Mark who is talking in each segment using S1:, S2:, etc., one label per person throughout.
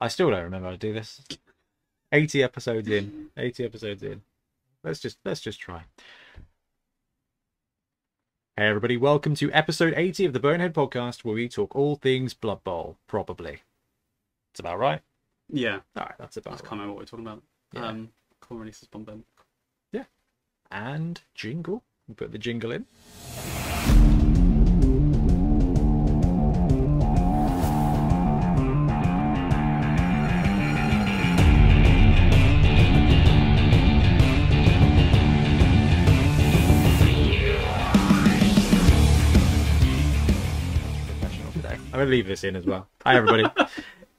S1: I still don't remember how to do this. Eighty episodes in. Eighty episodes in. Let's just let's just try. Hey everybody, welcome to episode eighty of the Bonehead Podcast, where we talk all things Blood Bowl. Probably. It's about right.
S2: Yeah,
S1: All right, that's
S2: I
S1: about
S2: just
S1: right.
S2: can't remember what we're talking about.
S1: Yeah.
S2: Um, Corn releases Bomb Bend.
S1: and jingle. We put the jingle in. Professional today. I'm gonna leave this in as well. Hi everybody.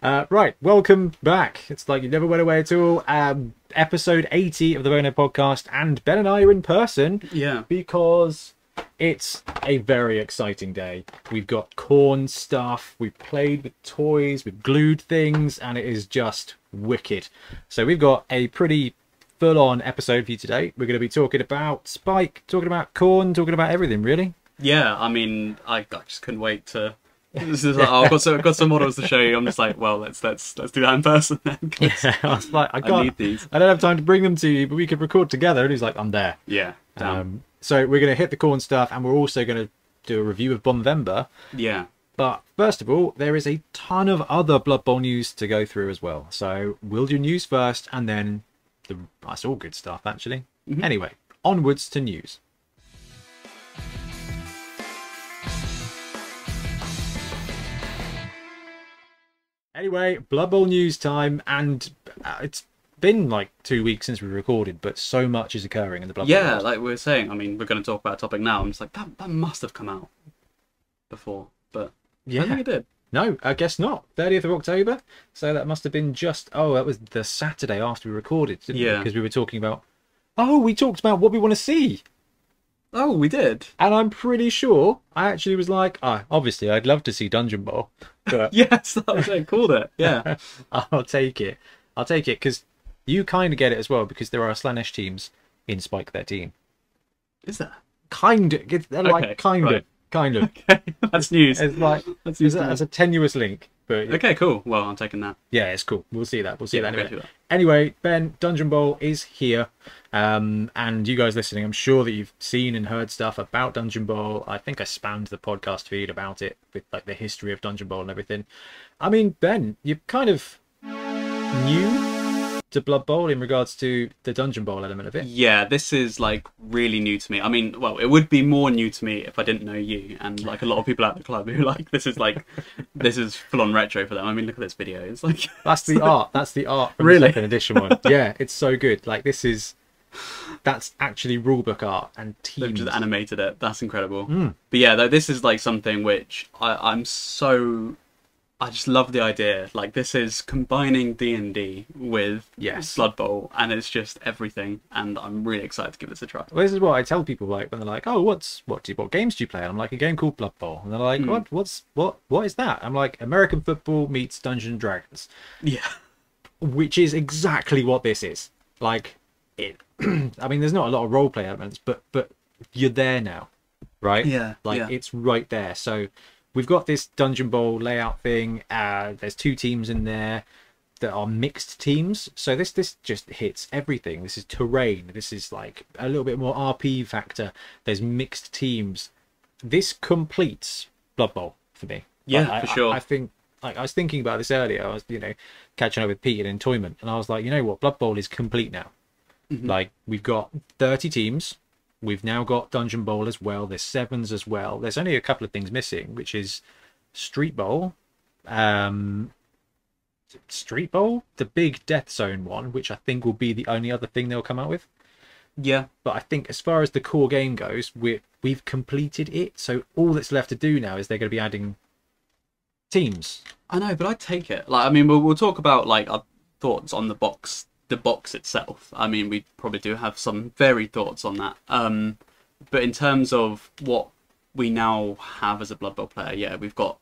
S1: Uh, right, welcome back. It's like you never went away at all. Um, episode 80 of the Bonehead Podcast, and Ben and I are in person
S2: Yeah,
S1: because it's a very exciting day. We've got corn stuff, we've played with toys, we've glued things, and it is just wicked. So we've got a pretty full on episode for you today. We're going to be talking about Spike, talking about corn, talking about everything, really.
S2: yeah. I mean, I, I just couldn't wait to. This is like, oh, I've got, so, I've got some models to show you. I'm just like, well, let's let's let's do that in person then. 'cause
S1: I was like, I,
S2: I
S1: can't,
S2: need these.
S1: I don't have time to bring them to you, but we could record together. And he's like, I'm there.
S2: Yeah, damn.
S1: Um, so we're going to hit the corn stuff, and we're also going to do a review of Bonvember.
S2: yeah,
S1: But first of all, there is a ton of other Blood Bowl news to go through as well. So we'll do news first, and then the, that's all good stuff, actually.
S2: Mm-hmm.
S1: Anyway, onwards to news. Anyway, Blood Bowl news time, and uh, it's been like two weeks since we recorded, but so much is occurring in the Blood Bowl
S2: yeah.
S1: world.
S2: Like we were saying, I mean, we're going to talk about a topic now. I'm just like, that that must have come out before, but I don't
S1: yeah.
S2: think it did.
S1: No, I guess not. 30th of October. So that must have been just, oh, that was the Saturday after we recorded, didn't
S2: Yeah.
S1: Because we were talking about, oh, we talked about what we want to see.
S2: Oh, we did.
S1: And I'm pretty sure I actually was like, oh, obviously, I'd love to see Dungeon Ball, but
S2: Yes, that was it. Called it. Yeah,
S1: I'll take it. I'll take it because you kind of get it as well because there are Slanesh teams in Spike 13.
S2: is that?
S1: Kind of. They're
S2: Okay,
S1: like, kind of.
S2: right.
S1: Kind of.
S2: Okay, that's news.
S1: It's like, it's
S2: That's news.
S1: a,
S2: to me.
S1: it's a tenuous link, but
S2: Okay, cool. Well, I'm taking that.
S1: yeah, it's cool. We'll see that. We'll see
S2: Yeah,
S1: that
S2: we'll
S1: anyway.
S2: go through
S1: Anyway, Ben, Dungeon Bowl is here. Um, and you guys listening, I'm sure that you've seen and heard stuff about Dungeon Bowl. I think I spammed the podcast feed about it with like the history of Dungeon Bowl and everything. I mean, Ben, you're kind of new to Blood Bowl in regards to the Dungeon Bowl element of it.
S2: Yeah, this is like really new to me. I mean, well, it would be more new to me if I didn't know you and like a lot of people at the club who like this is like this is full on retro for them. I mean, look at this video. It's like
S1: That's the art. That's the art from the
S2: Really?
S1: second edition one. Yeah, it's so good. Like this is that's actually rulebook art and
S2: they've
S1: teams.
S2: just animated it. That's incredible. But yeah, though this is like something which I, I'm so I just love the idea. Like this is combining D and D with
S1: Yes.
S2: Blood Bowl, and it's just everything. And I'm really excited to give this a try.
S1: Well, this is what I tell people like when they're like, "Oh, what's what do you, what games do you play?" And I'm like, "A game called Blood Bowl," and they're like, "What? What's what? What is that?" I'm like, "American football meets Dungeons and Dragons,"
S2: Yeah.
S1: which is exactly what this is. Like, it. I mean, there's not a lot of role play elements, but but you're there now, right?
S2: Yeah,
S1: Like
S2: yeah.
S1: it's right there. So we've got this Dungeon Bowl layout thing. Uh, there's two teams in there that are mixed teams. So this this just hits everything. This is terrain. This is like a little bit more RP factor. There's mixed teams. This completes Blood Bowl for me.
S2: Yeah,
S1: Like, I-
S2: for
S1: I-
S2: sure.
S1: I think like I was thinking about this earlier. I was you know catching up with Pete and Entoyment, and I was like, you know what, Blood Bowl is complete now.
S2: Mm-hmm.
S1: Like we've got 30 teams. We've now got Dungeon Bowl as well. There's sevens as well. There's only a couple of things missing, which is Street Bowl, um, Street Bowl, the big Death Zone one, which I think will be the only other thing they'll come out with.
S2: Yeah.
S1: But I think as far as the core game goes, we we've completed it. So all that's left to do now is they're going to be adding teams.
S2: I know, but I take it. Like, I mean, we'll, we'll talk about like our thoughts on the box, the box itself. I mean, we probably do have some varied thoughts on that. Um, but in terms of what we now have as a Blood Bowl player, yeah, we've got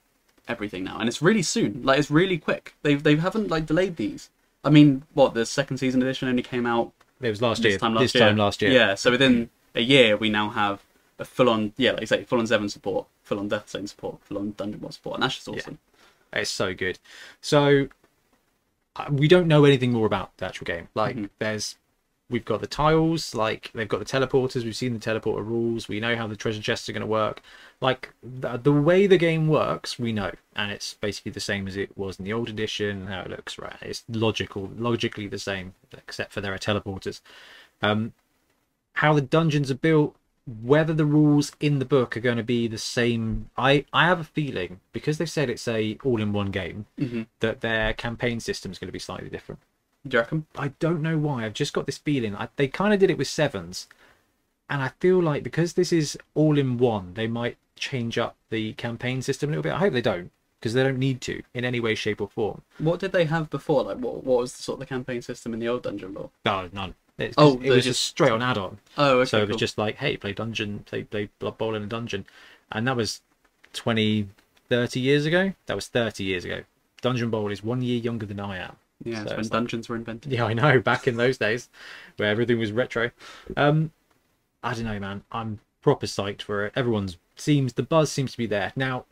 S2: everything now, and it's really soon. Like, it's really quick. They they haven't like delayed these. I mean, what the second season edition only came out
S1: It was last
S2: this
S1: year.
S2: time last
S1: this
S2: year.
S1: time last year.
S2: Yeah, so within a year we now have a full on yeah, like you say, full on Seven support, full on Death Zone support, full on Dungeon Ball support, and that's just awesome.
S1: It's so good. So uh, we don't know anything more about the actual game. Like there's we've got the tiles, like they've got the teleporters. We've seen the teleporter rules. We know how the treasure chests are going to work. Like the, the way the game works, we know, and it's basically the same as it was in the old edition. and How it looks, right? It's logical, logically the same, except for there are teleporters. Um, how the dungeons are built, whether the rules in the book are going to be the same. I I have a feeling because they've said it's a all-in-one game that their campaign system is going to be slightly different.
S2: Do you reckon?
S1: I don't know why. I've just got this feeling. I, they kind of did it with sevens, and I feel like because this is all in one, they might change up the campaign system a little bit. I hope they don't because they don't need to in any way, shape, or form.
S2: What did they have before? Like, what what was the sort of the campaign system in the old Dungeon Lore?
S1: No, none. It's,
S2: Oh,
S1: it
S2: they
S1: was
S2: just-
S1: just straight on add-on.
S2: Oh, okay.
S1: so it was
S2: cool.
S1: just like, hey, play dungeon, play play Blood Bowl in a dungeon, and that was 20, 30 years ago. That was thirty years ago. Dungeon Bowl is one year younger than I am.
S2: yeah, it's
S1: so
S2: when
S1: it's like-
S2: dungeons were invented.
S1: Yeah, I know. Back in those days, where everything was retro. Um, I don't know, man. I'm proper psyched for it. Everyone's seems the buzz seems to be there. Now,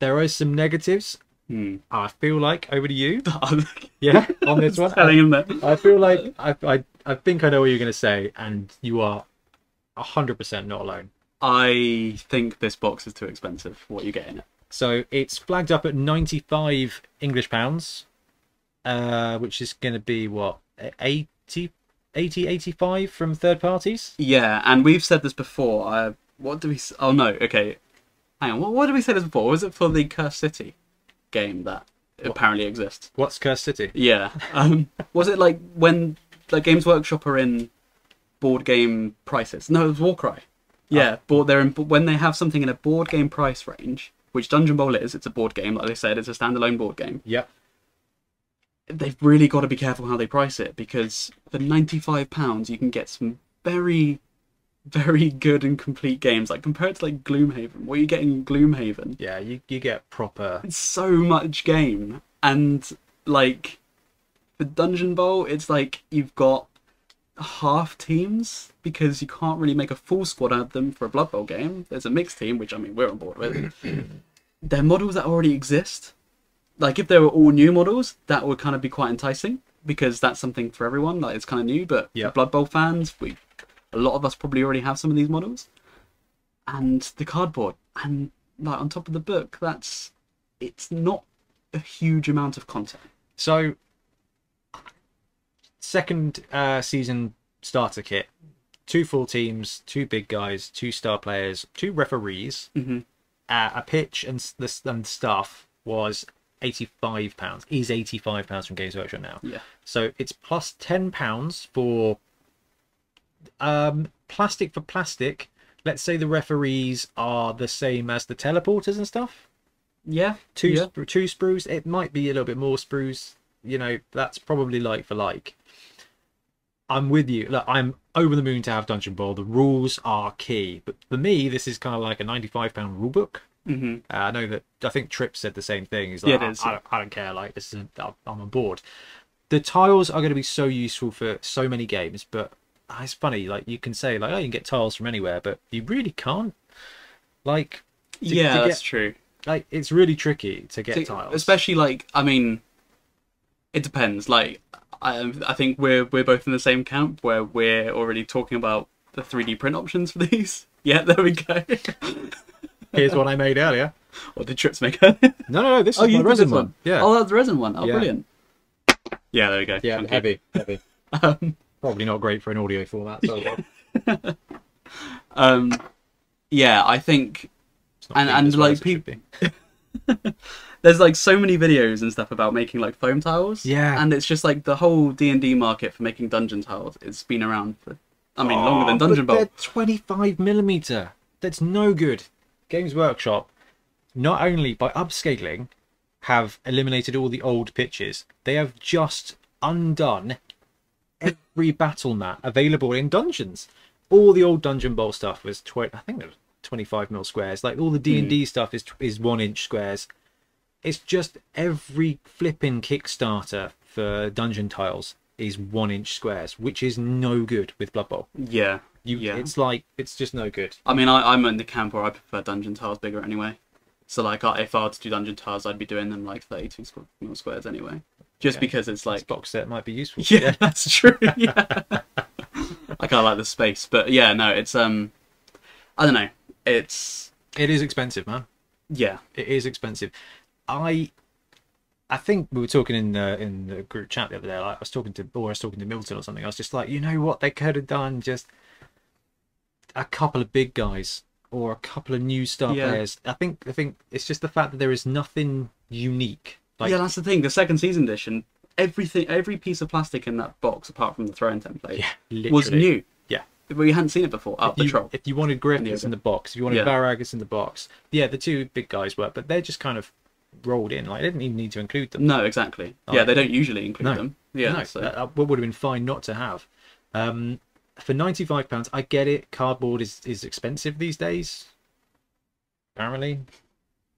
S1: there are some negatives.
S2: Hmm.
S1: I feel like over to you.
S2: I'm
S1: Yeah, on this one.
S2: telling him that.
S1: I feel like I, I I think I know what you're gonna say, and you are hundred percent not alone.
S2: I think this box is too expensive. What you get in it?
S1: So it's flagged up at 95 English pounds, uh, which is going to be what 80, 80, 85 from third parties.
S2: Yeah, and we've said this before. I, what do we? s- Oh no, okay. Hang on. What, what did we say this before? Was it for the Curse City game that apparently exists?
S1: What's Curse City?
S2: Yeah. Um, was it like when like Games Workshop are in board game prices? No, it was Warcry. Yeah, board they're in when they have something in a board game price range, which Dungeon Bowl is. It's a board game, like they said, it's a standalone board game.
S1: Yep.
S2: They've really got to be careful how they price it because for ninety five pounds you can get some very, very good and complete games. Like compared to like Gloomhaven, what you get in Gloomhaven
S1: Yeah, you, you get proper.
S2: so much game and like for dungeon bowl it's like you've got half teams because you can't really make a full squad out of them for a blood bowl game there's a mixed team which i mean we're on board with they're models that already exist like if they were all new models that would kind of be quite enticing because that's something for everyone like it's kind of new but
S1: Yeah.
S2: for blood bowl fans we a lot of us probably already have some of these models and the cardboard and like on top of the book that's it's not a huge amount of content.
S1: So, second uh, season starter kit two full teams, two big guys, two star players, two referees,
S2: Mhm.
S1: uh, a pitch, and s- the s- and stuff was. Eighty-five pounds is eighty-five pounds from Games Workshop now.
S2: Yeah.
S1: So it's plus ten pounds for um plastic for plastic. Let's say the referees are the same as the teleporters and stuff.
S2: Yeah.
S1: Two
S2: Yeah.
S1: spru- two sprues. It might be a little bit more sprues. You know, that's probably like for like. I'm with you. Look, I'm over the moon to have Dungeon Ball. The rules are key, but for me, this is kind of like a ninety-five pound rule book.
S2: hmm
S1: Uh, I know that I think Tripp said the same thing. He's like,
S2: Yeah, it is,
S1: I, I, don't, I don't care. Like this is, I'm I'm on board. The tiles are going to be so useful for so many games, but ah, it's funny. Like you can say like, oh, you can get tiles from anywhere, but you really can't. Like, to- to
S2: yeah, that's
S1: get-
S2: true.
S1: like it's really tricky to get
S2: So-
S1: tiles.
S2: Especially like, I mean, it depends. Like, I, I think we're we're both in the same camp where we're already talking about the three D print options for these. Yeah, there we go.
S1: Here's what I made earlier.
S2: or did Trips make her?
S1: No, no, no. This is my
S2: Oh, did this
S1: resin one. Yeah,
S2: Oh, that's the resin one. Oh,
S1: Yeah.
S2: brilliant. Yeah, there we go.
S1: yeah,
S2: Thank you.
S1: heavy, heavy. Um, Probably not great for an audio format. So it's
S2: Um, yeah, I think
S1: not
S2: And-
S1: deep
S2: and
S1: as well
S2: like
S1: as it should
S2: peop-
S1: be.
S2: there's like so many videos and stuff about making like foam tiles.
S1: Yeah.
S2: And it's just like the whole D and D market for making dungeon tiles. It's been around for, I mean, longer than
S1: Oh, But
S2: Dungeon Bowl.
S1: They're 25 millimeter. That's no good. Games Workshop, not only by upscaling, have eliminated all the old pitches. They have just undone every battle mat available in dungeons. All the old Dungeon Bowl stuff was tw- I think it was 25 mil squares. Like all the D and
S2: Hmm.
S1: D stuff is is one inch squares. It's just every flipping Kickstarter for dungeon tiles is one inch squares, which is no good with Blood Bowl.
S2: Yeah.
S1: You,
S2: yeah.
S1: it's like it's just no good.
S2: I mean, I, I'm in the camp where I prefer dungeon tiles bigger anyway. So like, I, if I were to do dungeon tiles, I'd be doing them like 32 squ- mil squares anyway. just because it's
S1: This
S2: like
S1: box set might be useful.
S2: yeah, that's true. Yeah, I kind of like the space, but yeah, no, it's um, I don't know, it's
S1: It is expensive, man.
S2: yeah,
S1: It is expensive. I I think we were talking in the in the group chat the other day. Like I was talking to or I was talking to Milton or something. I was just like, you know what? They could have done just a couple of big guys or a couple of new star
S2: Yeah.
S1: players. I think I think it's just the fact that there is nothing unique. Like
S2: yeah, that's the thing. The second season edition, everything, every piece of plastic in that box, apart from the throne template,
S1: yeah,
S2: was
S1: literally.
S2: new.
S1: Yeah.
S2: We hadn't seen it before. Oh, the
S1: you-
S2: troll.
S1: if you wanted Griffiths
S2: other-
S1: in the box, if you wanted
S2: Yeah.
S1: Barragas in the box, yeah, the two big guys were, but they just kind of rolled in. Like they didn't even need to include them.
S2: No, exactly. yeah,
S1: Like-
S2: they don't usually include
S1: No.
S2: them. Yeah,
S1: no,
S2: so
S1: that, that would have been fine not to have. Um, for ninety five pounds, I get it. Cardboard is is expensive these days. Apparently,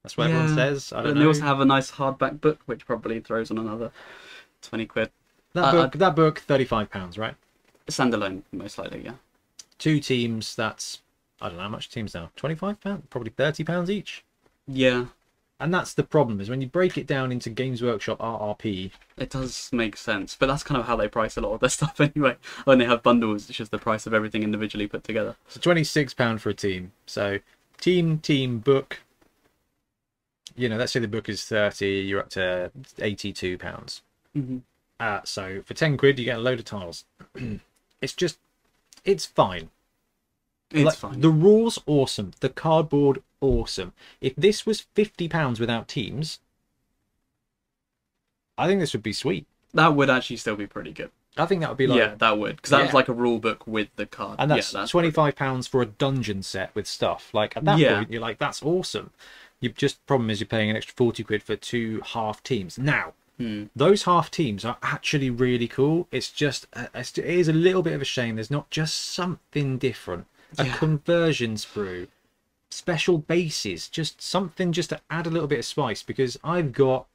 S1: that's what everyone
S2: Yeah,
S1: says. I
S2: but
S1: don't
S2: they
S1: know.
S2: also have a nice hardback book, which probably throws on another twenty quid
S1: that
S2: I-
S1: book, that book, thirty five pounds, right?
S2: standalone, most likely. Yeah.
S1: Two teams. That's I don't know how much teams now. Twenty five pounds, probably thirty pounds each.
S2: Yeah,
S1: And that's the problem is when you break it down into Games Workshop RRP,
S2: it does make sense, but that's kind of how they price a lot of their stuff anyway. When they have bundles, it's just the price of everything individually put together.
S1: So twenty six pound for a team. So team, team, book. You know, let's say the book is thirty. You're up to eighty two pounds.
S2: Mhm.
S1: Uh, so for ten quid, you get a load of tiles. it's just, it's fine.
S2: It's
S1: Like,
S2: fine.
S1: The rules awesome. The cardboard awesome. If this was fifty pounds without teams, I think this would be sweet.
S2: That would actually still be pretty good.
S1: I think that would be like,
S2: yeah, that would because that was
S1: Yeah.
S2: like a rule book with the card.
S1: and that's,
S2: yeah, that's
S1: twenty five pounds for a dungeon set with stuff. Like at that
S2: Yeah.
S1: point, you're like, that's awesome. You just problem is you're paying an extra forty quid for two half teams. Now
S2: Hmm.
S1: those half teams are actually really cool. It's just uh, it's, it is a little bit of a shame. There's not just something different, a
S2: Yeah.
S1: conversion sprue, special bases, just something just to add a little bit of spice. Because I've got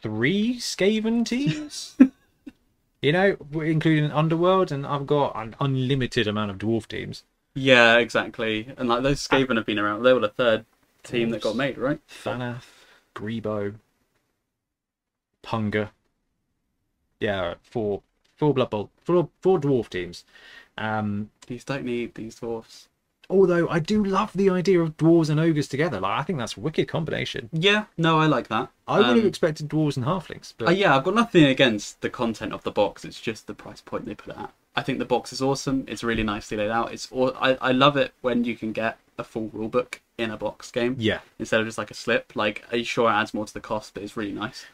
S1: three Skaven teams. You know, including Underworld, and I've got an unlimited amount of dwarf teams.
S2: Yeah, exactly. And like those Skaven have been around. They were the third team that got made, right?
S1: Fanath, Grebo, Punga. Yeah, four four blood bowl, four four dwarf teams. Um,
S2: These don't need these dwarfs.
S1: although I do love the idea of dwarves and ogres together. Like I think that's a wicked combination.
S2: Yeah, no, I like that.
S1: I would have
S2: Um,
S1: expected dwarves and halflings, but
S2: Uh, yeah, I've got nothing against the content of the box. It's just the price point they put it at. I think the box is awesome. It's really nicely laid out. It's all, I, I love it when you can get a full rule book in a box game
S1: yeah.
S2: instead of just like a slip. Like, are you sure it adds more to the cost? But it's really nice.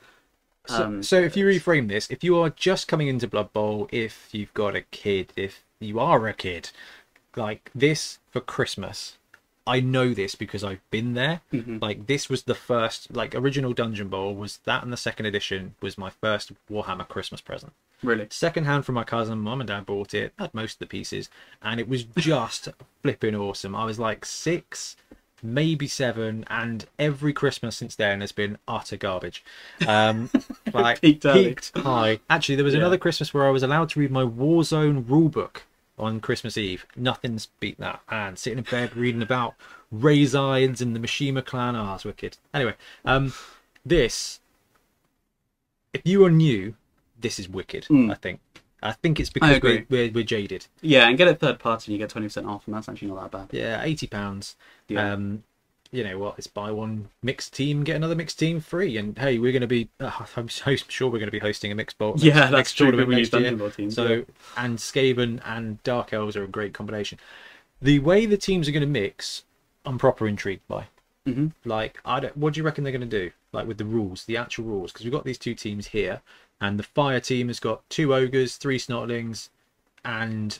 S1: So,
S2: Um,
S1: so if you reframe this, if you are just coming into Blood Bowl, if you've got a kid, if you are a kid, like this for Christmas, I know this because I've been there. Like this was the first, like original Dungeon Bowl was that, and the second edition was my first Warhammer Christmas present.
S2: Really,
S1: Second hand from my cousin, mum and dad bought it, had most of the pieces, and it was just flipping awesome. I was like six, maybe seven, and every Christmas since then has been utter garbage. Um, like
S2: Peaked early.
S1: peaked high. Actually, there was
S2: Yeah.
S1: another Christmas where I was allowed to read my Warzone rulebook on Christmas Eve. Nothing's beat that. And sitting in bed reading about Raisides and the Mishima clan. Ah, it's wicked. Anyway, um, this, if you are new, this is wicked, I think. I think it's because we're,
S2: agree.
S1: we're, we're jaded.
S2: yeah, and get it third party, and you get twenty percent off, and that's actually not that bad.
S1: Yeah, eighty pounds.
S2: Yeah.
S1: Um, you know what? It's buy one mixed team, get another mixed team free. And hey, we're going to be. Uh, I'm so sure we're going to be hosting a mixed bowl.
S2: Yeah, that's true,
S1: tournament
S2: we need
S1: next year.
S2: Dungeon Bowl teams,
S1: So
S2: yeah.
S1: and Skaven and Dark Elves are a great combination. The way the teams are going to mix, I'm proper intrigued by.
S2: Mhm.
S1: Like, I don't, what do you reckon they're going to do? Like with the rules, the actual rules, because we've got these two teams here, and the fire team has got two ogres, three snotlings, and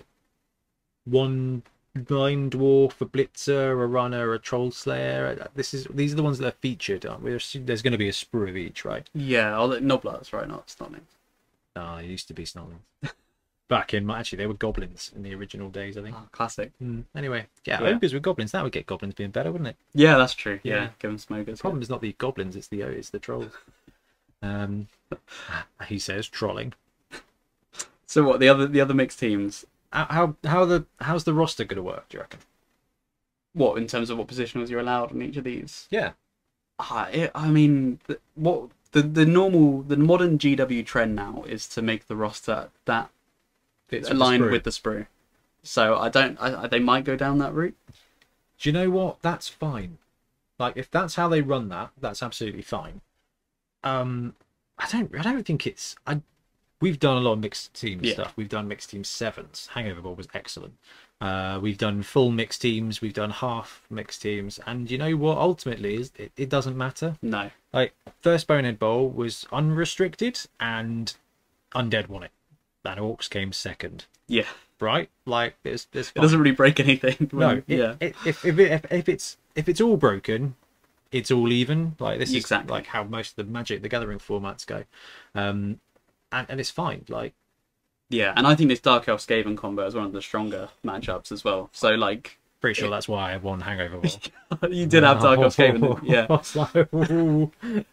S1: one blind dwarf, a blitzer, a runner, a troll slayer. Uh, This is these are the ones that are featured. Aren't we? There's there's going to be a sprue of each, right?
S2: Yeah, oh, I'll let Nobler, that's right, not Snotling.
S1: Ah, it used to be snotlings. Back in my- actually, they were goblins in the original days, I think.
S2: Oh, classic.
S1: Mm, Anyway, yeah,
S2: Yeah.
S1: ogres with goblins. That would get goblins being better, wouldn't it?
S2: Yeah, that's true.
S1: Yeah.
S2: Yeah, give him smokers.
S1: The problem is not the goblins; it's the it's the trolls. Um, he says trolling.
S2: So what? The other the other mixed teams.
S1: How how, how the how's the roster going to work? Do you reckon?
S2: What in terms of what positionals you're allowed in each of these?
S1: Yeah,
S2: Ah, it, I mean, th- what the the normal the modern GW trend now is to make the roster that
S1: Fits
S2: aligned
S1: sprue.
S2: with the sprue. So I don't. I, I- they might go down that route.
S1: Do you know what? That's fine. Like if that's how they run that, that's absolutely fine. Um, I don't. I don't think it's. I. We've done a lot of mixed team
S2: Yeah.
S1: stuff. We've done mixed team sevens. Hangover Ball was excellent. Uh, we've done full mixed teams. We've done half mixed teams. And you know what? Ultimately, is it, it doesn't matter.
S2: No.
S1: Like first Bonehead Bowl was unrestricted, and Undead won it. And Orcs came second.
S2: Yeah.
S1: Right? Like it's it's
S2: It
S1: fine.
S2: doesn't really break anything. when-
S1: No, it,
S2: yeah.
S1: it- if if, it, if if it's if it's all broken, it's all even. Like this
S2: Exactly.
S1: is like how most of the Magic the Gathering formats go, um, and and it's fine. Like
S2: yeah. And I think this Dark Elf Skaven combo is one of the stronger matchups as well. So like,
S1: pretty sure that's why I won Hangover. War.
S2: you did have Dark Elf Skaven. Yeah.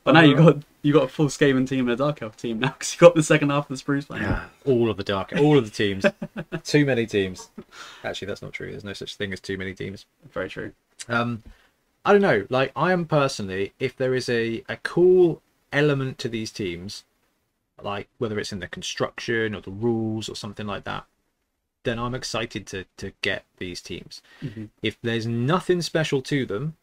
S2: But now
S1: Uh,
S2: you got you got a full Skaven team and a Dark Elf team now because you got the second half of the Spruce plan.
S1: all of the dark, all of the teams. too many teams. Actually, that's not true. There's no such thing as too many teams.
S2: Very true.
S1: um i don't know like i am personally if there is a a cool element to these teams like whether it's in the construction or the rules or something like that then i'm excited to to get these teams
S2: Mhm.
S1: if there's nothing special to them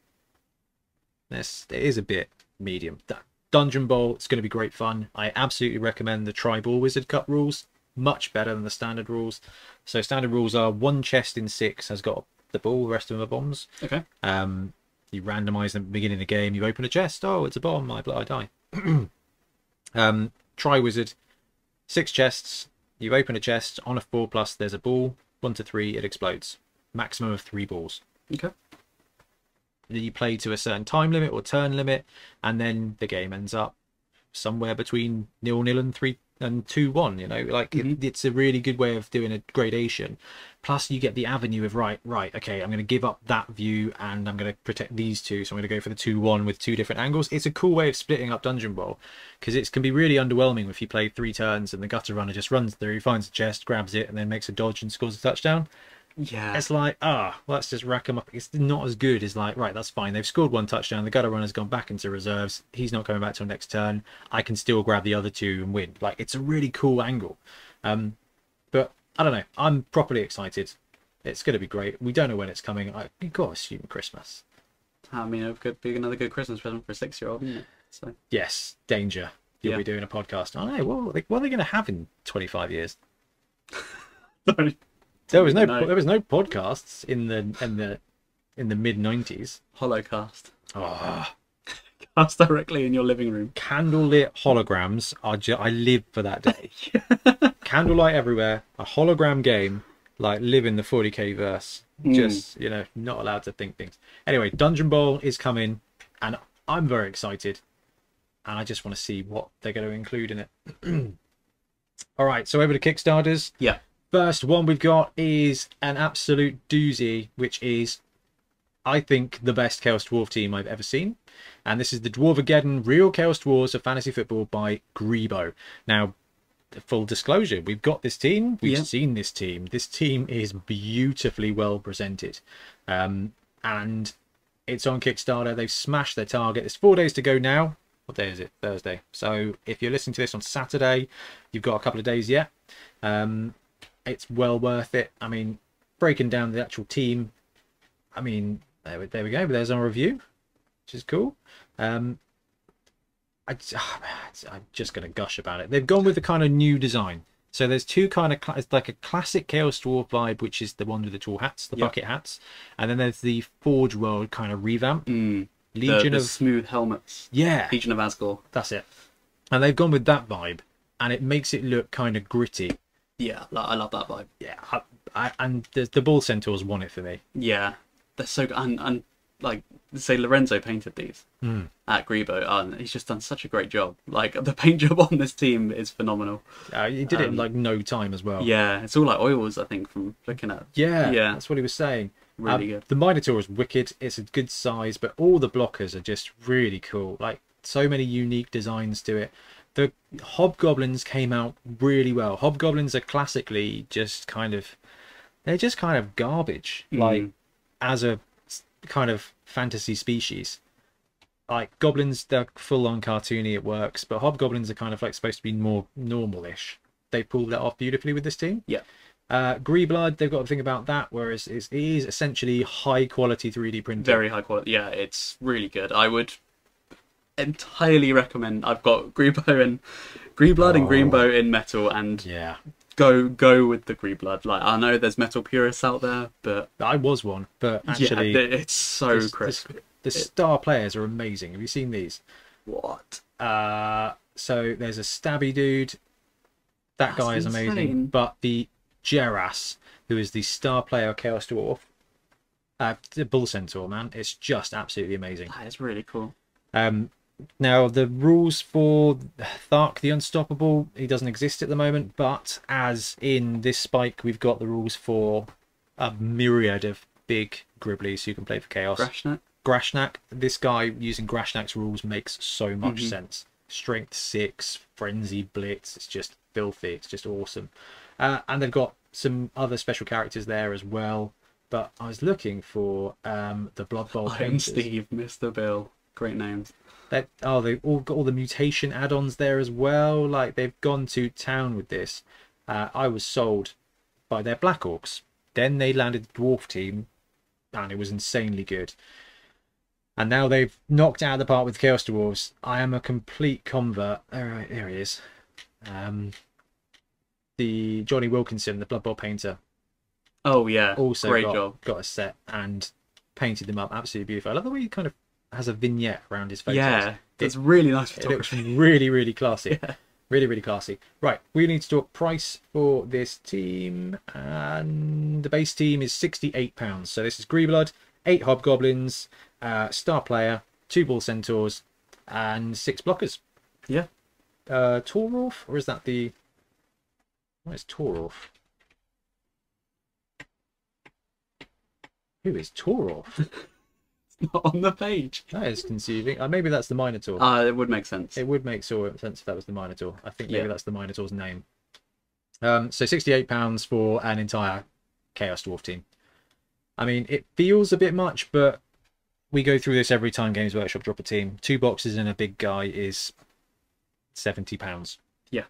S1: this it is a bit medium that dungeon bowl it's going to be great fun i absolutely recommend the tribal wizard cup rules much better than the standard rules so standard rules are one chest in six has got the ball the rest of them are bombs
S2: Okay.
S1: um, you randomize them at the beginning of the game. You open a chest. Oh, it's a bomb. I, I die. um, Try Wizard. Six chests. You open a chest. On a four plus, there's a ball. One to three, it explodes. Maximum of three balls.
S2: Okay.
S1: You play to a certain time limit or turn limit, and then the game ends up somewhere between nil nil and three and two one. You know, like it- it's a really good way of doing a gradation. Plus, you get the avenue of right, right. Okay, I'm going to give up that view, and I'm going to protect these two. So I'm going to go for the two one with two different angles. It's a cool way of splitting up dungeon bowl because it can be really underwhelming if you play three turns and the gutter runner just runs through, finds a chest, grabs it, and then makes a dodge and scores a touchdown
S2: Yeah.
S1: it's like ah well, let's just rack them up it's not as good as like right that's fine they've scored one touchdown the gutter runner's gone back into reserves he's not coming back till next turn i can still grab the other two and win like it's a really cool angle um but i don't know i'm properly excited it's going to be great we don't know when it's coming i you gotta assume christmas
S2: I mean, it could be another good Christmas present for a six-year-old, isn't it? So
S1: yes danger you'll
S2: Yeah.
S1: be doing a podcast i know what, like, what are they going to have in 25 years there was no
S2: No.
S1: there was no podcasts in the in the in the mid 90s
S2: Holocast.
S1: Ah.
S2: Cast directly in your living room.
S1: candlelit holograms are ju- I live for that day. Candlelight everywhere, a hologram game, like live in the 40k verse. Just, you know, not allowed to think things. Anyway, Dungeon Bowl is coming and I'm very excited. And I just want to see what they're going to include in it. All right, so over to Kickstarters.
S2: Yeah.
S1: First one we've got is an absolute doozy, which is, I think, the best Chaos Dwarf team I've ever seen. And this is the Dwarvageddon Real Chaos Dwarves of Fantasy Football by Grebo. Now, full disclosure, we've got this team, we've
S2: Yeah.
S1: seen this team. This team is beautifully well presented. Um, and it's on Kickstarter. They've smashed their target. There's four days to go now. What day is it? Thursday. So if you're listening to this on Saturday, you've got a couple of days yet. Um, it's well worth it. I mean, breaking down the actual team. I mean, there we, there we go. There's our review, which is cool. Um, I, j- I'm just going to gush about it. They've gone with a kind of new design. So there's two kind of cla- it's like a classic Chaos Dwarf vibe, which is the one with the tall hats, the
S2: Yeah.
S1: bucket hats, and then there's the Forge World kind of revamp,
S2: Mm. The,
S1: Legion
S2: the
S1: of
S2: smooth helmets.
S1: yeah,
S2: Legion of Asgore.
S1: that's it. And they've gone with that vibe, and it makes it look kind of gritty.
S2: Yeah, like, I love that vibe.
S1: Yeah, I, I, and the, the Ball Centaurs won it for me.
S2: Yeah, they're so good. And, and like, say Lorenzo painted these
S1: Hmm.
S2: at Grebo, and he's just done such a great job. Like the paint job on this team is phenomenal.
S1: Uh, he did it in like no time as well.
S2: Yeah, it's all like oils, I think, from looking at.
S1: Yeah,
S2: Yeah.
S1: that's what he was saying. Um,
S2: Really good.
S1: The Minotaur is wicked. It's a good size, but all the blockers are just really cool. Like so many unique designs to it. The Hobgoblins came out really well. Hobgoblins are classically just kind of they're just kind of
S2: Mm.
S1: garbage, like as a s- kind of fantasy species. like goblins, they're full on cartoony. It works, but hobgoblins are kind of like supposed to be more normal-ish. They pulled that off beautifully with this team.
S2: Yeah.
S1: Uh, Greeblood, they've got a thing about that, whereas it's, it is essentially high quality 3D printing.
S2: Very high quality. Yeah, it's really good. I would entirely recommend. I've got Greenbow and Greenblood and
S1: Oh.
S2: Greenbow in metal, and
S1: Yeah,
S2: go go with the Greenblood. Like I know there's metal purists out there, but
S1: I was one, but actually,
S2: yeah, th- it's so
S1: this-
S2: crisp.
S1: this- the star players are amazing. Have you seen these?
S2: what?
S1: Uh, so there's a stabby dude. That
S2: That's
S1: guy is amazing.
S2: insane.
S1: But the Geras, who is the star player Chaos Dwarf, uh, the Bull Centaur, man, it's just absolutely amazing.
S2: That is really cool.
S1: Um, now the rules for Thark the Unstoppable, he doesn't exist at the moment, but as in this spike, we've got the rules for a myriad of big gribblies who can play for chaos.
S2: Grashnak.
S1: Grashnak, this guy using Grashnak's rules makes so much sense. Strength six, frenzy blitz, it's just filthy, it's just awesome. Uh, and they've got some other special characters there as well. But I was looking for um, the Blood Bowl
S2: I'm
S1: painters.
S2: Steve, Mr. Bill. Great names.
S1: That oh, they've all got all the mutation add-ons there as well. Like they've gone to town with this. Uh, I was sold by their Black Orcs. Then they landed the Dwarf team, and it was insanely good. And now they've knocked it out of the park with Chaos Dwarves. I am a complete convert. All right, there he is. Um, the Johnny Wilkinson, the Blood Bowl painter,
S2: Oh yeah.
S1: also
S2: great
S1: got,
S2: job.
S1: got a set and painted them up absolutely beautiful. I love the way he kind of has a vignette around his photos.
S2: Yeah,
S1: It-
S2: it's really nice
S1: it looks
S2: photography.
S1: really, really classy.
S2: Yeah.
S1: Really, really classy. Right, we need to talk price for this team, and the base team is sixty-eight pounds. So this is Greeblood, eight Hobgoblins, uh, Star Player, two Ball Centaurs, and six blockers.
S2: Yeah.
S1: Uh, Tororf, or is that the? Where's Tororf? Who is Tororf?
S2: Not on the page.
S1: that is confusing. Uh, maybe that's the Minotaur.
S2: Uh, it would make sense.
S1: It would make sort of sense if that was the Minotaur. I think maybe
S2: Yeah.
S1: that's the Minotaur's name. Um, so sixty-eight pounds for an entire Chaos Dwarf team. I mean, it feels a bit much, but we go through this every time Games Workshop drop a team. Two boxes and a big guy is seventy pounds.
S2: Yeah.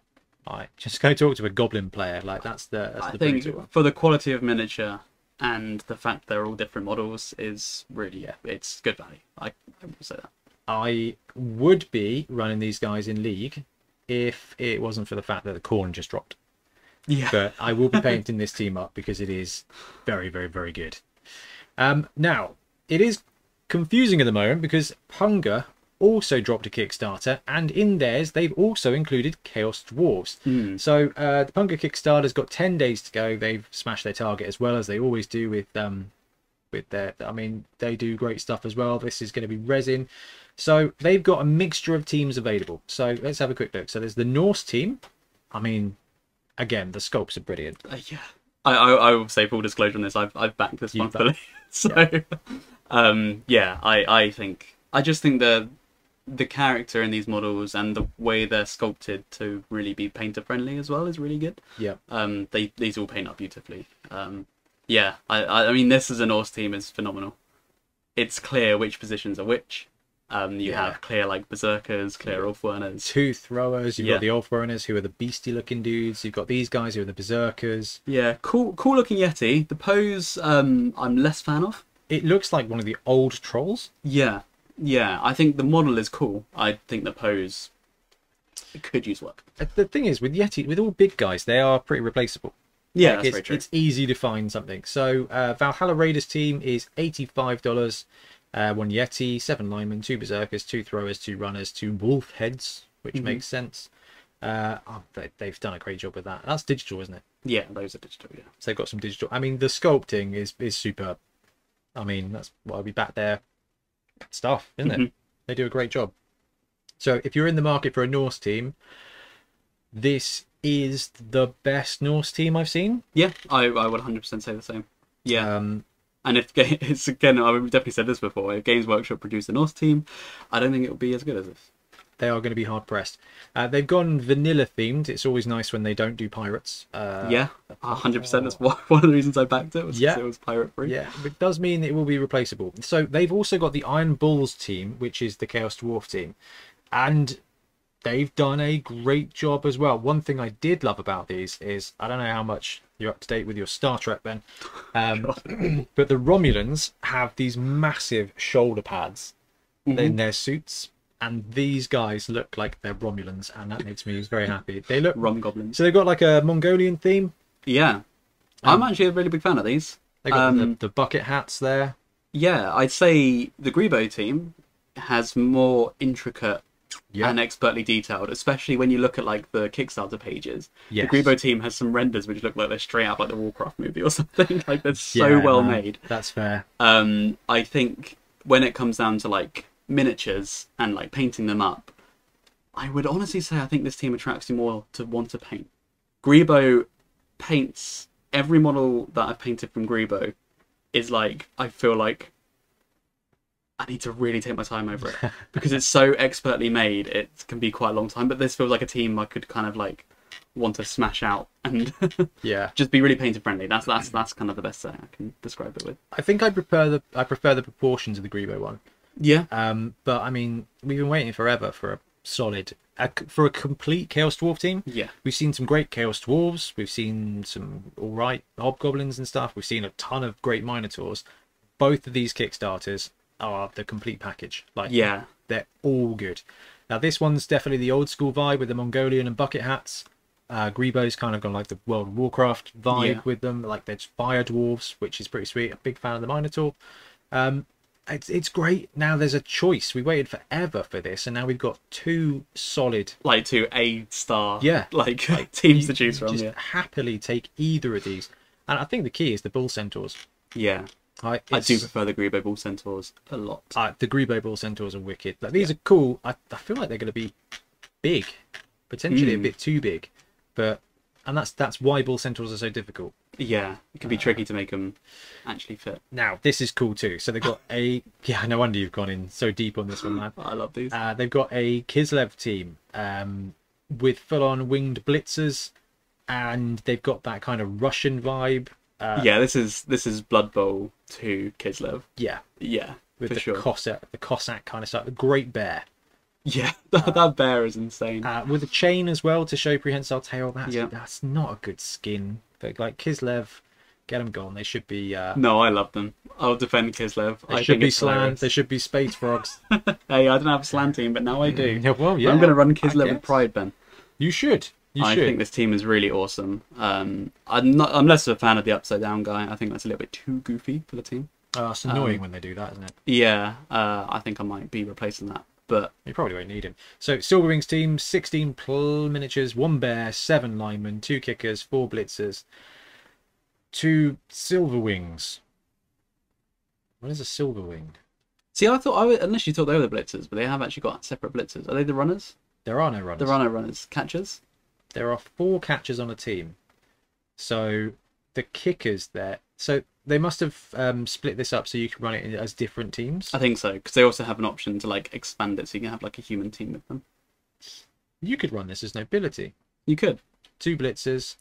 S1: I just go talk to a goblin player. Like that's the that's
S2: I
S1: the
S2: think
S1: brutal one.
S2: for the quality of miniature and the fact they're all different models is really yeah, it's good value. I, I will say that.
S1: I would be running these guys in league if it wasn't for the fact that the corn just dropped.
S2: Yeah.
S1: but I will be painting this team up because it is very, very, very good. Um, now, it is confusing at the moment because Punga also dropped a Kickstarter, and in theirs, they've also included Chaos Dwarves. So uh, the Punga Kickstarter's got 10 days to go. They've smashed their target as well as they always do with. Um, with their, I mean, they do great stuff as well. This is going to be resin, so they've got a mixture of teams available. So let's have a quick look. So there's the Norse team. I mean, again, the sculpts are brilliant.
S2: Uh, yeah. I, I I will say full disclosure on this. I've I've backed this one
S1: You've
S2: fully. so um yeah, I I think I just think the the character in these models and the way they're sculpted to really be painter friendly as well is really good.
S1: Yeah.
S2: Um they these all paint up beautifully. Um yeah, I I, I mean this as a Norse team is phenomenal. It's clear which positions are which. Um you
S1: Yeah.
S2: have clear like berserkers, clear off warners.
S1: Two throwers. You've
S2: Yeah.
S1: got the Ulf runners who are the beastie looking dudes. You've got these guys who are the berserkers.
S2: Yeah, cool cool looking Yeti. The pose um I'm less fan of.
S1: It looks like one of the old trolls.
S2: Yeah, yeah. I think the model is cool. I think the pose could use work.
S1: Uh, The thing is, with Yeti, with all big guys, they are pretty replaceable.
S2: Yeah,
S1: Like,
S2: that's
S1: it's,
S2: very true.
S1: it's easy to find something. So uh, Valhalla Raiders team is eighty-five dollars. Uh, one Yeti, seven linemen, two berserkers, two throwers, two runners, two wolf heads, which
S2: Mm-hmm.
S1: makes sense. Uh, oh, they, they've done a great job with that. That's digital, isn't it?
S2: Yeah, those are digital. Yeah,
S1: So they've got some digital. I mean, the sculpting is is superb. I mean, that's why we back their stuff, isn't it? They do a great job. So if you're in the market for a Norse team, this is the best Norse team I've seen.
S2: yeah. I I would 100% say the same. Yeah,
S1: Um,
S2: and if ga- it's again, I've definitely said this before. If Games Workshop produced a Norse team, I don't think it would be as good as this.
S1: they are going to be hard pressed. Uh, they've gone vanilla themed. It's always nice when they don't do pirates. Uh, Oh.
S2: yeah, hundred percent. That's why- one of the reasons I backed it was 'cause
S1: Yeah.
S2: it was pirate free.
S1: Yeah, it does mean it will be replaceable. So they've also got the Iron Bulls team, which is the Chaos Dwarf team, and they've done a great job as well. One thing I did love about these is I don't know how much you're up to date with your Star Trek, Ben, um, but the Romulans have these massive shoulder pads in their suits. And these guys look like they're Romulans, and that makes me very happy. They look
S2: Rum goblins.
S1: so they've got like a Mongolian theme.
S2: Yeah,
S1: Um,
S2: I'm actually a really big fan of these.
S1: They got
S2: Um,
S1: the, the bucket hats there.
S2: Yeah, I'd say the Grebo team has more intricate
S1: Yeah.
S2: and expertly detailed, especially when you look at like the Kickstarter pages.
S1: Yes.
S2: The Grebo team has some renders which look like they're straight out of, like the Warcraft movie or something. like they're so
S1: Yeah,
S2: well
S1: man,
S2: made.
S1: That's fair.
S2: Um, I think when it comes down to like miniatures and like painting them up, I would honestly say I think this team attracts you more to want to paint. Grebo paints every model that I've painted from Grebo is like I feel like I need to really take my time over it because it's so expertly made. It can be quite a long time, but this feels like a team I could kind of like want to smash out and
S1: Yeah,
S2: just be really painter friendly. That's that's that's kind of the best thing I can describe it with.
S1: I think I prefer the I prefer the proportions of the Grebo one.
S2: Yeah,
S1: Um, but I mean, we've been waiting forever for a solid, a, for a complete Chaos Dwarf team.
S2: yeah.
S1: We've seen some great Chaos Dwarves. We've seen some all right Hobgoblins and stuff. We've seen a ton of great Minotaurs. Both of these Kickstarters are the complete package. Like,
S2: Yeah.
S1: they're all good. Now, this one's definitely the old school vibe with the Mongolian and bucket hats. Uh, Grebo's kind of gone like the World of Warcraft vibe
S2: Yeah.
S1: with them. Like there's fire dwarves, which is pretty sweet. A big fan of the Minotaur. Um, it's it's great. Now there's a choice. We waited forever for this, and now we've got two solid.
S2: Like to A star.
S1: Yeah.
S2: Like, teams to choose
S1: You
S2: from.
S1: just
S2: Yeah.
S1: happily take either of these. And I think the key is the bull centaurs.
S2: yeah.
S1: I,
S2: I do
S1: it's-
S2: prefer the Grebo Ball Centaurs a lot.
S1: uh, the Grebo Ball Centaurs are wicked. Like these are cool. I, I feel like they're going to be big, potentially a
S2: Hmm.
S1: bit too big, but and that's that's why Ball Centaurs are so difficult.
S2: yeah.
S1: Uh,
S2: It can be tricky to make them actually fit.
S1: Now this is cool too. So they've got a yeah. No wonder you've gone in so deep on this one, man.
S2: I love these.
S1: Uh, they've got a Kislev team um, with full-on winged blitzers, and they've got that kind of Russian vibe. Uh,
S2: yeah. This is this is Blood Bowl to Kislev.
S1: yeah,
S2: Yeah.
S1: with
S2: for
S1: the
S2: sure.
S1: Cossack, the Cossack kind of stuff. The Great Bear.
S2: yeah. That, that bear is insane.
S1: uh, with a chain as well to show prehensile tail. That's
S2: Yeah.
S1: that's not a good skin. But like Kislev, get them gone. They should be uh,
S2: no, I love them. I'll defend Kislev.
S1: they
S2: I
S1: should
S2: think
S1: be
S2: it's
S1: slams.
S2: hilarious.
S1: They should be space frogs.
S2: Hey, I don't have a slam team, but now I do.
S1: yeah, well, Mm, yeah.
S2: I'm going to run
S1: I
S2: Kislev
S1: guess.
S2: with pride, Ben.
S1: You should. You
S2: I
S1: should.
S2: think this team is really awesome. Um, I'm not. I'm less of a fan of the upside down guy. I think that's a little bit too goofy for the team.
S1: oh,
S2: um,
S1: it's annoying when they do that, isn't it?
S2: Yeah, uh, I think I might be replacing that. But
S1: You probably won't need him. So Silverwings team, 16 pl- miniatures, one bear, seven linemen, two kickers, four blitzers, two Silverwings. What is a Silverwing?
S2: see, I thought I would, unless you thought they were the blitzers, but they have actually got separate blitzers. Are they the runners?
S1: There are no runners.
S2: The runner runners, catchers.
S1: there are four catches on a team. So the kickers there. So they must have um, split this up so you can run it in- as different teams.
S2: I think so because they also have an option to like expand it, so you can have like a human team with them.
S1: You could run this as nobility.
S2: You could.
S1: Two blitzers.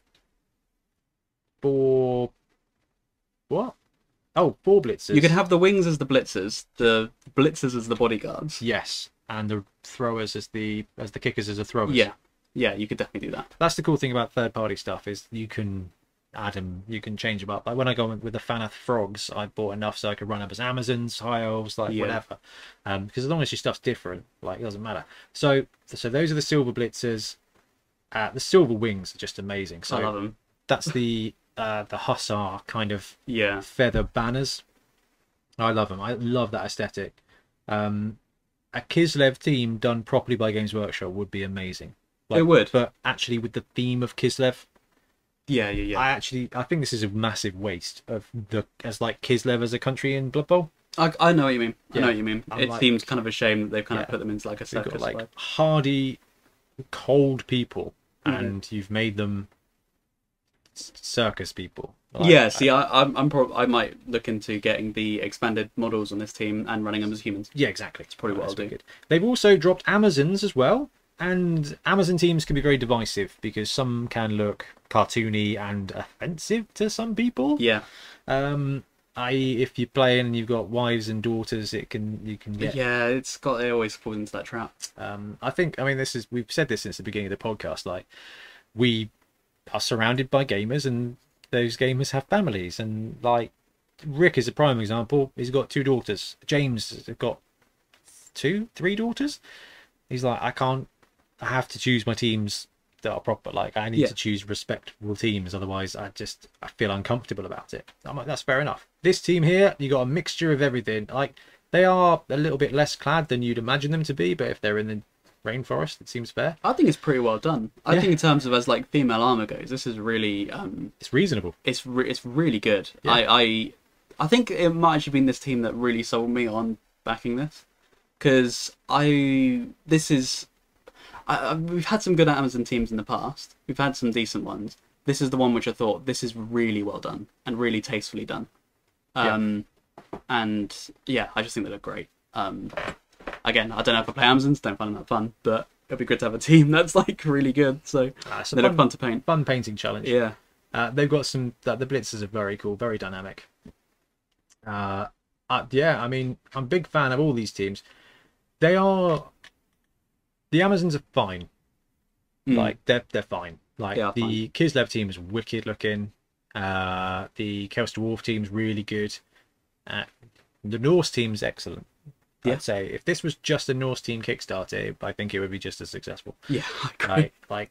S1: Four. What? Oh, four blitzers.
S2: You could have the wings as the blitzers, the blitzers as the bodyguards.
S1: Yes, and the throwers as the as the kickers as the throwers.
S2: Yeah, yeah, you could definitely do that.
S1: that's the cool thing about third party stuff is you can add 'em, you can change them up. Like when I go in with the Fanath frogs, I bought enough so I could run up as Amazons, high elves, like
S2: Yeah.
S1: whatever. Um, because as long as your stuff's different, like it doesn't matter. So, so those are the silver blitzers. Uh, the silver wings are just amazing.
S2: I
S1: So
S2: love them.
S1: that's the uh, the hussar kind of
S2: Yeah,
S1: feather banners. I love them. I love that aesthetic. Um, a Kislev team done properly by Games Workshop would be amazing.
S2: It would.
S1: but actually with the theme of Kislev,
S2: yeah, yeah, yeah.
S1: I actually I think this is a massive waste of the as like Kislev as a country in Blood Bowl.
S2: I, I know what you mean. I
S1: Yeah.
S2: know what you mean.
S1: I'm
S2: it
S1: like-
S2: seems kind of a shame that they've kind
S1: Yeah.
S2: of put them into like a
S1: You've
S2: circus.
S1: got like
S2: vibe.
S1: hardy,
S2: Mm-hmm.
S1: cold people, and you've made them s- circus people. Like,
S2: yeah, see, I, I'm, I'm prob- I might look into getting the expanded models on this team and running them as humans.
S1: Yeah, exactly. It's
S2: probably what I'll do.
S1: They've also dropped Amazons as well, and Amazon teams can be very divisive because some can look cartoony and offensive to some people.
S2: Yeah,
S1: Um, I if you play and you've got wives and daughters, it can you can
S2: yeah,
S1: get.
S2: it's got it always falls into that trap.
S1: Um, I think I mean this is we've said this since the beginning of the podcast. Like we are surrounded by gamers, and those gamers have families, and like Rick is a prime example. He's got two daughters. James has got two, three daughters. He's like, I can't. I have to choose my teams that are proper. Like I need
S2: Yeah.
S1: to choose respectable teams, otherwise I just I feel uncomfortable about it. I'm like, that's fair enough. This team here, you got a mixture of everything. Like they are a little bit less clad than you'd imagine them to be, but if they're in the rainforest, it seems fair.
S2: I think it's pretty well done. I
S1: Yeah.
S2: think in terms of as like female armor goes, this is really um,
S1: It's reasonable.
S2: it's re- it's really good.
S1: Yeah.
S2: I, I I think it might actually been this team that really sold me on backing this because I this is I, I- we've had some good Amazon teams in the past. We've had some decent ones. This is the one which I thought this is really well done and really tastefully done.
S1: Yeah.
S2: Um, and yeah, I just think they look great. Um, again, I don't know if I play Amazons, don't find them that fun, but it'd be good to have a team that's like really good. So
S1: Ah, it's a
S2: they look
S1: fun-
S2: fun to paint.
S1: Fun painting challenge.
S2: Yeah.
S1: Uh, they've got some. Uh, the blitzers are very cool, very dynamic. Uh, uh, yeah, I mean, I'm a big fan of all these teams. They are. The Amazons are fine.
S2: Mm.
S1: Like they're they're fine. Like
S2: They are
S1: the Kislev team is wicked looking. Uh, the Kels Dwarf team's really good. Uh, the Norse team's excellent.
S2: Yeah.
S1: I'd say if this was just a Norse team Kickstarter, I think it would be just as successful
S2: yeah, I agree.
S1: like like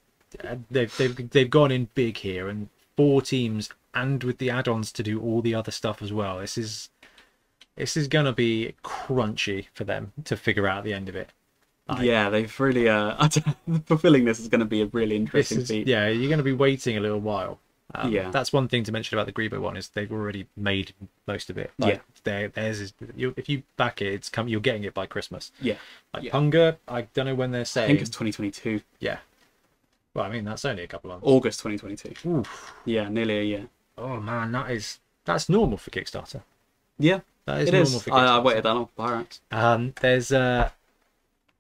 S1: uh, they've they've they've gone in big here and four teams and with the add-ons to do all the other stuff as well this is this is gonna be crunchy for them to figure out the end of it Like-
S2: yeah, they've really uh, I don't- fulfilling this is going to be a really
S1: this
S2: interesting
S1: is
S2: feat.
S1: yeah you're gonna be waiting a little while um,
S2: Yeah.
S1: that's one thing to mention about the Grebo one is they've already made most of it like,
S2: Yeah.
S1: their, theirs is you, if you back it it's come you're getting it by Christmas
S2: yeah.
S1: like
S2: Yeah.
S1: Punga I don't know when they're
S2: I
S1: saying
S2: think it's 2022,
S1: yeah well I mean that's only a couple of months
S2: August 2022.
S1: Oof.
S2: Yeah, nearly a year.
S1: Oh man, that is that's normal for Kickstarter.
S2: Yeah,
S1: That is
S2: it
S1: normal
S2: is.
S1: for Kickstarter.
S2: I, I waited that long for Pyrax.
S1: Um, there's uh,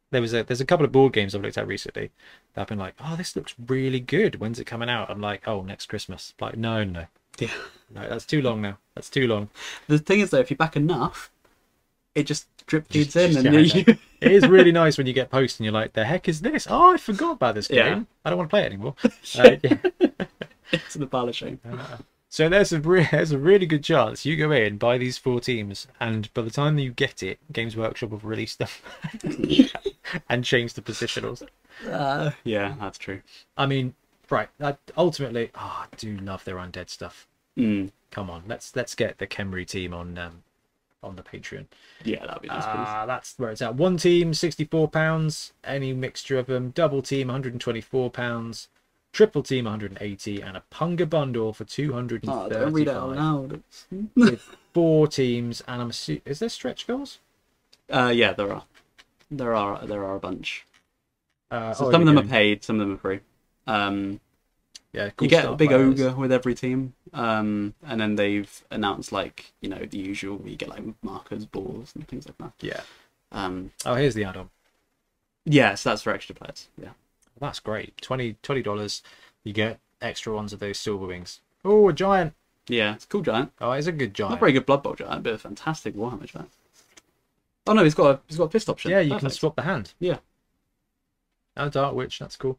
S1: there was a there's a couple of board games I've looked at recently that I've been like, oh, this looks really good. When's it coming out? I'm like, oh, next Christmas. Like, no, no,
S2: Yeah.
S1: no, that's too long now. That's too long.
S2: The thing is, though, if you back enough, it just drip feeds
S1: Just-
S2: in,
S1: just
S2: and
S1: yeah,
S2: you,
S1: It is really nice when you get posts and you're like, the heck is this? Oh, I forgot about this game.
S2: Yeah.
S1: I don't want to play it anymore. Uh, yeah.
S2: it's in the pile of shame.
S1: So there's a re- there's a really good chance you go in buy these four teams, and by the time you get it, Games Workshop have released them and changed the positionals.
S2: Uh, yeah, that's true.
S1: I mean, right? That ultimately, ah, I do love their undead stuff.
S2: Mm.
S1: Come on, let's let's get the Kemri team on um, on the Patreon.
S2: Yeah, that'd be nice. please.
S1: Ah, that's where it's at. One team, sixty-four pounds. Any mixture of them. Double team, one hundred and twenty-four pounds. Triple team, one hundred and eighty, and a Punga bundle for two hundred and
S2: Oh,
S1: thirty-five.
S2: don't read it out loud. It's-
S1: with four teams, and I'm assuming is there stretch goals?
S2: Uh, yeah, there are, there are, there are a bunch.
S1: Uh,
S2: So
S1: oh,
S2: some of them
S1: yeah,
S2: are paid, some of them are free. Um,
S1: Yeah, cool
S2: you get a
S1: start
S2: big
S1: players.
S2: ogre with every team, um, and then they've announced like you know the usual. You get like markers, balls, and things like that.
S1: Yeah.
S2: Um,
S1: Oh, here's the add-on.
S2: yeah, so that's for extra players. Yeah,
S1: That's great. 20 dollars. You get extra ones of those silver wings. Oh, a giant.
S2: yeah, it's a cool giant.
S1: Oh, it's a good giant.
S2: Not very good Blood Bowl giant, but a fantastic Warhammer giant. Oh no, he's got a he's got a fist option.
S1: yeah, you can
S2: Perfect.
S1: swap the hand.
S2: Yeah.
S1: Oh, Dark Witch. That's cool.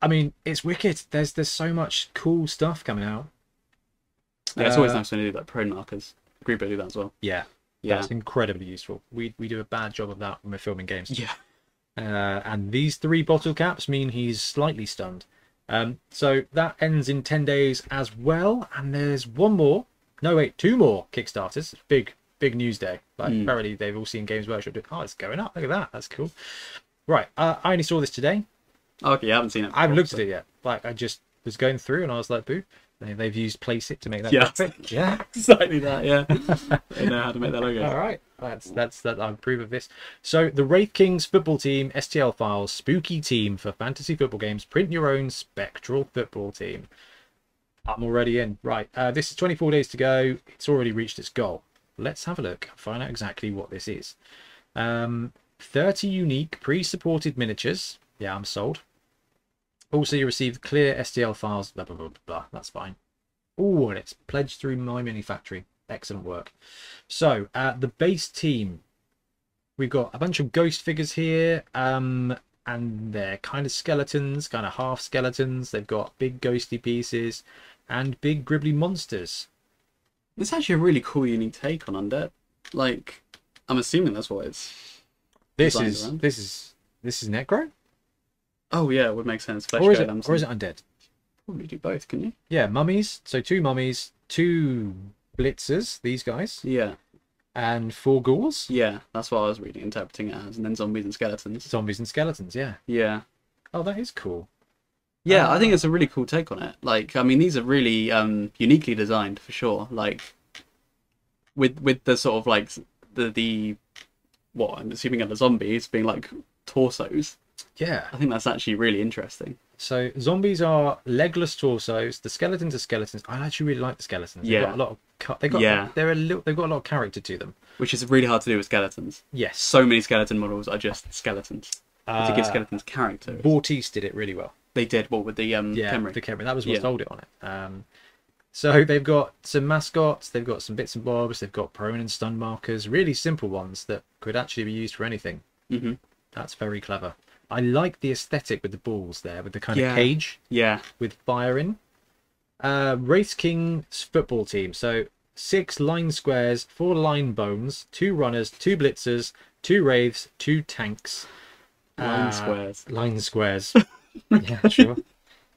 S1: I mean, it's wicked. There's there's so much cool stuff coming out.
S2: Yeah, it's always
S1: Uh,
S2: nice when you do like prone markers. Gruber do that as well.
S1: Yeah,
S2: Yeah,
S1: that's incredibly useful. We we do a bad job of that when we're filming games.
S2: yeah,
S1: Uh, and these three bottle caps mean he's slightly stunned. Um, so that ends in 10 days as well. And there's one more. No, wait, two more Kickstarters. Big, big news day. Like,
S2: Mm.
S1: apparently, they've all seen Games Workshop. do- Oh, it's going up. Look at that. That's cool. Right. Uh, I only saw this today.
S2: Okay, I haven't seen it.
S1: I haven't
S2: before,
S1: looked at it yet. Like, I just was going through and I was like, boo. They, they've used Place It to make that
S2: Yeah.
S1: graphic. Yeah.
S2: so- Exactly that. Yeah, they know how to make that logo.
S1: All right, that's that's that. I approve of this. So the Wraith Kings football team, STL files, spooky team for fantasy football games. Print your own spectral football team. I'm already in. Right, uh, this is 24 days to go. It's already reached its goal. Let's have a look and find out exactly what this is. Um, 30 unique pre-supported miniatures. Yeah, I'm sold. Also, you receive clear STL files. Blah blah blah blah. blah. That's fine. Oh, and it's pledged through my mini factory. Excellent work. So, uh, the base team. We've got a bunch of ghost figures here, um, and they're kind of skeletons, kind of half skeletons. They've got big ghostly pieces and big gribbly monsters.
S2: It's actually a really cool, unique take on undead. Like, I'm assuming that's what it's.
S1: This
S2: Designed
S1: is
S2: around.
S1: this is this is Necro,
S2: Oh yeah, it would make sense. Flesh
S1: or is
S2: coat,
S1: it
S2: I'm
S1: or is it undead?
S2: Probably do both, can you?
S1: Yeah, mummies. So two mummies, two blitzers, these guys,
S2: Yeah,
S1: and four ghouls,
S2: yeah. That's what I was reading, interpreting it as, and then zombies and skeletons.
S1: zombies and skeletons. Yeah.
S2: Yeah,
S1: Oh, that is cool.
S2: yeah.
S1: Ah.
S2: I think it's a really cool take on it. Like, I mean, these are really um, uniquely designed for sure. Like, with with the sort of like the the what I'm assuming are the zombies being like torsos.
S1: Yeah.
S2: I think that's actually really interesting.
S1: So zombies are legless torsos. The skeletons are skeletons. I actually really like the skeletons. They've
S2: Yeah.
S1: got a lot of cu- they got
S2: Yeah.
S1: they're a little they've got a lot of character to them.
S2: which is really hard to do with skeletons.
S1: Yes.
S2: So many skeleton models are just skeletons. to
S1: Uh,
S2: give skeletons character,
S1: Bortis did it really well.
S2: they did what with the um
S1: Yeah,
S2: Khemri.
S1: the Camry. That was what
S2: Yeah.
S1: sold it on it. Um, so they've got some mascots, they've got some bits and bobs, they've got prone and stun markers, really simple ones that could actually be used for anything.
S2: Mhm.
S1: That's very clever. I like the aesthetic with the balls there, with the kind
S2: Yeah.
S1: of cage
S2: Yeah,
S1: with fire in. Uh, Race King's football team. So six line squares, four line bones, two runners, two blitzers, two wraiths, two tanks.
S2: line
S1: Uh,
S2: squares.
S1: Line squares. yeah, sure.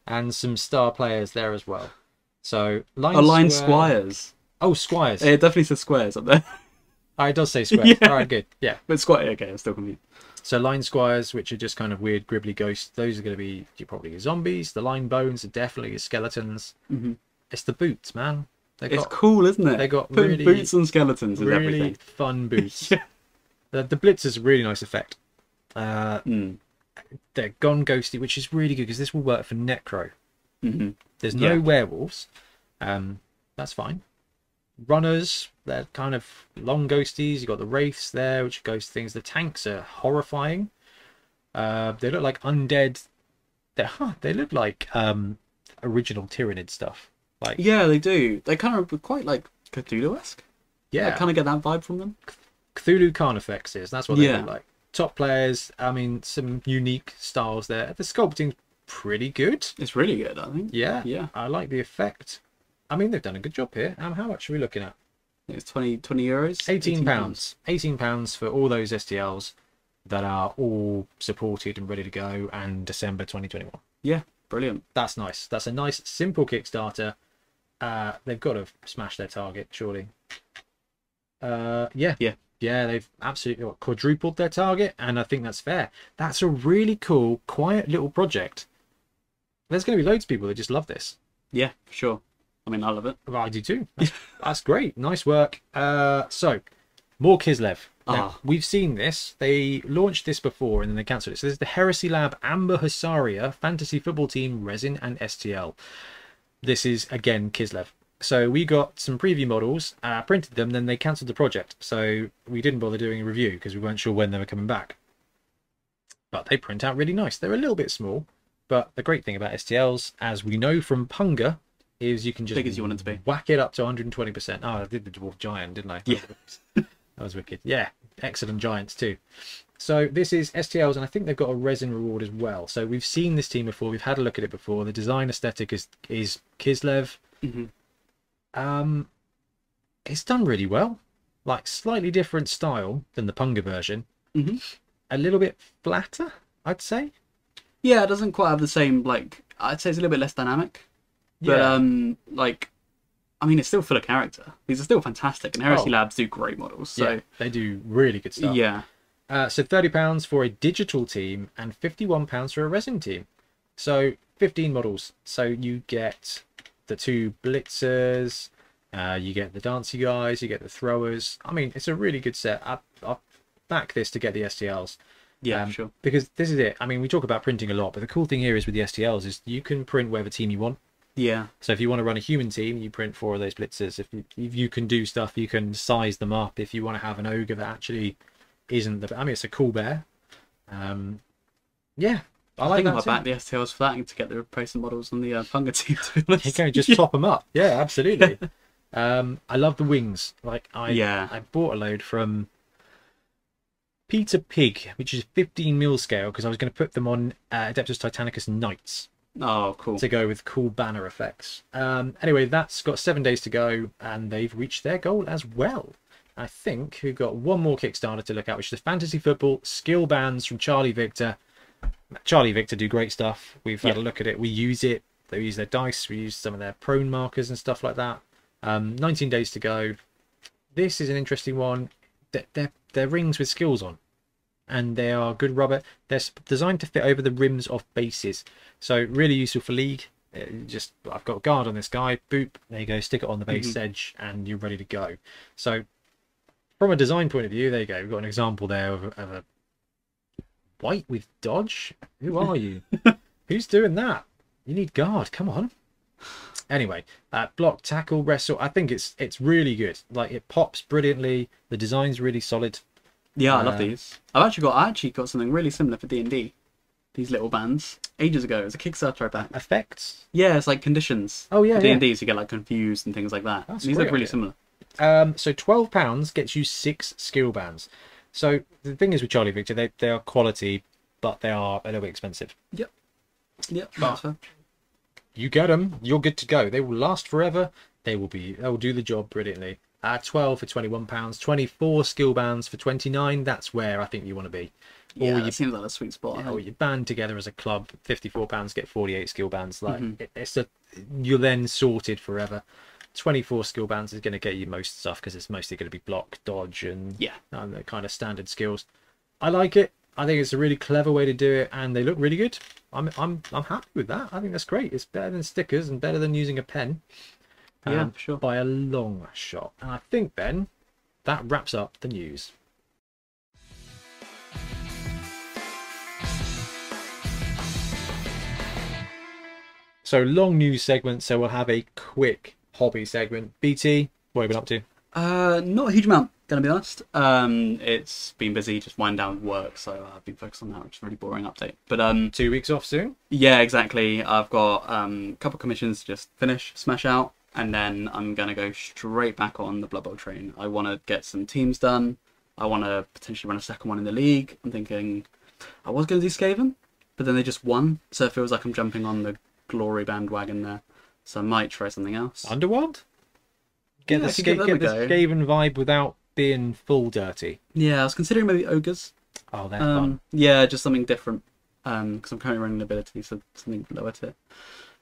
S1: And some star players there as well. So line,
S2: Oh, line
S1: square-
S2: squires.
S1: Oh, squires.
S2: It definitely says squares up there,
S1: oh, it does say squares.
S2: Yeah.
S1: All right, good. Yeah.
S2: but squire. Okay, I'm still confused.
S1: So line squires, which are just kind of weird gribbly ghosts, those are going to be you probably your zombies. The line bones are definitely your skeletons.
S2: Mhm.
S1: It's the boots, man. They
S2: It's
S1: got
S2: cool, isn't it?
S1: they got
S2: Putting
S1: really-
S2: boots and skeletons and
S1: really
S2: everything.
S1: fun boots.
S2: Yeah.
S1: the, the blitzers a really nice effect. Uh,
S2: Mm.
S1: they're gone ghosty, which is really good because this will work for necro.
S2: Mhm.
S1: There's no
S2: Yeah.
S1: werewolves. Um, that's fine. Runners, they're kind of long ghosties. You've got the wraiths there, which are ghost things. The tanks are horrifying. Uh, they look like undead. They huh, they look like um, original Tyranid stuff. Like yeah,
S2: Yeah, they do. They kind of quite like Cthulhu-esque. I kind of get that vibe from them.
S1: Cthulhu Carnifex is. That's what they
S2: Yeah.
S1: look like. Top players. I mean, some unique styles there. The sculpting's pretty good.
S2: It's really good, I think.
S1: Yeah,
S2: Yeah.
S1: I like the effect. I mean, they've done a good job here. Um, how much are we looking at?
S2: It's 20, 20 euros.
S1: 18, pounds. 18 pounds for all those STLs that are all supported and ready to go and December 2021.
S2: Yeah, brilliant.
S1: That's nice. That's a nice simple Kickstarter. Uh they've got to smash their target surely. Uh yeah.
S2: Yeah.
S1: Yeah, they've absolutely what, quadrupled their target and I think that's fair. That's a really cool quiet little project. There's going to be loads of people that just love this.
S2: Yeah, for sure. I mean, I love it.
S1: Well, I do too. That's, that's great. Nice work. Uh, so, more Kislev. Now,
S2: Ah.
S1: We've seen this. They launched this before and then they cancelled it. So, this is the Heresy Lab Amber Husaria Fantasy Football Team Resin and STL. This is, again, Kislev. So, we got some preview models, uh, printed them, then they cancelled the project. So, we didn't bother doing a review because we weren't sure when they were coming back. But they print out really nice. They're a little bit small, but the great thing about STLs, as we know from Punga, is you can just mm.
S2: Big as you want it to be.
S1: whack it up to 120%. Oh, I did the dwarf giant, didn't I?
S2: Yeah.
S1: That was wicked. Yeah, excellent giants too. So this is STLs, and I think they've got a resin reward as well. So we've seen this team before. We've had a look at it before. The design aesthetic is is Kislev.
S2: Mhm.
S1: Um, it's done really well. Like slightly different style than the Punga version.
S2: Mhm.
S1: A little bit flatter, I'd say.
S2: Yeah, it doesn't quite have the same like. I'd say it's a little bit less dynamic, but um, like, I mean, it's still full of character. These are still fantastic, and Heresy
S1: Oh.
S2: Labs do great models.
S1: yeah,
S2: So
S1: they do really good
S2: yeah,
S1: stuff. Uh, so thirty pounds for a digital team and fifty-one pounds for a resin team. So fifteen models. So you get the two blitzers, uh, you get the dancy guys, you get the throwers. I mean, it's a really good set. I, I back this to get the STLs
S2: yeah,
S1: um,
S2: sure.
S1: because this is it. I mean, we talk about printing a lot, but the cool thing here is with the STLs is you can print whatever team you want.
S2: Yeah.
S1: So if you want to run a human team, you print four of those blitzers. If you if you can do stuff, you can size them up. If you want to have an ogre that actually isn't the, I mean, it's a cool bear. Um, yeah, I,
S2: I
S1: like
S2: think
S1: that
S2: I'll
S1: too.
S2: back the STLs for that and to get the replacement models on the uh, Punga team, to be honest.
S1: You can just top them up. Yeah, absolutely. um, I love the wings. Like I,
S2: Yeah.
S1: I bought a load from Peter Pig, which is 15 mil scale, because I was going to put them on uh, Adeptus Titanicus Knights.
S2: Oh, cool.
S1: to go with cool banner effects. Um, anyway, that's got seven days to go, and they've reached their goal as well. I think we've got one more Kickstarter to look at, which is the fantasy football skill bands from Charlie Victor. Charlie Victor do great stuff. We've had a look at it. We use it. They use their dice. We use some of their prone markers and stuff like that. Um, 19 days to go. This is an interesting one. They're, they're, they're rings with skills on and they are good rubber. They're s- designed to fit over the rims of bases, so really useful for league. Uh, Just I've got a guard on this guy, boop, there you go, stick it on the base edge, and you're ready to go. So, from a design point of view, there you go. We've got an example there of, a- of a white with dodge. Who are you? Who's doing that? You need guard. Come on. Anyway, uh, block, tackle, wrestle. I think it's it's really good. Like it pops brilliantly. The design's really solid.
S2: Yeah, I love
S1: Uh,
S2: these. I've actually got I actually got something really similar for D and D. These little bands ages ago. It was a Kickstarter I backed.
S1: Effects.
S2: Yeah, it's like conditions.
S1: Oh, yeah,
S2: D and
S1: yeah.
S2: D, so you get like confused and things like that.
S1: That's a
S2: these
S1: great
S2: look really
S1: idea.
S2: similar.
S1: Um, so twelve pounds gets you six skill bands. So the thing is with Charlie Victor, they they are quality, but they are a little bit expensive.
S2: Yep. Yep. That's
S1: Oh,
S2: fair.
S1: You get them, you're good to go. They will last forever. They will be. They will do the job brilliantly. Uh, twelve for twenty one pounds, twenty four skill bands for twenty nine. That's where I think you want to be.
S2: Yeah,
S1: or
S2: that
S1: you
S2: seems like a sweet spot.
S1: or you band together as a club. Fifty four pounds get forty eight skill bands. Like it, it's a you're then sorted forever. Twenty four skill bands is going to get you most stuff because it's mostly going to be block, dodge, and
S2: Yeah.
S1: and the kind of standard skills. I like it. I think it's a really clever way to do it, and they look really good. I'm I'm I'm happy with that. I think that's great. It's better than stickers and better than using a pen.
S2: Yeah, for sure.
S1: By a long shot. And I think then that wraps up the news. So long news segment. So we'll have a quick hobby segment. BT, what have you been up to?
S2: Uh, not a huge amount, gonna be honest. Um, it's been busy, just wind down work, so I've been focused on that, which is a really boring update. But um,
S1: Two weeks off soon.
S2: yeah, exactly. I've got um, a couple commissions to just finish, smash out, and then I'm gonna go straight back on the Blood Bowl train. I want to get some teams done. I want to potentially run a second one in the league. I'm thinking I was gonna do Skaven, but then they just won, so it feels like I'm jumping on the glory bandwagon there. So I might try something else.
S1: Underworld? Get
S2: Yeah,
S1: the,
S2: I could
S1: sca-
S2: give them
S1: get
S2: a
S1: the
S2: go.
S1: Skaven vibe without being full dirty.
S2: Yeah, I was considering maybe ogres.
S1: Oh, they're fun.
S2: Um, yeah, just something different. Um, because I'm currently running an ability, so something lower tier.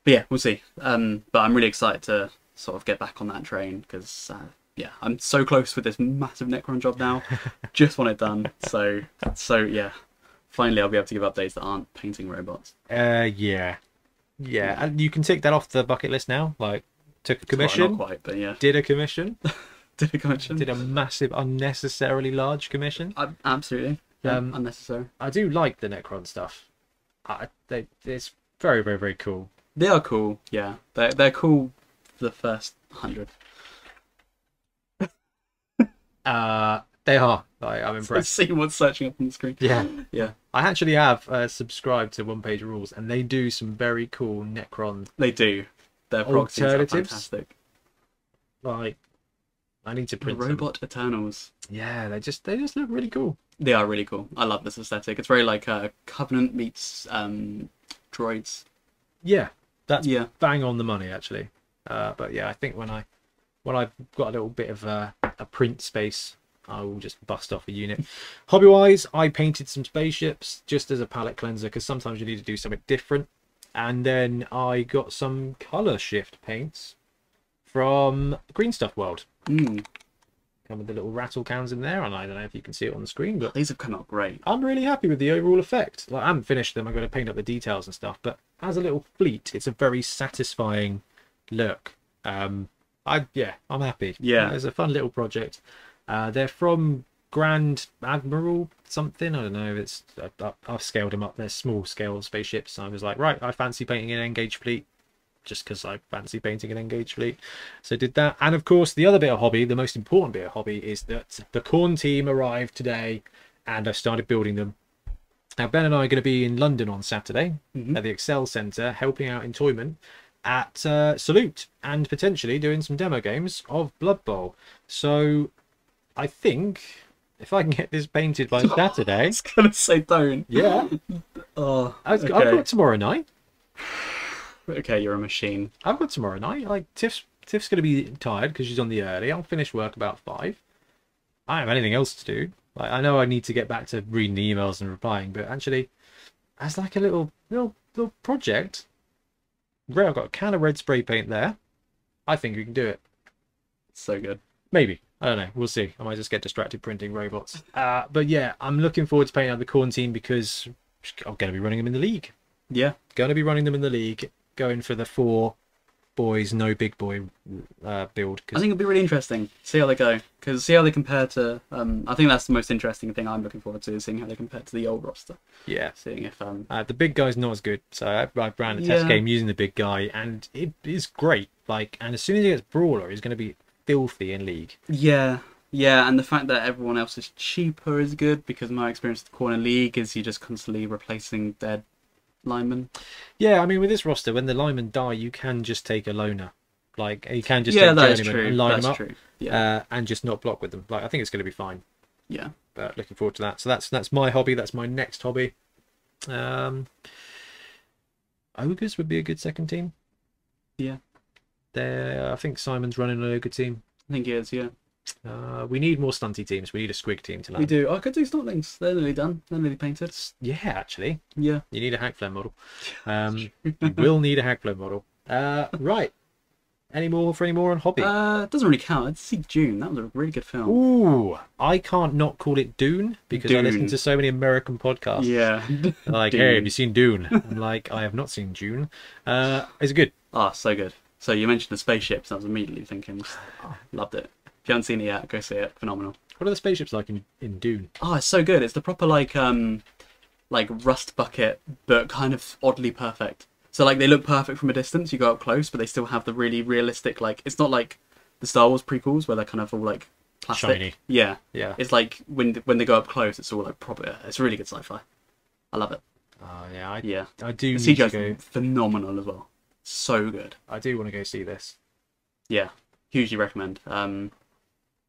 S2: But yeah, we'll see. Um, but I'm really excited to sort of get back on that train because uh, yeah, I'm so close with this massive Necron job now. just want it done. So so yeah, finally I'll be able to give updates that aren't painting robots.
S1: Uh, yeah, yeah. And you can tick that off the bucket list now. Like, took a
S2: Well,
S1: commission,
S2: not quite, but yeah.
S1: did a commission,
S2: Did a commission?
S1: did a massive, unnecessarily large commission.
S2: I, absolutely. Yeah,
S1: Um,
S2: unnecessary.
S1: I do like the Necron stuff. I, they, it's very, very, very cool.
S2: They are cool. Yeah, they're they're cool. For the first hundred.
S1: Uh, they are. Like, I'm impressed.
S2: See what's searching up on the screen.
S1: Yeah.
S2: Yeah,
S1: I actually have uh, subscribed to One Page Rules, and they do some very cool Necron
S2: they do. Their proxies are
S1: Alternatives?
S2: fantastic.
S1: like. I need to
S2: The
S1: print some.
S2: Robot Eternals.
S1: Yeah, they just they just look really cool.
S2: They are really cool. I love this aesthetic. It's very like uh, Covenant meets um, droids.
S1: Yeah, that's
S2: Yeah.
S1: bang on the money actually. Uh, but yeah, I think when I when I've got a little bit of uh, a print space, I will just bust off a unit. Hobby wise, I painted some spaceships just as a palette cleanser because sometimes you need to do something different. And then I got some color shift paints from Green Stuff World.
S2: Mm.
S1: Come with the little rattle cans in there, and I don't know if you can see it on the screen, but
S2: These have come out great.
S1: I'm really happy with the overall effect. Like I haven't finished them. I'm going to paint up the details and stuff. But as a little fleet, it's a very satisfying look. Um, I yeah, I'm happy.
S2: Yeah.
S1: it's a fun little project. Uh, they're from Grand Admiral something. I don't know. It's I, I, I've scaled them up. They're small scale spaceships. I was like, right, I fancy painting an engaged fleet. just because I fancy painting an engaged fleet. So did that. And of course, the other bit of hobby, the most important bit of hobby, is that the corn team arrived today and I've started building them. Now, Ben and I are going to be in London on Saturday at the Excel Centre helping out in Toyman at uh, Salute and potentially doing some demo games of Blood Bowl. So I think if I can get this painted by Saturday.
S2: was gonna say don't.
S1: Yeah,
S2: Oh,
S1: I've,
S2: okay.
S1: I've got tomorrow night.
S2: okay, you're a machine.
S1: I've got tomorrow night. Like Tiff's Tiff's gonna be tired because she's on the early. I'll finish work about five. I don't have anything else to do. Like I know I need to get back to reading the emails and replying, but actually, as like a little little little project, Ray, I've got a can of red spray paint there. I think we can do it.
S2: So good.
S1: Maybe. I don't know. We'll see. I might just get distracted printing robots. Uh, but yeah, I'm looking forward to painting out the corn team because I'm going to be running them in the league
S2: Yeah.
S1: going to be running them in the league, going for the four boys, no big boy uh, build.
S2: I
S1: Cause,
S2: think it'll be really interesting. See how they go, because see how they compare to. Um, I think that's the most interesting thing I'm looking forward to, is seeing how they compare to the old roster,
S1: yeah.
S2: seeing if um.
S1: Uh, the big guy's not as good, so I, I ran a test
S2: Yeah.
S1: game using the big guy, and it is great. Like, and as soon as he gets brawler, he's going to be filthy in league.
S2: Yeah, yeah, and the fact that everyone else is cheaper is good because my experience with the corner league is you're just constantly replacing dead linemen.
S1: Yeah, I mean, with this roster, when the linemen die, you can just take a loner, like you can just
S2: yeah,
S1: take
S2: that is
S1: journeyman
S2: true.
S1: and line
S2: that's
S1: them up,
S2: true. Yeah,
S1: uh, and just not block with them. Like, I think it's going to be fine.
S2: yeah.
S1: but looking forward to that. So that's that's my hobby. That's my next hobby. Um, ogres would be a good second team.
S2: Yeah.
S1: There, I think Simon's running an ogre team.
S2: I think it is. Yeah,
S1: Uh, we need more stunty teams. We need a squig team to
S2: we
S1: land.
S2: do. I could do somethings. They're nearly done. They're nearly painted.
S1: Yeah, actually,
S2: Yeah.
S1: you need a hackflow model. Um, you will need a hackflow model. Uh, right. Any more for any more on hobby?
S2: Uh, doesn't really count. I'd see June. That was a really good film.
S1: Ooh, I can't not call it Dune because I listen
S2: Dune.
S1: to so many American podcasts.
S2: Yeah.
S1: like,
S2: Dune.
S1: hey, have you seen Dune? I'm like, I have not seen Dune. Uh, it's good.
S2: Ah, so good. So you mentioned the spaceships, and I was immediately thinking, oh, loved it. If you haven't seen it yet, go see it. Phenomenal.
S1: What are the spaceships like in, in Dune?
S2: Oh, it's so good. It's the proper like um, like rust bucket, but kind of oddly perfect. So like they look perfect from a distance. You go up close, but they still have the really realistic like. It's not like the Star Wars prequels where they're kind of all like plastic.
S1: Shiny.
S2: Yeah.
S1: Yeah.
S2: It's like when when they go up close, it's all like proper. It's really good sci-fi. I love it.
S1: Oh yeah, I,
S2: Yeah.
S1: I do
S2: The
S1: need to
S2: CGI's
S1: go.
S2: phenomenal as well. So good.
S1: I do want to go see this.
S2: yeah, hugely recommend. Um,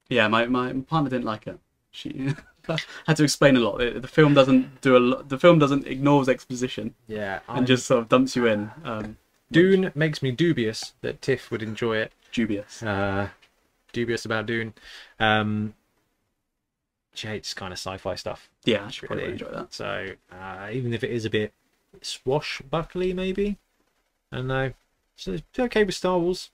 S2: yeah, my, my partner didn't like it. She had to explain a lot. The, the film doesn't do a lot. The film doesn't ignores exposition
S1: Yeah,
S2: and just sort of dumps you in. Um,
S1: Dune makes me dubious that Tiff would enjoy it.
S2: dubious.
S1: Uh, dubious about Dune. Um, she hates kind of sci-fi stuff,
S2: Yeah, I should probably
S1: Really?
S2: enjoy that.
S1: so uh, even if it is a bit swashbuckly, maybe I don't know. So it's okay with Star Wars,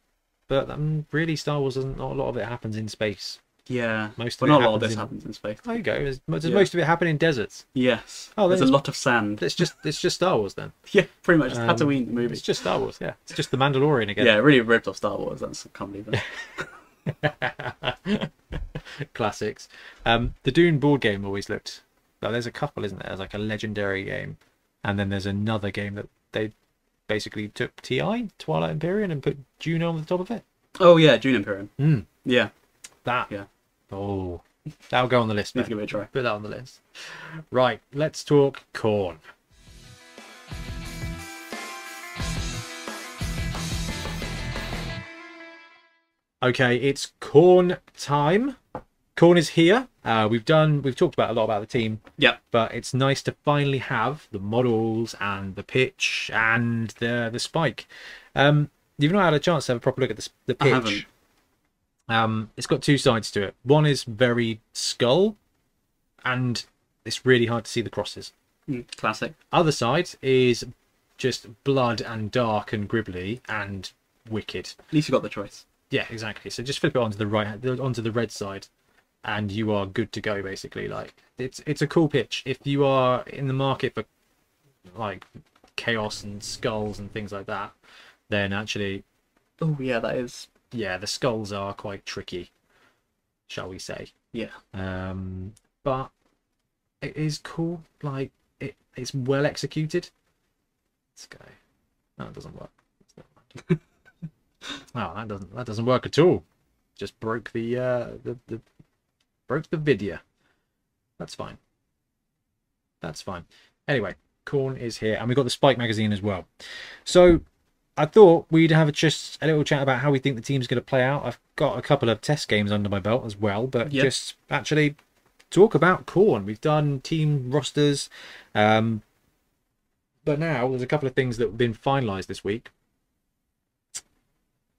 S1: but um, really Star Wars doesn't. Not a lot of it happens in space.
S2: Yeah,
S1: Most of
S2: well,
S1: it
S2: not a
S1: happens
S2: lot of this
S1: in-
S2: happens in space.
S1: There you go. Does does
S2: Yeah.
S1: most of it happen in deserts?
S2: Yes,
S1: Oh,
S2: there's a
S1: there's-
S2: lot of sand.
S1: It's just it's just Star Wars then.
S2: Yeah, pretty much.
S1: Um,
S2: Tatooine the movie.
S1: It's just Star Wars. Yeah, it's just the Mandalorian again.
S2: Yeah, really ripped off Star Wars. That's I can't believe it.
S1: Classics. Um, the Dune board game always looked. Well, there's a couple, isn't there? There's like a legendary game, and then there's another game that they basically took TI Twilight Imperium and put Juno on the top of it.
S2: oh yeah, Dune Imperium.
S1: Mm,
S2: Yeah,
S1: that.
S2: Yeah.
S1: Oh, that'll go on the list.
S2: need to
S1: Man.
S2: give it a try.
S1: Put that on the list. Right. Let's talk corn. Okay, it's corn time. Corn is here. Uh, we've done. We've talked about a lot about the team,
S2: Yeah,
S1: but it's nice to finally have the models and the pitch and the the spike. Um, you've not had a chance to have a proper look at the, s- the
S2: I
S1: pitch.
S2: haven't.
S1: Um, it's got two sides to it. One is very skull, and it's really hard to see the crosses.
S2: Mm, classic.
S1: Other side is just blood and dark and gribbly and wicked.
S2: At least you got the choice.
S1: Yeah, exactly. So just flip it onto the right, onto the red side, and you are good to go. Basically, like it's it's a cool pitch. If you are in the market for like chaos and skulls and things like that, then actually,
S2: Oh yeah, that is.
S1: yeah, the skulls are quite tricky, shall we say?
S2: Yeah.
S1: Um, but it is cool. Like it, it's well executed. Let's go. That doesn't work. That's not right. Wow, Oh, that doesn't that doesn't work at all. Just broke the uh the, the broke the video. That's fine. That's fine. Anyway, Corn is here, and we got the Spike magazine as well. So I thought we'd have a just a little chat about how we think the team's going to play out. I've got a couple of test games under my belt as well, but
S2: Yep.
S1: just actually talk about Corn. We've done team rosters, um, but now there's a couple of things that have been finalised this week.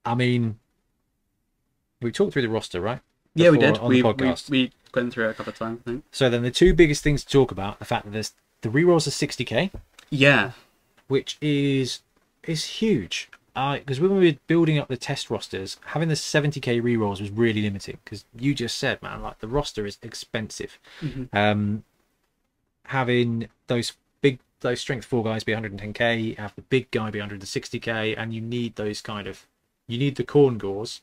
S1: I mean, we talked through the roster, right?
S2: yeah, we
S1: Before
S2: did.
S1: on the
S2: We, we
S1: podcast.
S2: we went through it a couple of times, I think.
S1: So then the two biggest things to talk about: the fact that there's the rerolls are 60k,
S2: Yeah,
S1: which is is huge. Because when we were building up the test rosters, having the 70k rerolls was really limiting. Because you just said, man, like the roster is expensive. Um, having those big, those strength four guys be 110k, have the big guy be 160k, and you need those kind of, you need the corn gores,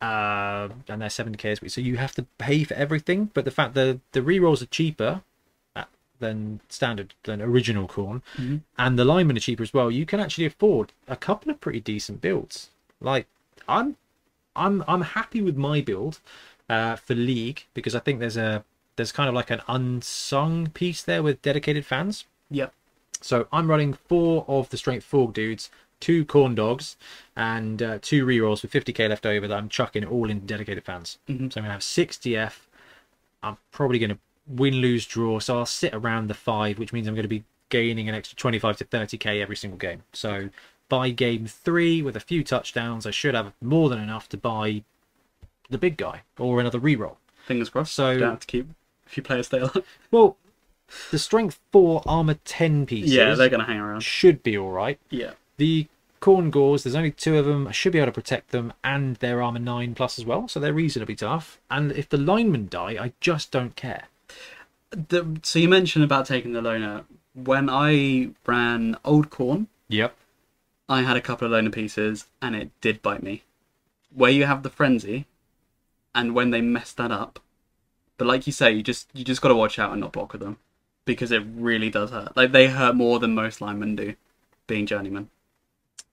S1: uh, and they're 70k as well. So you have to pay for everything. But the fact that the rerolls are cheaper uh, than standard than original corn, and the linemen are cheaper as well. You can actually afford a couple of pretty decent builds. Like I'm, I'm, I'm happy with my build uh, for league because I think there's a there's kind of like an unsung piece there with dedicated fans.
S2: yep.
S1: So I'm running four of the strength four dudes, two corn dogs, and uh, two rerolls with 50k left over that I'm chucking all into dedicated fans. So I'm gonna have 60f. I'm probably gonna win, lose, draw. So I'll sit around the five, which means I'm gonna be gaining an extra 25 to 30k every single game. So by game three, with a few touchdowns, I should have more than enough to buy the big guy or another reroll.
S2: Fingers crossed.
S1: So-
S2: don't have to keep if you play a stay alive.
S1: Well, the strength four armor 10 pieces
S2: yeah, they're gonna hang around.
S1: should be all right.
S2: Yeah,
S1: The corn gores, there's only two of them. I should be able to protect them, and they're armor nine plus as well, so they're reasonably tough. And if the linemen die, I just don't care.
S2: the, so you mentioned about taking the loaner. When I ran Old Corn,
S1: Yep.
S2: I had a couple of loaner pieces, and it did bite me. Where you have the frenzy, and when they mess that up, but like you say, you just you just got to watch out and not block with them, because it really does hurt. Like they hurt more than most linemen do, being journeymen.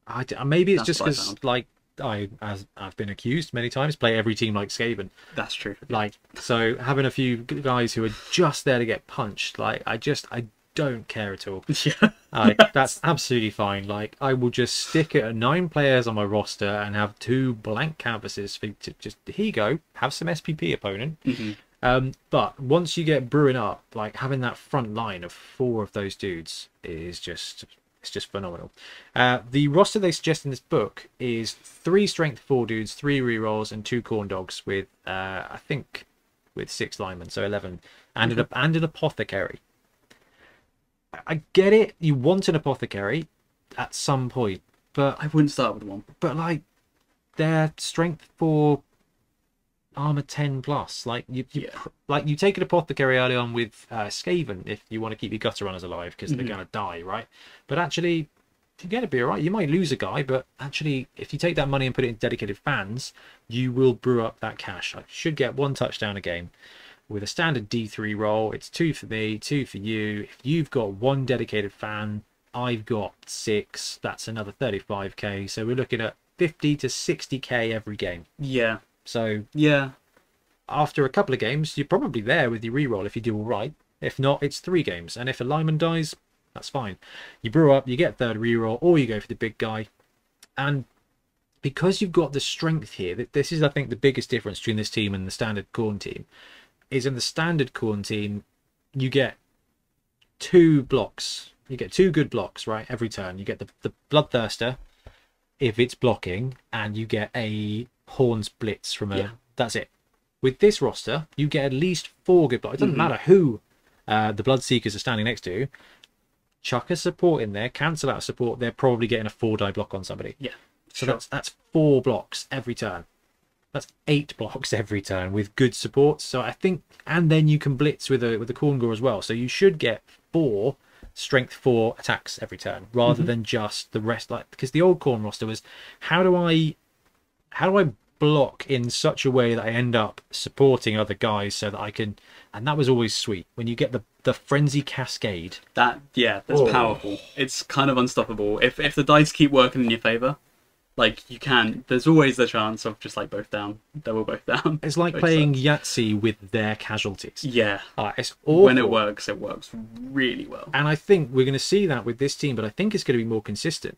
S1: I d- maybe it's just
S2: That's what I
S1: 'cause just
S2: found.
S1: because, like, I as I've been accused many times, play every team like Skaven.
S2: That's true.
S1: Like, so having a few g- guys who are just there to get punched, like, I just I don't care at all.
S2: Yeah.
S1: Like, that's absolutely fine. Like, I will just stick it at nine players on my roster and have two blank canvases for to just here you go, have some SPP opponent.
S2: Mm-hmm.
S1: Um, but once you get brewing up, like having that front line of four of those dudes is just it's just phenomenal. Uh, the roster they suggest in this book is three strength four dudes, three rerolls, and two corn dogs with uh, I think with six linemen, so eleven, and an and an apothecary. I- I get it. You want an apothecary at some point, but
S2: I wouldn't start with one.
S1: but like their strength for armor 10 plus like you, you
S2: Yeah.
S1: pr- like you take an apothecary early on with uh, skaven if you want to keep your gutter runners alive because they're going to die right but actually you're going to be all right you might lose a guy but actually if you take that money and put it in dedicated fans you will brew up that cash i should get one touchdown a game with a standard d3 roll it's two for me two for you if you've got one dedicated fan i've got six that's another 35k so we're looking at 50 to 60k every game
S2: Yeah.
S1: so
S2: Yeah.
S1: after a couple of games, you're probably there with your reroll if you do all right. If not, it's three games. And if a lineman dies, that's fine. You brew up, you get third reroll, or you go for the big guy. And because you've got the strength here, that this is, I think, the biggest difference between this team and the standard corn team, is in the standard corn team, you get two blocks. You get two good blocks, right? Every turn. You get the, the Bloodthirster, if it's blocking, and you get a Horns Blitz from a.
S2: Yeah.
S1: That's it with this roster, you get at least four good blocks. It doesn't matter who uh, the Bloodseekers are standing next to. Chuck a support in there, cancel out support. They're probably getting a four die block on somebody.
S2: Yeah.
S1: So
S2: sure.
S1: that's that's four blocks every turn. That's eight blocks every turn with good support. So I think, and then you can blitz with a with a corn gore as well. So you should get four strength four attacks every turn rather
S2: Mm-hmm.
S1: than just the rest. Like because the old corn roster was, how do I, how do I block in such a way that I end up supporting other guys so that I can, and that was always sweet when you get the the frenzy cascade.
S2: That yeah, that's
S1: Oh.
S2: powerful. It's kind of unstoppable. If if the dice keep working in your favor, like you can. There's always the chance of just like both down. They were both down.
S1: It's like
S2: Both
S1: playing
S2: sides.
S1: Yahtzee with their casualties.
S2: Yeah.
S1: Ah, it's awful.
S2: When it works, it works really well.
S1: And I think we're going to see that with this team, but I think it's going to be more consistent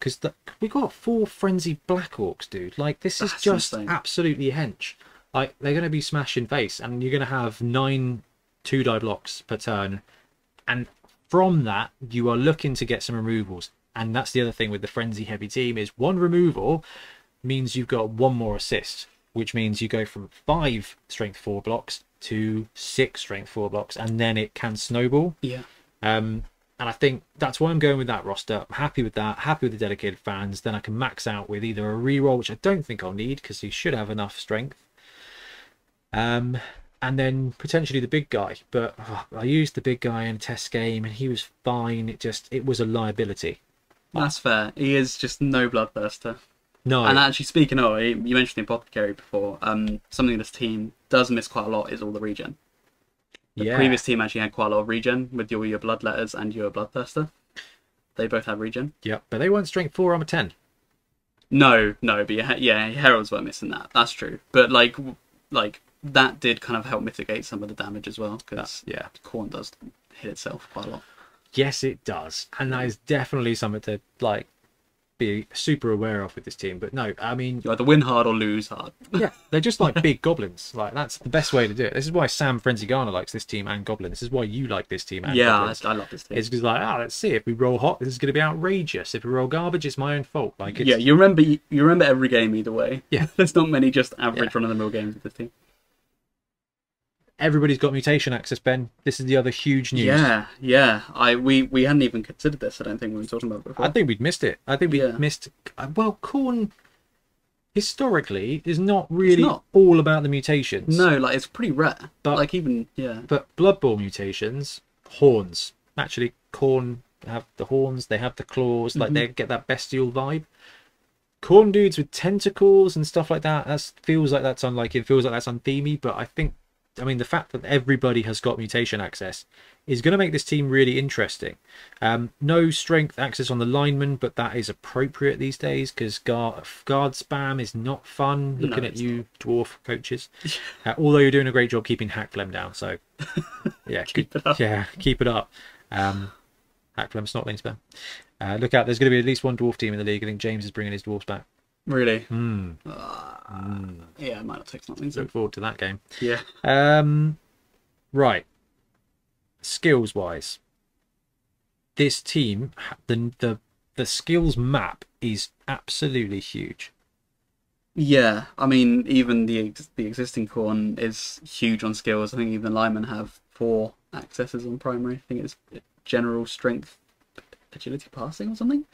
S1: because we got four frenzied Black Orcs, dude. Like this is
S2: That's
S1: just
S2: insane.
S1: absolutely hench. Like they're going to be smashing face, and you're going to have nine two die blocks per turn, and from that you are looking to get some removals. And that's the other thing with the frenzy heavy team is one removal means you've got one more assist, which means you go from five strength four blocks to six strength four blocks, and then it can snowball.
S2: Yeah.
S1: Um, and I think that's why I'm going with that roster. I'm happy with that. Happy with the dedicated fans. Then I can max out with either a reroll, which I don't think I'll need because he should have enough strength. Um, and then potentially the big guy. But oh, I used the big guy in a test game, and he was fine. It just it was a liability.
S2: That's fair. He is just no bloodthirster.
S1: No,
S2: And actually, speaking of, you you mentioned the apothecary before. Um, something this team does miss quite a lot is all the regen. The
S1: yeah,
S2: previous team actually had quite a lot of regen with your your bloodletters and your bloodthirster. They both have regen.
S1: yep. But they weren't strength four armor ten.
S2: No, no, but yeah, yeah, heralds were missing that. That's true. But like, w- like that did kind of help mitigate some of the damage as well because
S1: Yeah.
S2: corn does hit itself quite a lot.
S1: Yes, it does, and that is definitely something to like be super aware of with this team. But no, I mean,
S2: You either win hard or lose hard.
S1: Yeah, they're just like big goblins. Like that's the best way to do it. This is why Sam Frenzigana likes this team and Goblin. This is why you like this team and
S2: yeah,
S1: Goblin.
S2: I, I love this team.
S1: It's just like, ah, let's see. If we roll hot, this is going to be outrageous. If we roll garbage, it's my own fault. Like, it's,
S2: Yeah, you remember you remember every game either way.
S1: Yeah.
S2: there's not many just average
S1: Yeah.
S2: run of the mill games with this team.
S1: everybody's got mutation access, Ben. This is the other huge news.
S2: Yeah, yeah. I we we hadn't even considered this. I don't think we were talking about it before.
S1: I think we'd missed it. I think we
S2: Yeah.
S1: would missed. uh, Well, Corn historically is not really
S2: not.
S1: all about the mutations.
S2: no, like it's pretty rare.
S1: But-
S2: like even yeah,
S1: But Blood Bowl mutations, horns. Actually, Corn have the horns, they have the claws, like they get that bestial vibe. Corn dudes with tentacles and stuff like that, that feels like that's unlike it feels like that's unthemey, but I think I mean the fact that everybody has got mutation access is gonna make this team really interesting. Um, no strength access on the lineman, but that is appropriate these days because guard, guard spam is not fun. Looking at
S2: it's
S1: you, dwarf coaches. Uh, although you're doing a great job keeping Hackflem down, so yeah,
S2: Keep it up.
S1: Yeah, keep it up. Um, Hackflem Snotlings, spam. Uh, look out! There's going to be at least one dwarf team in the league. I think James is bringing his dwarfs back. Hmm.
S2: really. Ah. Yeah, I might not take something. So
S1: Look forward to that game.
S2: yeah,
S1: Um, right. Skills wise, this team ha- the the the skills map is absolutely huge.
S2: yeah. I mean, even the ex- the existing corn is huge on skills. I think even linemen have four accesses on primary. I think it's general strength, agility, passing, or something.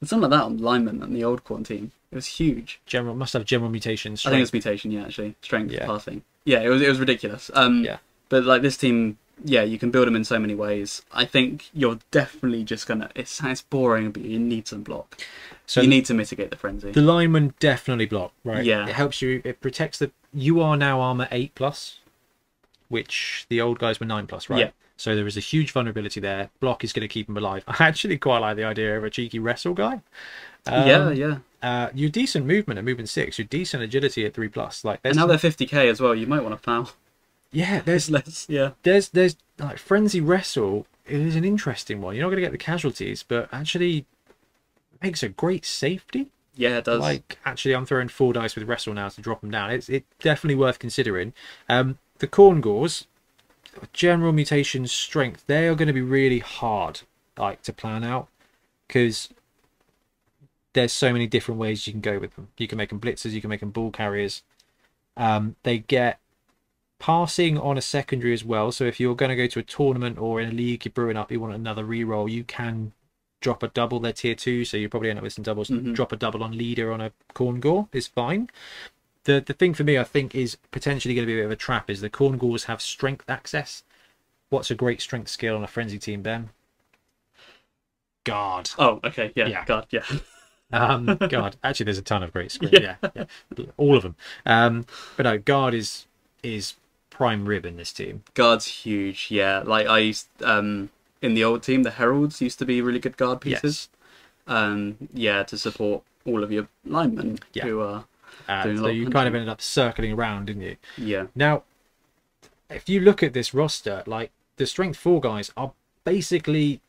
S2: And something like that on linemen and the old corn team. It was huge.
S1: General must have general mutation
S2: I think
S1: strength.
S2: it's mutation, yeah, actually. Strength,
S1: Yeah.
S2: passing. Yeah, it was it was ridiculous. Um
S1: Yeah.
S2: but like this team, yeah, you can build them in so many ways. I think you're definitely just gonna it's it's boring, but you need some block.
S1: So
S2: you need to mitigate the frenzy.
S1: the lineman definitely block. Right.
S2: Yeah.
S1: It helps you. It protects the. You are now armor eight plus, which the old guys were nine plus, right?
S2: Yeah.
S1: So there is a huge vulnerability there. Block is going to keep him alive. I actually quite like the idea of a cheeky wrestle guy.
S2: yeah, yeah.
S1: uh, your decent movement at movement six, your decent agility at three plus. Like there's
S2: And now they're fifty K as well, you might want to foul.
S1: yeah, there's
S2: It's less yeah.
S1: there's there's like frenzy wrestle. It is an interesting one. You're not going to get the casualties, but actually makes a great safety.
S2: Yeah, it does.
S1: Like actually, I'm throwing four dice with wrestle now to drop them down. It's it's definitely worth considering. Um, the corn gores, general mutation strength. They are going to be really hard like to plan out because there's so many different ways you can go with them. You can make them blitzers, you can make them ball carriers. Um, they get passing on a secondary as well. So if you're going to go to a tournament or in a league you're brewing up, you want another reroll, you can drop a double. They're tier two, so you probably end up with some doubles.
S2: Mm-hmm.
S1: Drop a double on leader on a corn gore is fine. The the thing for me, I think, is potentially going to be a bit of a trap. Is the corn gores have strength access? What's a great strength skill on a frenzy team, Ben? Guard.
S2: Oh, okay, yeah,
S1: Yeah.
S2: God, yeah.
S1: Um, guard. Actually, there's a ton of great screens. Yeah. yeah, all of them. Um, but no, guard is is prime rib in this team.
S2: Guard's huge, yeah. Like I used um in the old team, the Heralds used to be really good guard pieces. Um yeah, to support all of your linemen
S1: Yeah.
S2: who are
S1: And
S2: Doing a
S1: so
S2: lot of
S1: you kind of
S2: punching.
S1: ended up circling around, didn't you?
S2: yeah
S1: Now, if you look at this roster, like the strength four guys are basically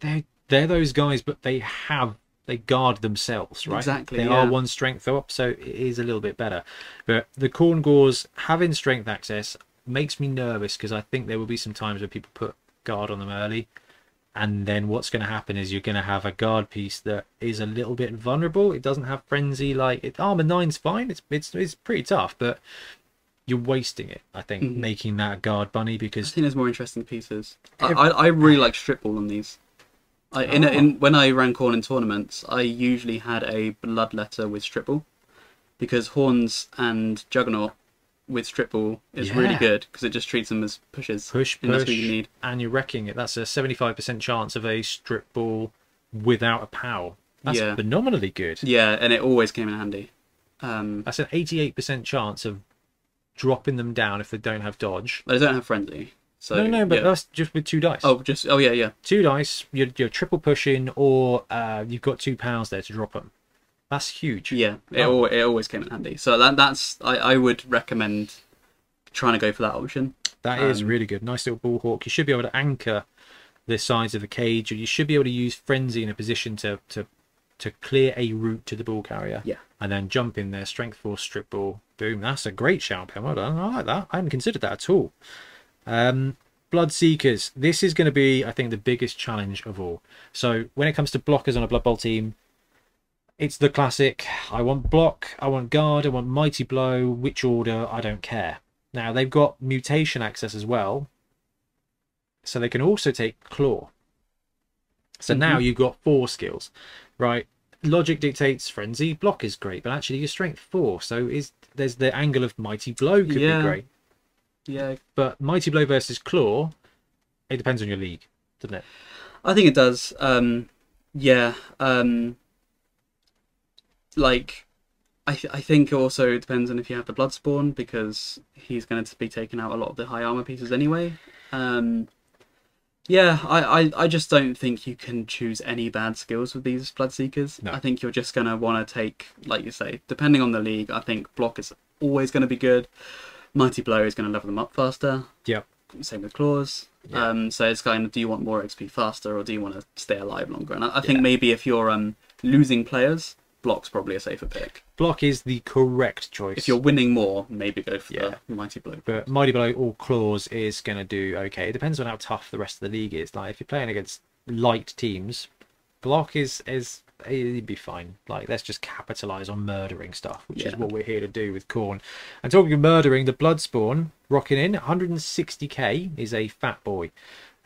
S1: they're they're those guys, but they have they guard themselves, right?
S2: Exactly,
S1: They
S2: yeah.
S1: are one strength up, so it is a little bit better. But the corn gores having strength access makes me nervous because I think there will be some times where people put guard on them early. And then what's going to happen is you're going to have a guard piece that is a little bit vulnerable. It doesn't have frenzy like it. Armor nine's fine. It's it's it's pretty tough, but you're wasting it. I think
S2: Mm-hmm.
S1: making that guard bunny
S2: I
S1: because
S2: think there's more interesting pieces. I,
S1: Ev-
S2: I, I really like strip ball on these. I, in,
S1: Ah.
S2: in when I ran corn in tournaments, I usually had a bloodletter with strip ball, because horns and juggernaut with strip ball is really
S1: Yeah.
S2: good because it just treats them as pushes.
S1: push
S2: and that's what you
S1: push
S2: need.
S1: and you're wrecking it. That's a 75% chance of a strip ball without a pow. That's
S2: Yeah.
S1: phenomenally good.
S2: Yeah, and it always came in handy. Um,
S1: That's an 88% chance of dropping them down if they don't have dodge.
S2: I don't have frenzy, so
S1: no, no, but
S2: yeah.
S1: that's just with two dice.
S2: oh, just oh yeah, yeah,
S1: two dice, you're, you're triple pushing, or uh, you've got two pounds there to drop them. That's huge.
S2: yeah. It
S1: Oh.
S2: al- it always came in handy. So that that's I, I would recommend trying to go for that option.
S1: That is
S2: Um,
S1: really good. Nice little ball hawk. You should be able to anchor the sides of the cage, or you should be able to use frenzy in a position to to to clear a route to the ball carrier.
S2: Yeah.
S1: And then jump in there, strength force, strip ball. Boom. That's a great shout, Pam. Well done. I like that. I hadn't considered that at all. Um, Blood Seekers. This is going to be, I think, the biggest challenge of all. So when it comes to blockers on a Blood Bowl team, it's the classic. I want block. I want guard. I want mighty blow. Which order? I don't care. Now they've got mutation access as well, so they can also take claw. So
S2: Mm-hmm.
S1: now you've got four skills, right? Logic dictates frenzy. Block is great, but actually your strength four. So is there's the angle of mighty blow could
S2: Yeah.
S1: be great,
S2: Yeah,
S1: but mighty blow versus claw, it depends on your league, doesn't it?
S2: I think it does. Um, yeah. Um, like, I th- I think also it depends on if you have the Bloodspawn because he's going to be taking out a lot of the high armor pieces anyway. Um, yeah, I, I, I just don't think you can choose any bad skills with these Bloodseekers.
S1: No.
S2: I think you're just going to want to take, like you say, depending on the league, I think Block is always going to be good. Mighty Blow is going to level them up faster
S1: Yep.
S2: same with claws.
S1: Yeah.
S2: Um, so it's kind of do you want more XP faster or do you want to stay alive longer? And I, I think maybe if you're um, losing players, block's probably a safer pick.
S1: Block is the correct choice.
S2: If you're winning more, maybe go for
S1: Yeah.
S2: the mighty blow.
S1: but mighty blow or claws is going to do okay. It depends on how tough the rest of the league is. Like if you're playing against light teams, block is is it'd be fine. Like let's just capitalize on murdering stuff, which is
S2: Yeah.
S1: what we're here to do with corn. And talking of murdering, the Bloodspawn rocking in 160k is a fat boy.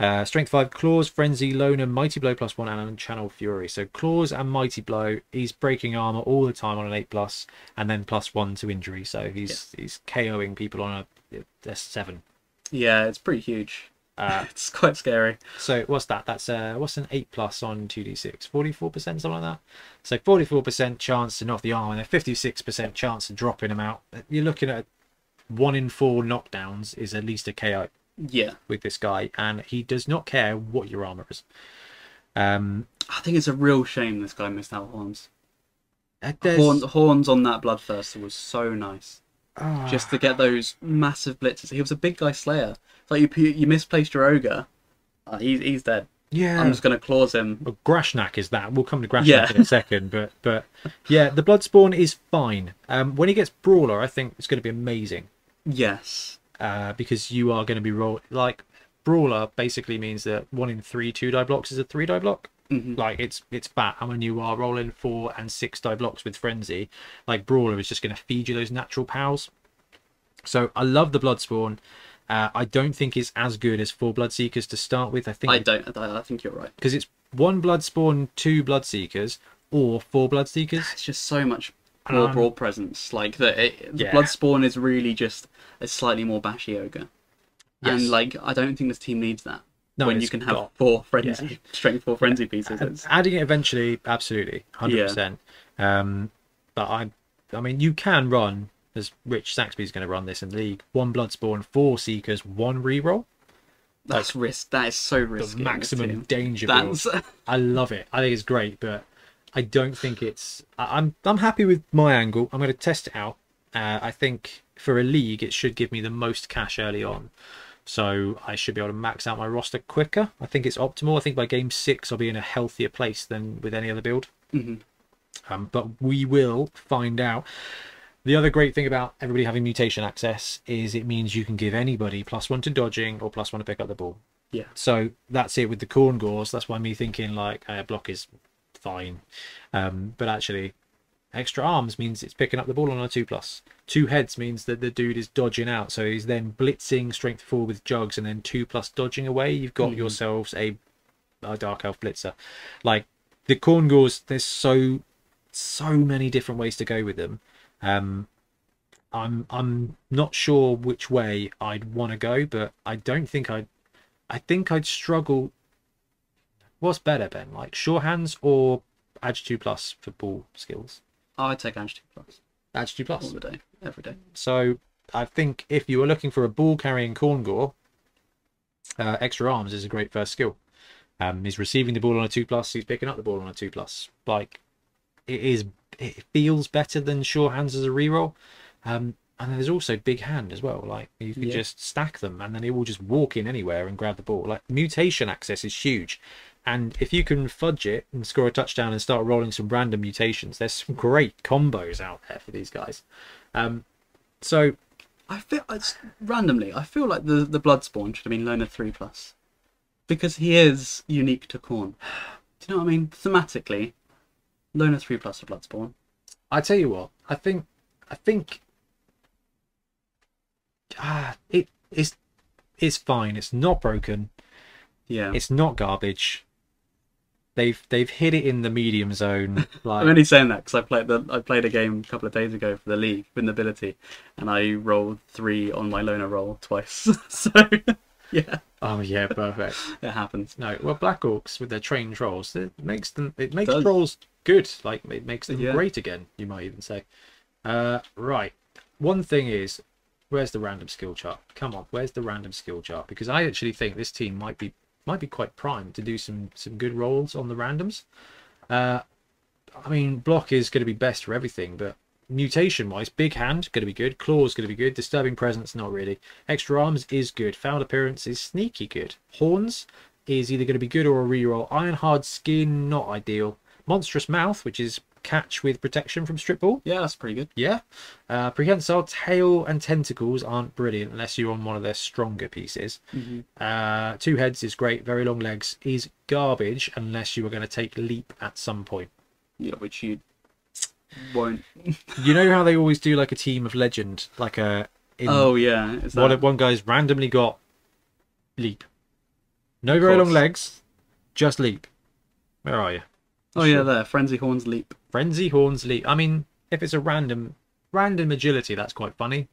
S1: Uh, strength five, claws, frenzy, loner, mighty blow plus one, and channel fury. So claws and mighty blow. He's breaking armor all the time on an eight plus, and then plus one to injury. So he's he's KOing people on a, a seven.
S2: Yeah, it's pretty huge.
S1: Uh,
S2: It's quite scary.
S1: so what's that? That's uh, what's an eight plus on two d six? Forty four percent, something like that. So forty four percent chance to knock the arm, and a fifty six percent chance of dropping them out. Uh, You're looking at one in four knockdowns is at least a KO
S2: Yeah,
S1: with this guy, and he does not care what your armor is. Um,
S2: I think it's a real shame this guy missed out horns.
S1: uh, there's-
S2: Horns, horns on that bloodthirster was so nice.
S1: ah,
S2: Just to get those massive blitzes. He was a big guy slayer. It's like you you misplaced your ogre. Uh, he's he's dead.
S1: yeah.
S2: I'm just gonna claws him.
S1: Well, Grashnak is that. We'll come to Grashnak
S2: Yeah.
S1: in a second, but but yeah, the Bloodspawn is fine. Um, when he gets Brawler, I think it's going to be amazing.
S2: Yes.
S1: uh, because you are going to be roll like brawler basically means that one in three two die blocks is a three die block.
S2: Mm-hmm.
S1: Like it's it's bat, and when you are rolling four and six die blocks with frenzy, like brawler is just going to feed you those natural pals. So I love the bloodspawn. Uh, I don't think it's as good as four bloodseekers to start with. I think
S2: I don't. I, I think you're right.
S1: because it's one bloodspawn, two bloodseekers, or four bloodseekers.
S2: It's just so much more
S1: Um,
S2: broad presence. Like that, it, the
S1: yeah.
S2: Bloodspawn is really just a slightly more bashy ogre.
S1: Yes.
S2: And like, I don't think this team needs that.
S1: No,
S2: when
S1: it's
S2: you can have
S1: got-
S2: four frenzy, strength four frenzy pieces. It's,
S1: adding it eventually absolutely 100% um but i i mean you can run as rich saxby's going to run this in the league one bloodspawn four seekers one reroll
S2: that's risk. That is so risky.
S1: the
S2: in this
S1: maximum
S2: team.
S1: danger build.
S2: That's
S1: i love it i think it's great but I don't think it's. I, I'm I'm happy with my angle. I'm going to test it out. Uh, I think for a league, it should give me the most cash early on, so I should be able to max out my roster quicker. I think it's optimal. I think by game six, I'll be in a healthier place than with any other build. Um, but we will find out. The other great thing about everybody having mutation access is it means you can give anybody plus one to dodging or plus one to pick up the ball.
S2: Yeah.
S1: So that's it with the corn gauze. That's why me thinking like uh, block is fine, um, but actually, extra arms means it's picking up the ball on a two plus. Two heads means that the dude is dodging out, so he's then blitzing strength four with jugs and then two plus dodging away. You've got yourselves a, a dark elf blitzer. Like the corn gauze, there's so so many different ways to go with them. Um, I'm I'm not sure which way I'd want to go, but I don't think I'd I think I'd struggle. What's better, Ben? Like sure hands or Edge two plus for ball skills?
S2: I take Ange 2 Plus
S1: Edge two
S2: all
S1: plus.
S2: the day, every day.
S1: So I think if you were looking for a ball carrying corn gore, uh, extra arms is a great first skill. Um, he's receiving the ball on a two plus. He's picking up the ball on a two plus. Like it is, it feels better than sure hands as a reroll. Um, and then there's also big hand as well. Like you can
S2: Yeah.
S1: just stack them, and then it will just walk in anywhere and grab the ball. Like mutation access is huge. And if you can fudge it and score a touchdown and start rolling some random mutations, there's some great combos out there for these guys. Um, so
S2: I feel it's randomly. I feel like the the Bloodspawn should have been Loner three plus, because he is unique to Corn. Do you know what I mean? Thematically, Loner three plus for Bloodspawn.
S1: I tell you what, I think, I think, ah, it is, it's fine. It's not broken.
S2: Yeah.
S1: It's not garbage. They've they've hit it in the medium zone. Like
S2: I'm only saying that because I played the I played a game a couple of days ago for the league with ability, and I rolled three on my loner roll twice. so yeah,
S1: oh yeah, perfect.
S2: it happens.
S1: No, well, Black Orcs with their trained trolls, it makes them. It makes
S2: Does.
S1: trolls good. Like it makes them
S2: Yeah.
S1: great again. You might even say. Uh, right. One thing is, where's the random skill chart? Come on, where's the random skill chart? Because I actually think this team might be might be quite primed to do some some good rolls on the randoms. Uh, I mean, block is going to be best for everything, but mutation wise, big hand going to be good. Claw's going to be good. Disturbing presence, not really. Extra arms is good. Foul appearance is sneaky good. Horns is either going to be good or a reroll. Iron hard skin, not ideal. Monstrous mouth, which is catch with protection from strip ball.
S2: Yeah, that's pretty good.
S1: Yeah. Uh, prehensile tail and tentacles aren't brilliant unless you're on one of their stronger pieces. Uh, two heads is great. Very long legs is garbage unless you were going to take leap at some point.
S2: Yeah, which you won't.
S1: You know how they always do like a team of legend, like a in
S2: Oh yeah, is that
S1: one one guy's randomly got leap, no very long
S2: course.
S1: legs, just leap. Where are you?
S2: oh yeah, there frenzy horns leap.
S1: Frenzy horns leap. I mean, if it's a random random agility, that's quite funny.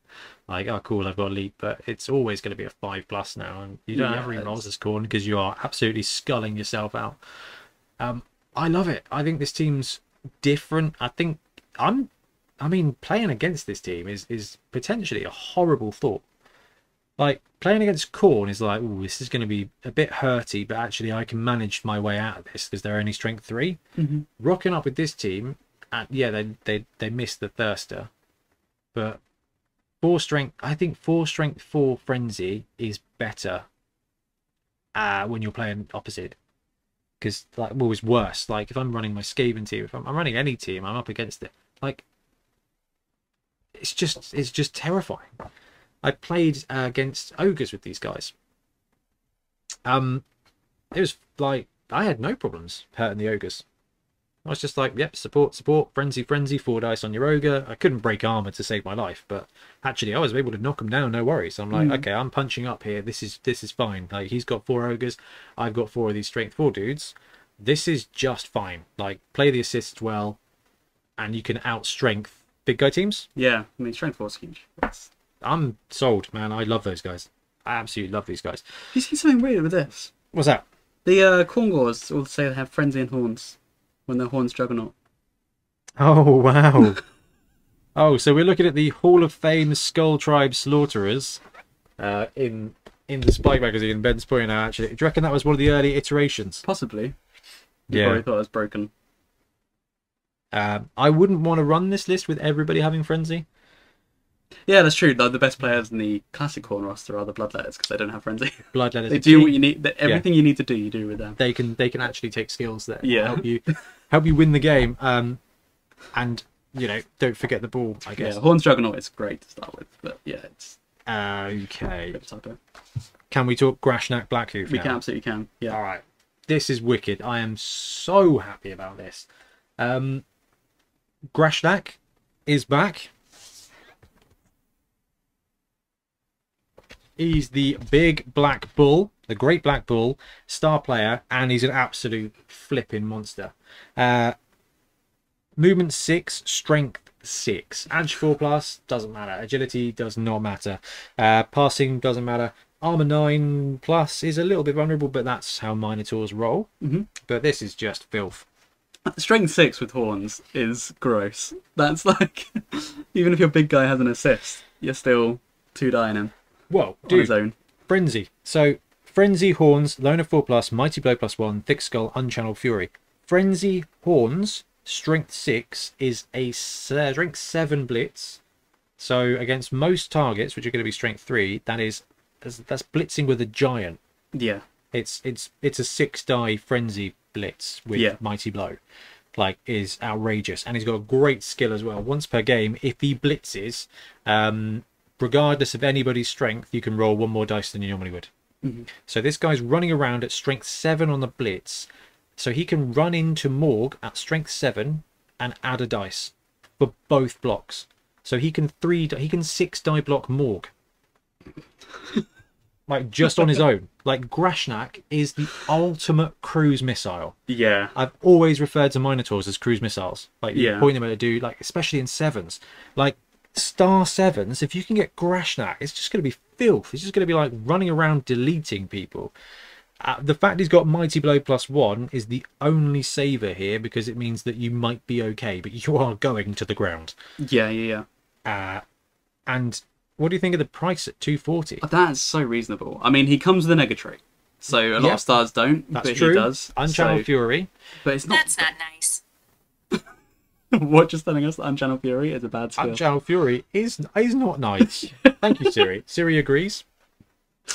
S1: Like, oh cool, I've got leap, but it's always going to be a five plus now, and you don't have
S2: Yeah,
S1: rerolls as corn because you are absolutely sculling yourself out. Um, I love it. I think this team's different. I think I'm. I mean, playing against this team is is potentially a horrible thought. Like playing against Corn is like, oh, this is going to be a bit hurty, but actually I can manage my way out of this because they're only strength 3 Rocking up with this team, and yeah, they they they missed the thirster, but four strength. I think four strength four frenzy is better. Uh, when you're playing opposite because like well, it's worse. Like if I'm running my Skaven team, if I'm, I'm running any team, I'm up against it. Like it's just it's just terrifying. I played uh, against ogres with these guys. Um, it was like I had no problems hurting the ogres. I was just like, yep, support, support, frenzy, frenzy, four dice on your ogre. I couldn't break armor to save my life, but actually, I was able to knock him down, no worries. I'm like, okay, I'm punching up here. This is this is fine. Like he's got four ogres, I've got four of these strength four dudes. This is just fine. Like play the assists well, and you can out strength big guy teams.
S2: Yeah, I mean strength force huge. That's-
S1: I'm sold, man. I love those guys. I absolutely love these guys.
S2: You see something weird with this?
S1: What's that?
S2: The uh, Corngors all say they have frenzy and horns when they're horns juggernaut.
S1: Oh wow. oh, so we're looking at the Hall of Fame Skull Tribe Slaughterers. Uh, in in the Spike magazine, Ben's pointing out actually. Do you reckon that was one of the early iterations?
S2: Possibly. You probably thought it was broken.
S1: Um, I wouldn't want to run this list with everybody having frenzy.
S2: Yeah, that's true. Though the best players in the classic horn roster are the bloodletters because they don't have frenzy.
S1: Bloodletters.
S2: they do what you need. They, everything you need to do, you do with them.
S1: They can they can actually take skills that
S2: Yeah.
S1: help you help you win the game. Um, and you know don't forget the ball. I guess.
S2: Yeah, Horns Juggernaut is great to start with, but yeah, it's a
S1: Uh, Okay.
S2: bit of a typo.
S1: Can we talk Grashnak Blackhoof?
S2: We
S1: now?
S2: can absolutely can. Yeah.
S1: All right. This is wicked. I am so happy about this. Um, Grashnak is back. He's the big black bull, the great black bull, star player, and he's an absolute flipping monster. Uh, movement six, strength six, edge four plus doesn't matter, agility does not matter, uh, passing doesn't matter. Armor nine plus is a little bit vulnerable, but that's how minotaurs roll.
S2: Mhm.
S1: But this is just filth.
S2: Strength six with horns is gross. That's like, even if your big guy has an assist, you're still two dying him
S1: Whoa,
S2: on
S1: dude!
S2: his own.
S1: Frenzy. So Frenzy Horns, Loner 4 plus, Mighty Blow plus 1, Thick Skull, Unchanneled Fury. Frenzy Horns, Strength 6 is a se- Strength 7 blitz. So against most targets, which are going to be Strength 3, that is that's, that's blitzing with a giant.
S2: Yeah,
S1: It's it's it's a six die frenzy blitz with
S2: Yeah.
S1: mighty blow, like is outrageous, and he's got a great skill as well. Once per game, if he blitzes, um, regardless of anybody's strength, you can roll one more dice than you normally would. So this guy's running around at strength seven on the blitz, so he can run into Morg at strength seven and add a dice for both blocks. So he can three, di- he can six die block Morg, like just on his own. Like Grashnak is the ultimate cruise missile.
S2: yeah,
S1: I've always referred to Minotaurs as cruise missiles. Like you
S2: Yeah.
S1: point them at a dude, like especially in sevens, like star sevens. If you can get Grashnak, it's just going to be filth. It's just going to be like running around deleting people. Uh, the fact he's got Mighty Blow plus one is the only saver here because it means that you might be okay, but you are going to the ground.
S2: yeah, yeah, yeah.
S1: Uh, and what do you think of the price at two forty?
S2: But That's so reasonable. I mean, he comes with a negatree, so a lot
S1: Yeah.
S2: of stars don't,
S1: That's
S2: but
S1: true.
S2: he does.
S1: Unchanneled
S2: so-
S1: Fury.
S2: But it's not.
S3: That's not nice.
S2: what just telling us that Unchanneled Fury is a bad skill.
S1: Agile Fury is is not nice. Thank you, Siri. Siri agrees.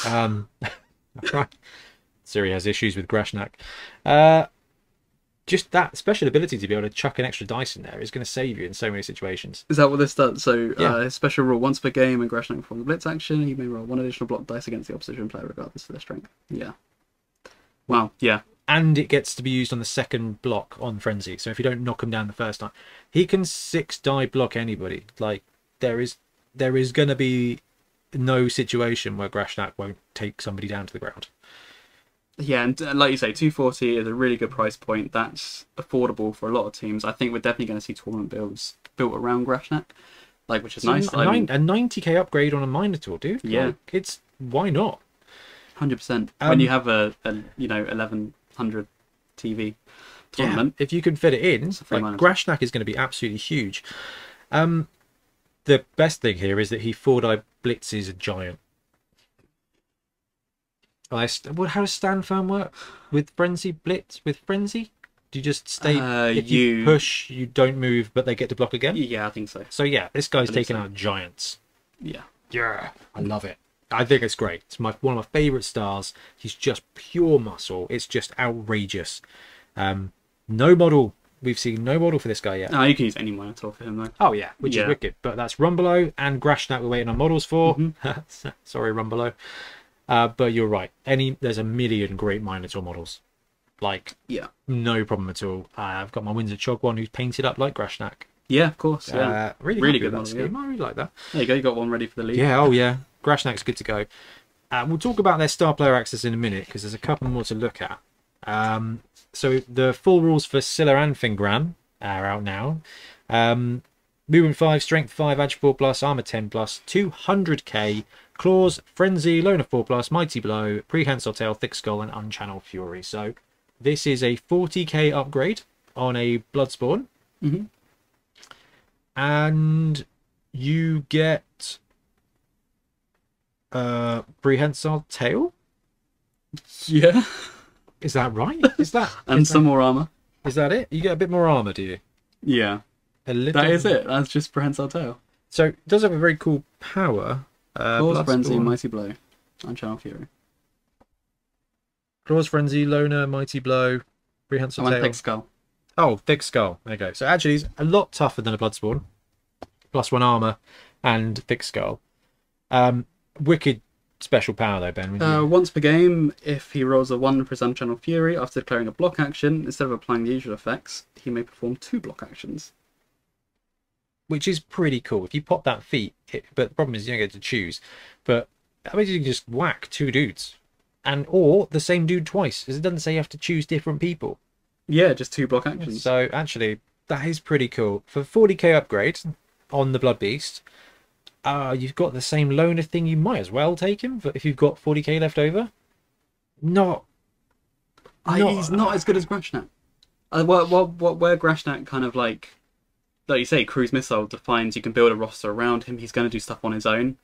S1: Um, right. Siri has issues with Grashnak. Uh, just that special ability to be able to chuck an extra dice in there is going to save you in so many situations.
S2: Is that what this does? So,
S1: Yeah.
S2: uh, his special rule once per game, and Grashnak performs a blitz action. He may roll one additional block dice against the opposition player, regardless of their strength. Yeah. Wow. Yeah.
S1: And it gets to be used on the second block on Frenzy. So if you don't knock him down the first time, he can six die block anybody. Like there is there is going to be no situation where Grashnak won't take somebody down to the ground.
S2: Yeah, and uh, like you say, 240 is a really good price point. That's affordable for a lot of teams. I think we're definitely going to see tournament builds built around Grashnak, like which is nice.
S1: A
S2: I mean,
S1: nine- a 90k upgrade on a Minotaur, dude.
S2: Yeah.
S1: Like, it's why not?
S2: 100%.
S1: Um,
S2: when you have a, a you know 1100 TV tournament.
S1: If you can fit it in,
S2: a free
S1: like
S2: Minotaur.
S1: Grashnak is going to be absolutely huge. Um, the best thing here is that he four die blitzes a giant. I st- what, how does stand firm work with frenzy blitz with frenzy? Do you just stay?
S2: Uh,
S1: if you...
S2: you-
S1: push, you don't move, but they get to block again.
S2: Yeah, I think so.
S1: So yeah, this guy's
S2: I think
S1: taking
S2: so.
S1: out giants.
S2: Yeah.
S1: Yeah, I love it. I think it's great. It's my one of my favorite stars. He's just pure muscle. It's just outrageous. Um, no model. We've seen no model for this guy yet.
S2: No, you can use any Minotaur for him though.
S1: Oh yeah, which is
S2: Yeah.
S1: wicked. But that's Rumbelow and Grashnak we're waiting on models for.
S2: Mm-hmm.
S1: Sorry, Rumbelow. Uh, but you're right. Any there's a million great Minotaur models. Like
S2: Yeah.
S1: no problem at all. Uh, I've got my Windsor Chog one who's painted up like Grashnak.
S2: Yeah, of course. Yeah.
S1: Uh, really,
S2: Really
S1: happy
S2: good
S1: with that
S2: model, yeah.
S1: scheme. I really like that.
S2: there you go. You got one ready for the league.
S1: Yeah, oh yeah. Grashnak's good to go. Uh, we'll talk about their star player access in a minute because there's a couple more to look at. Um, so the full rules for Scylla and Fingram are out now. Um, movement 5, Strength 5, Edge 4 plus, Armor 10 plus, 200k, Claws, Frenzy, Loner 4 plus, Mighty Blow, Prehensile Tail, Thick Skull, and Unchanneled Fury. So this is a 40k upgrade on a Bloodspawn.
S2: Mhm.
S1: And you get uh prehensile tail
S2: Yeah.
S1: is that right is that
S2: And
S1: is
S2: some more armor.
S1: that, is that it you get a bit more armor do you
S2: Yeah,
S1: A little...
S2: that is it. That's just Prehensile Tail.
S1: So it does have a very cool power. Uh,
S2: Claws,
S1: Blast
S2: Frenzy,
S1: Dawn.
S2: Mighty Blow, and Channel Fury.
S1: Claws Frenzy, Loner, Mighty Blow, Prehensile
S2: And
S1: Tail.
S2: Thick Skull.
S1: Oh, Thick Skull. There you go. So actually, it's a lot tougher than a Bloodspawn. Plus one armor and Thick Skull. Um, wicked special power though, Ben. wouldn't you?
S2: Uh, once per game, if he rolls a 1 for some Channel Fury after declaring a block action, instead of applying the usual effects, he may perform two block actions.
S1: which is pretty cool. If you pop that feet, it, but the problem is you don't get to choose. But that means you can just whack two dudes, and or the same dude twice, as it doesn't say you have to choose different people.
S2: Yeah, just two block actions.
S1: So actually, that is pretty cool for 40k upgrade on the Blood Beast. Uh, you've got the same loner thing. You might as well take him, but if you've got 40k left over, not
S2: I,
S1: not-
S2: he's not as good as Grashnak. Uh, well, well, well, where Grashnak kind of like, like you say, cruise missile defines you can build a roster around him. He's going to do stuff on his own.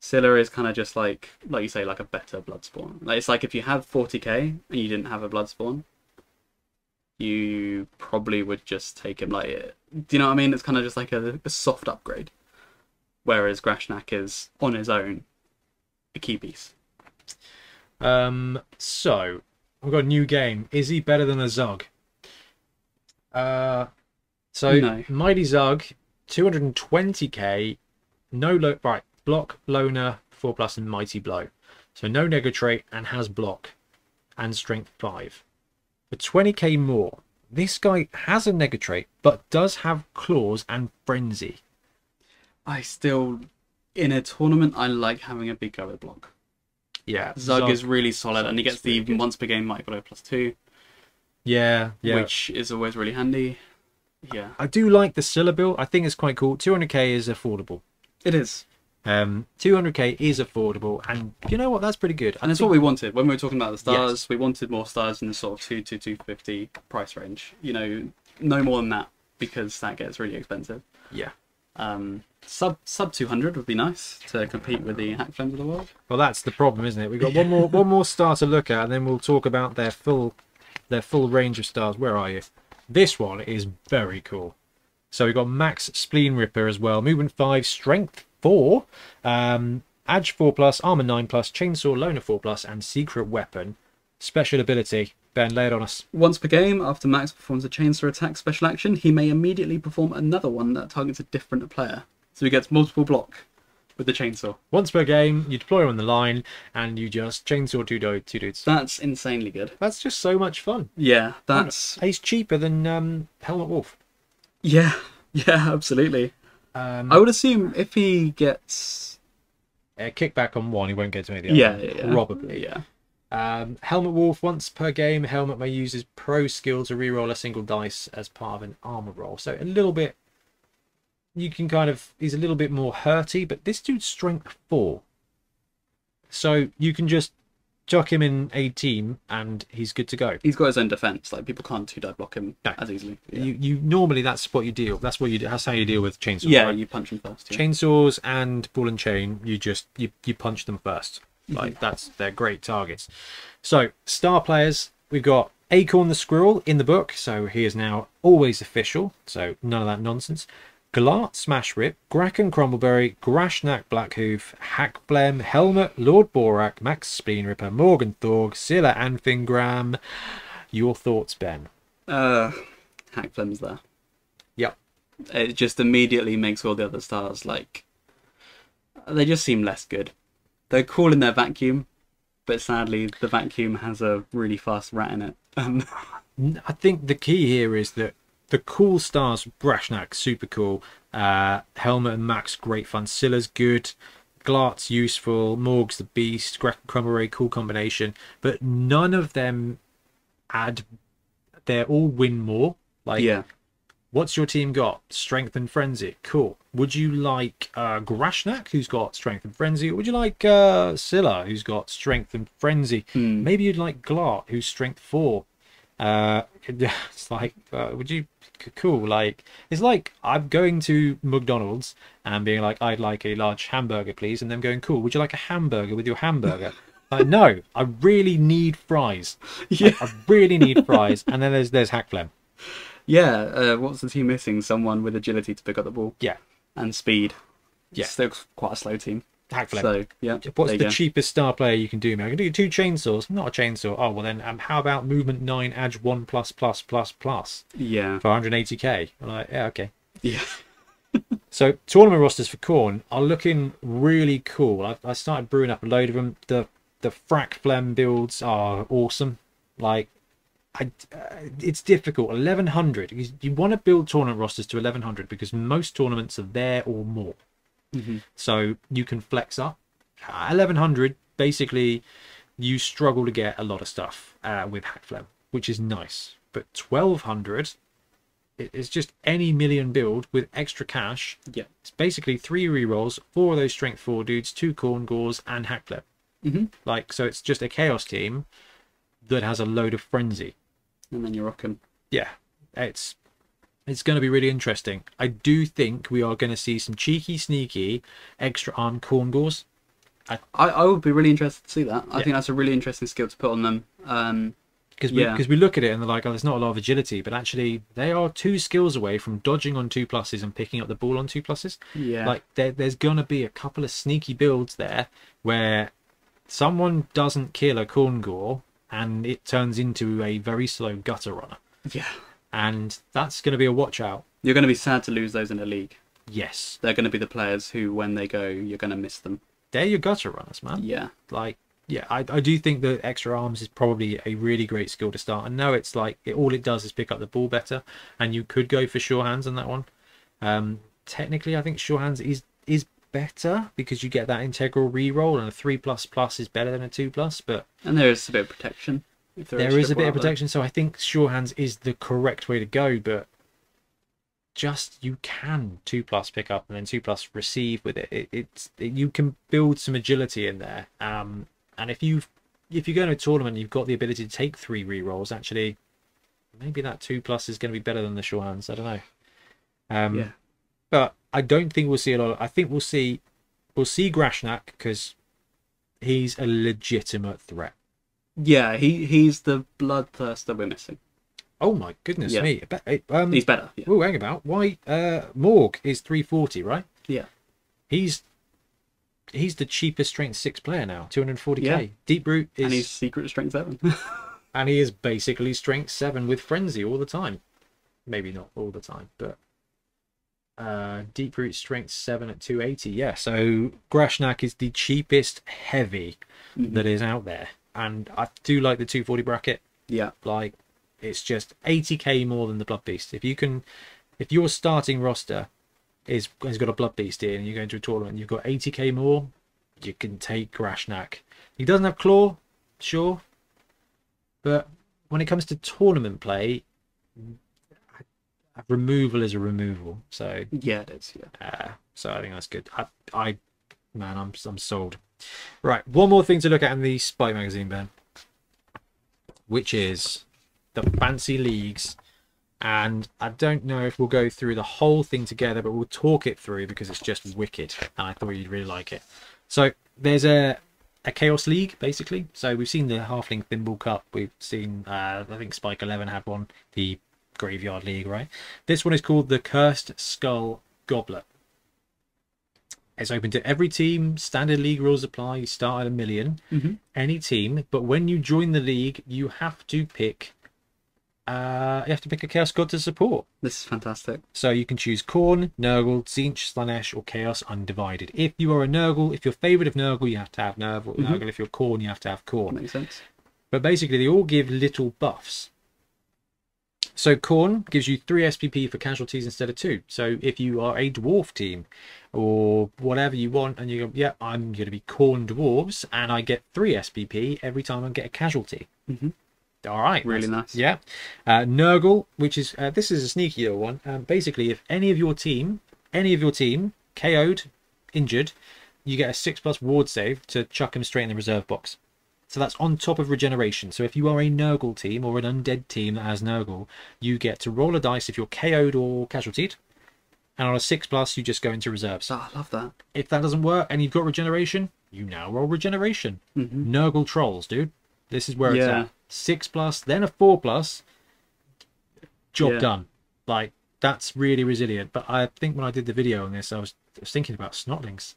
S2: Scylla is kind of just like, like you say, like a better Bloodspawn. Like it's like if you had 40k and you didn't have a Bloodspawn, you probably would just take him. Like, it- do you know what I mean? It's kind of just like a, a soft upgrade. Whereas Grashnak is on his own, a key piece.
S1: Um, so we've got a new game. Is he better than a Zug? Uh, so
S2: No.
S1: Mighty Zug, 220k, no lo- right block loner four plus and mighty blow, so no nego trait and has block and strength five for 20k more. This guy has a nego trait but does have claws and frenzy.
S2: I still, in a tournament, I like having a big go with block.
S1: Yeah,
S2: Zug, is really solid,
S1: Zug
S2: and he
S1: is
S2: gets the
S1: really good.
S2: once per game might blow plus two,
S1: yeah yeah.
S2: which is always really handy. Yeah,
S1: I do like the syllable. I think it's quite cool. 200k is affordable.
S2: it is,
S1: Um, 200k is affordable, and you know what? That's pretty good.
S2: and it's what we wanted when we were talking about the stars.
S1: Yes.
S2: We wanted more stars in the sort of two to two fifty price range. You know, no more than that because that gets really expensive.
S1: yeah.
S2: Um, sub sub two hundred would be nice to compete with the hack flames of the world.
S1: Well, that's the problem, isn't it? We've got one more one more star to look at, and then we'll talk about their full their full range of stars. Where are you? This one is very cool. So we've got Max Spleen Ripper as well. Movement five, strength four, um, Edge four plus, armor nine plus, chainsaw loner four plus, and secret weapon. Special ability. Ben, lay it on us.
S2: Once per game, after Max performs a chainsaw attack special action, he may immediately perform another one that targets a different player. So he gets multiple block with the chainsaw.
S1: Once per game, you deploy on the line, and you just chainsaw two, do- two dudes.
S2: That's insanely good.
S1: That's just so much fun.
S2: Yeah, that's
S1: He's cheaper than um, Helmet Wolf.
S2: yeah, yeah, absolutely.
S1: Um,
S2: I would assume if he gets
S1: a kickback on one, he won't get to any of the other.
S2: yeah,
S1: one,
S2: yeah, yeah.
S1: probably.
S2: yeah.
S1: Um, Helmet Wolf once per game. Helmet may use his pro skill to reroll a single dice as part of an armor roll. So a little bit, you can kind of he's a little bit more hurty, but this dude's strength four. So you can just chuck him in a team and he's good to go.
S2: He's got his own defense. Like people can't two die block him
S1: No.
S2: as easily. Yeah,
S1: You you normally that's what you deal. That's what you do. That's how you deal with chainsaws.
S2: yeah
S1: right?
S2: you punch him first. Yeah.
S1: chainsaws and ball and chain you just you, you punch them first like that's they're great targets so star players we've got acorn the squirrel in the book so he is now always official so none of that nonsense glart smash rip gracken crumbleberry grashnak blackhoof hackblem helmet lord borak max spleen ripper morgan thorg scylla and fingram your thoughts ben
S2: Uh, hack flim's there.
S1: yep
S2: it just immediately makes all the other stars like they just seem less good. They're cool in their vacuum, but sadly the vacuum has a really fast rat in it. Um,
S1: N- I think the key here is that the cool stars, Brashnak, super cool. Uh, Helmet and Max, great fun. Scylla's good. Glart's useful. Morg's the beast. Greg Crumberay, cool combination. But none of them add. They're all win more. Like,
S2: yeah,
S1: what's your team got? Strength and frenzy. Cool. Would you like uh, Grashnak, who's got strength and frenzy, or would you like uh, Scylla, who's got strength and frenzy? Maybe you'd like Glart, who's strength four. Uh, it's like, uh, would you? c- Cool. Like, it's like I'm going to McDonald's and being like, I'd like a large hamburger, please, and them going, cool. Would you like a hamburger with your hamburger? like, no, I really need fries.
S2: yeah,
S1: I really need fries. And then there's there's Hackflem.
S2: Yeah, uh, what's the team missing? Someone with agility to pick up the ball
S1: Yeah,
S2: and speed.
S1: Yeah.
S2: It's still quite a slow team.
S1: hack flip.
S2: So yeah,
S1: What's
S2: there you
S1: the
S2: go.
S1: cheapest star player you can do, man? I can do two chainsaws, not a chainsaw. Oh well, then um, how about movement nine, edge one plus plus plus plus
S2: Yeah,
S1: for 180k? I'm like, yeah, okay.
S2: yeah,
S1: So tournament rosters for Corn are looking really cool. I, I started brewing up a load of them. The the frac phlegm builds are awesome. Like, I uh, it's difficult. Eleven hundred. You, you want to build tournament rosters to eleven hundred because most tournaments are there or more. So you can flex up. Uh, Eleven hundred. Basically, you struggle to get a lot of stuff uh, with hack phlegm, which is nice. But twelve hundred. It's just any million build with extra cash
S2: yeah.
S1: it's basically three rerolls, four of those strength four dudes, two corn gores, and hackflip.
S2: Mhm.
S1: Like so, it's just a chaos team that has a load of frenzy.
S2: And then you're rocking.
S1: Yeah, it's it's going to be really interesting. I do think we are going to see some cheeky, sneaky, extra arm corn gores.
S2: I, I would be really interested to see that. I think that's a really interesting skill to put on them. Um,
S1: because we,
S2: Yeah.
S1: because we look at it and they're like, oh, there's not a lot of agility, but actually they are two skills away from dodging on two pluses and picking up the ball on two pluses.
S2: Yeah.
S1: like there, there's gonna be a couple of sneaky builds there where someone doesn't kill a corn gore and it turns into a very slow gutter runner,
S2: yeah,
S1: and that's gonna be a watch out.
S2: you're going to be sad to lose those in the league.
S1: Yes,
S2: They're going to be the players who, when they go, you're going to miss them.
S1: they're your gutter runners, man.
S2: Yeah,
S1: like yeah I, I do think that extra arms is probably a really great skill to start i know it's like it, all it does is pick up the ball better and you could go for sure hands on that one um technically i think sure hands is is better because you get that integral reroll and a three plus plus is better than a two plus but
S2: and there is a bit of protection. If
S1: there is a bit
S2: triple
S1: of
S2: out there.
S1: protection so i think sure hands is the correct way to go but just you can two plus pick up and then two plus receive with it. it it's it, you can build some agility in there. Um, and if you if you go to a tournament, and you've got the ability to take three rerolls. Actually, maybe that two plus is going to be better than the short hands. I don't know. Um,
S2: Yeah.
S1: but I don't think we'll see a lot. Of, I think we'll see we'll see Grashnak because he's a legitimate threat.
S2: Yeah, he he's the bloodthirster we're missing.
S1: Oh my goodness
S2: Yeah.
S1: me! But, Um,
S2: He's better. Yeah,
S1: Oh, hang about. Why? Uh, Morg is three forty, right?
S2: yeah.
S1: He's he's the cheapest strength six player now, two hundred forty
S2: Yeah.
S1: k. Deep root is
S2: and
S1: and,
S2: he's secret strength seven.
S1: he is basically strength seven with frenzy all the time. Maybe not all the time, but uh, deep root strength seven at two eighty. Yeah, so Grashnak is the cheapest heavy
S2: Mm-hmm.
S1: that is out there, and I do like the two forty bracket.
S2: yeah,
S1: Like it's just 80k more than the Blood Beast. If you can, if your starting roster is has got a Blood Beast in, and you're going to a tournament, and you've got 80k more, you can take Grashnak. He doesn't have Claw, sure, but when it comes to tournament play, removal is a removal. So,
S2: yeah, it is. Yeah,
S1: uh, so I think that's good. I, I, man, I'm I'm sold. Right, one more thing to look at in the Spike magazine, Ben, which is the fancy leagues. And I don't know if we'll go through the whole thing together, but we'll talk it through because it's just wicked, and I thought you'd really like it. So there's a a chaos league basically. So we've seen the Halfling Thimble Cup. We've seen uh, I think Spike Eleven had one, the Graveyard League, right? This one is called the Cursed Skull Goblet. It's open to every team. Standard league rules apply. You start at a 1000000 Any team, but when you join the league, you have to pick. Uh, you have to pick a chaos god to support.
S2: this is fantastic.
S1: So you can choose Corn, Nurgle, Tzeentch, Slanesh, or Chaos Undivided. If you are a Nurgle, if you're favourite of Nurgle, you have to have Nurgle. Nurgle. If you're Corn, you have to have Corn.
S2: Makes sense.
S1: But basically, they all give little buffs. So Corn gives you three SPP for casualties instead of two. So if you are a dwarf team or whatever you want, and you go, yeah, I'm going to be Corn dwarves, and I get three SPP every time I get a casualty.
S2: Mhm.
S1: All right,
S2: Really
S1: that's-
S2: nice.
S1: Yeah, uh, Nurgle, which is uh, this is a sneaky little one. Um, basically, if any of your team, any of your team KO'd, injured, you get a six plus ward save to chuck him straight in the reserve box. So that's on top of regeneration. So if you are a Nurgle team or an undead team that has Nurgle, you get to roll a dice if you're KO'd or casualtied, and on a six plus, you just go into reserves.
S2: Oh, I love that.
S1: If that doesn't work and you've got regeneration, you now roll regeneration. Nurgle trolls, dude. This is where it's
S2: Mm-hmm. Yeah.
S1: at. Six plus, then a four plus. Job
S2: Yeah.
S1: done. Like that's really resilient. But I think when I did the video on this, I was, I was thinking about snotlings.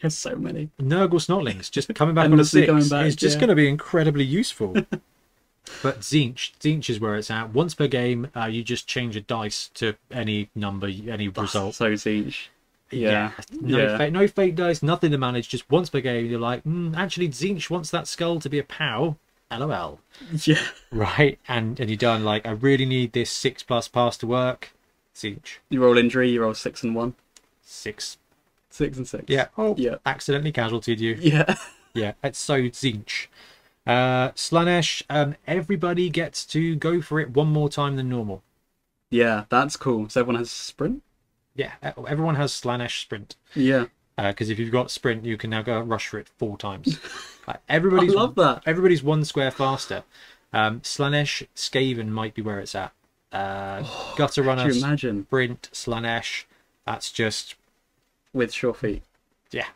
S2: There's so many.
S1: Nurgle snotlings just coming back on the
S2: Endlessly
S1: six
S2: coming back,
S1: is just
S2: yeah.
S1: going to be incredibly useful. but Zinch, Zinch is where it's at. Once per game, uh, you just change a dice to any number, any result.
S2: So Zinch. Yeah.
S1: No,
S2: Yeah.
S1: Fate, no fake dice, nothing to manage. Just once per game, you're like, mm, actually, Zinch wants that skull to be a POW. LOL.
S2: Yeah.
S1: Right. And, and you're done. Like, I really need this six plus pass to work. Zinch.
S2: You roll injury, you roll six and one.
S1: Six.
S2: Six and six.
S1: Yeah. Oh,
S2: Yeah.
S1: accidentally casualtied you.
S2: Yeah.
S1: Yeah, it's so zinch. Uh, Slanesh, um, everybody gets to go for it one more time than normal.
S2: Yeah, that's cool. So everyone has sprint?
S1: Yeah, e- everyone has Slanesh sprint
S2: Yeah.
S1: because if you've got sprint, you can now go rush for it four times. Uh, everybody's
S2: I love that.
S1: Everybody's one square faster. Um, Slanesh, Skaven might be where it's at. Uh, Gutter
S2: Oh, Could
S1: runner,
S2: you imagine
S1: sprint, Slanesh. That's just
S2: with short feet?
S1: yeah,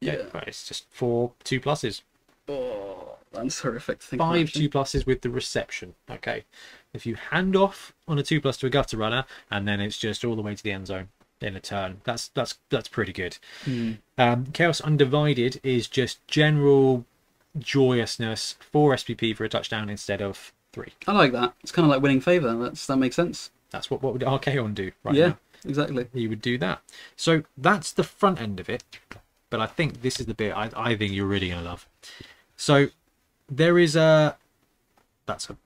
S2: Yeah.
S1: It's just four two pluses.
S2: Oh, that's horrific. to Think about,
S1: five
S2: actually.
S1: two pluses with the reception. Okay, if you hand off on a two plus to a gutter runner, and then it's just all the way to the end zone in a turn. That's that's that's pretty good. Um, Chaos Undivided is just general joyousness. Four SPP for a touchdown instead of three.
S2: I like that. It's kind of like winning favor. That's that makes sense.
S1: That's what what would Archaon do right
S2: yeah,
S1: now?
S2: exactly.
S1: You would do that. So that's the front end of it. But I think this is the bit I, I think you're really gonna love. So there is a that's a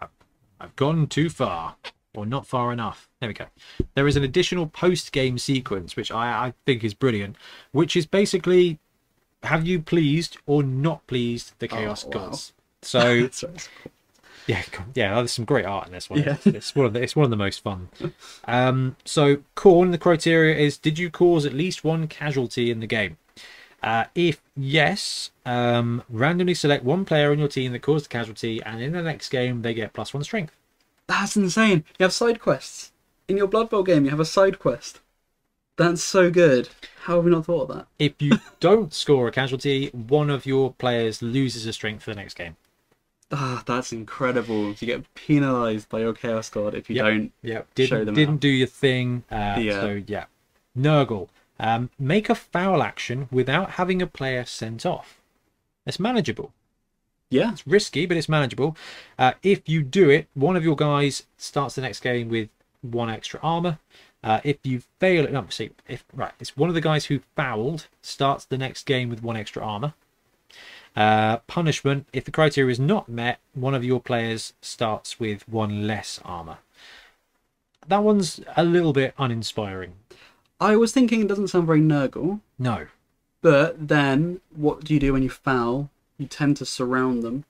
S1: I've- I've gone too far or not far enough. There we go. There is an additional post game sequence which I, I think is brilliant, which is basically have you pleased or not pleased the chaos
S2: wow.
S1: gods? So
S2: So it's-
S1: yeah, go- yeah. There's some great art in this one.
S2: Yeah.
S1: It's, it's one of the, it's one of the most fun. Um, so corn. The criteria is: did you cause at least one casualty in the game? Uh, if yes, um, randomly select one player on your team that caused the casualty, and in the next game they get plus one strength.
S2: That's insane. You have side quests in your Blood Bowl game. You have a side quest. That's so good. How have we not thought of that?
S1: If you don't score a casualty, one of your players loses a strength for the next game.
S2: Ah, that's incredible. You get penalized by your Chaos God if you
S1: Yep.
S2: don't.
S1: Yeah,
S2: show
S1: didn't
S2: them
S1: didn't
S2: out.
S1: do your thing. Uh,
S2: Yeah.
S1: So yeah, Nurgle, um, make a foul action without having a player sent off. It's manageable.
S2: Yeah.
S1: It's risky, but it's manageable. Uh, if you do it, one of your guys starts the next game with one extra armor. Uh, if you fail it, no, see, if right, it's one of the guys who fouled starts the next game with one extra armor. Uh, punishment: if the criteria is not met, one of your players starts with one less armor. That one's a little bit uninspiring.
S2: I was thinking it doesn't sound very Nurgle,
S1: No,
S2: but then what do you do when you foul? You tend to surround them,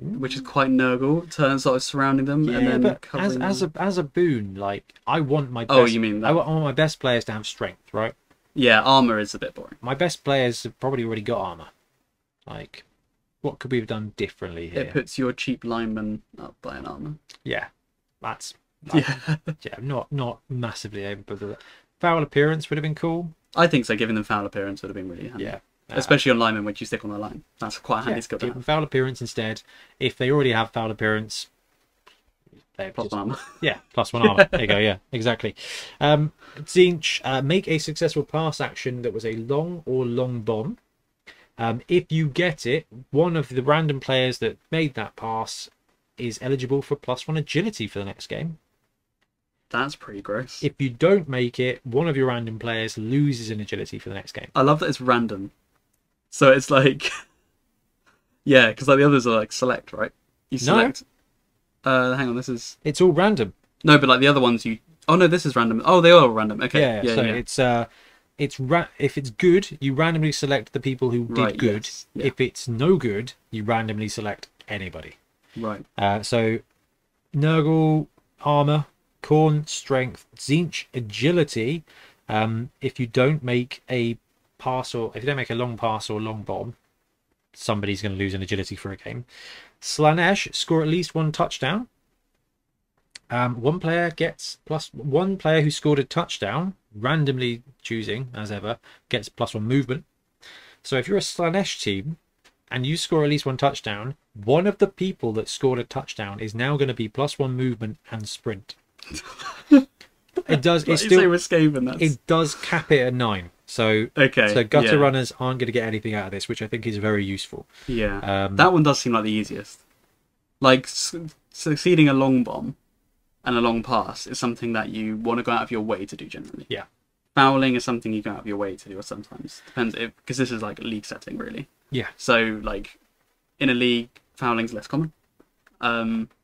S2: which is quite Nurgle. Turn sort of surrounding them and then
S1: but
S2: covering
S1: as as
S2: them.
S1: a as a boon, like I want my best,
S2: Oh, you mean that.
S1: I want all my best players to have strength, right?
S2: yeah armor is a bit boring.
S1: my best players have probably already got armor. Like, what could we have done differently here?
S2: It puts your cheap lineman up by an armor.
S1: yeah, that's
S2: Yeah,
S1: yeah, not not massively able to do that. Foul appearance would have been cool.
S2: I think so. Giving them foul appearance would have been really handy.
S1: Yeah, Uh,
S2: especially on linemen, which you stick on the line. That's quite a handy
S1: yeah,
S2: skill to
S1: give them
S2: have.
S1: foul appearance instead. If they already have foul appearance, they're
S2: Plus
S1: just-
S2: one armor.
S1: Yeah, plus one armor. there you go. Yeah, exactly. Um, Zinch, uh, make a successful pass action that was a long or long bomb. Um, if you get it, one of the random players that made that pass is eligible for plus one agility for the next game.
S2: That's pretty gross.
S1: If you don't make it, one of your random players loses an agility for the next game.
S2: I love that it's random. So it's like, yeah, because like the others are like select, right?
S1: No.
S2: You select. Uh, hang on, this is
S1: It's all random.
S2: no, but like the other ones, you. Oh no, this is random. Oh, they are random. Okay,
S1: Yeah.
S2: yeah, yeah.
S1: so it's uh, it's ra- if it's good, you randomly select the people who did
S2: Right,
S1: good.
S2: yes, yeah.
S1: If it's no good, you randomly select anybody.
S2: right.
S1: Uh, so Nurgle armor, Corn strength, Zinch agility. Um, if you don't make a pass or if you don't make a long pass or long bomb, somebody's going to lose an agility for a game. Slanesh score at least one touchdown. Um, one player gets plus one player who scored a touchdown, randomly choosing as ever, gets plus one movement. So if you're a Slanesh team and you score at least one touchdown, one of the people that scored a touchdown is now going to be plus one movement and sprint. it does. It
S2: It's still
S1: still
S2: Riscaven. That's
S1: it does cap it at nine. So
S2: okay.
S1: so gutter
S2: yeah.
S1: runners aren't going to get anything out of this, which I think is very useful.
S2: Yeah,
S1: Um,
S2: that one does seem like the easiest. Like su- succeeding a long bomb and a long pass is something that you want to go out of your way to do generally.
S1: Yeah.
S2: fouling is something you go out of your way to do. Or sometimes depends if because this is like league setting really.
S1: Yeah.
S2: So like in a league, fouling's less common. Um,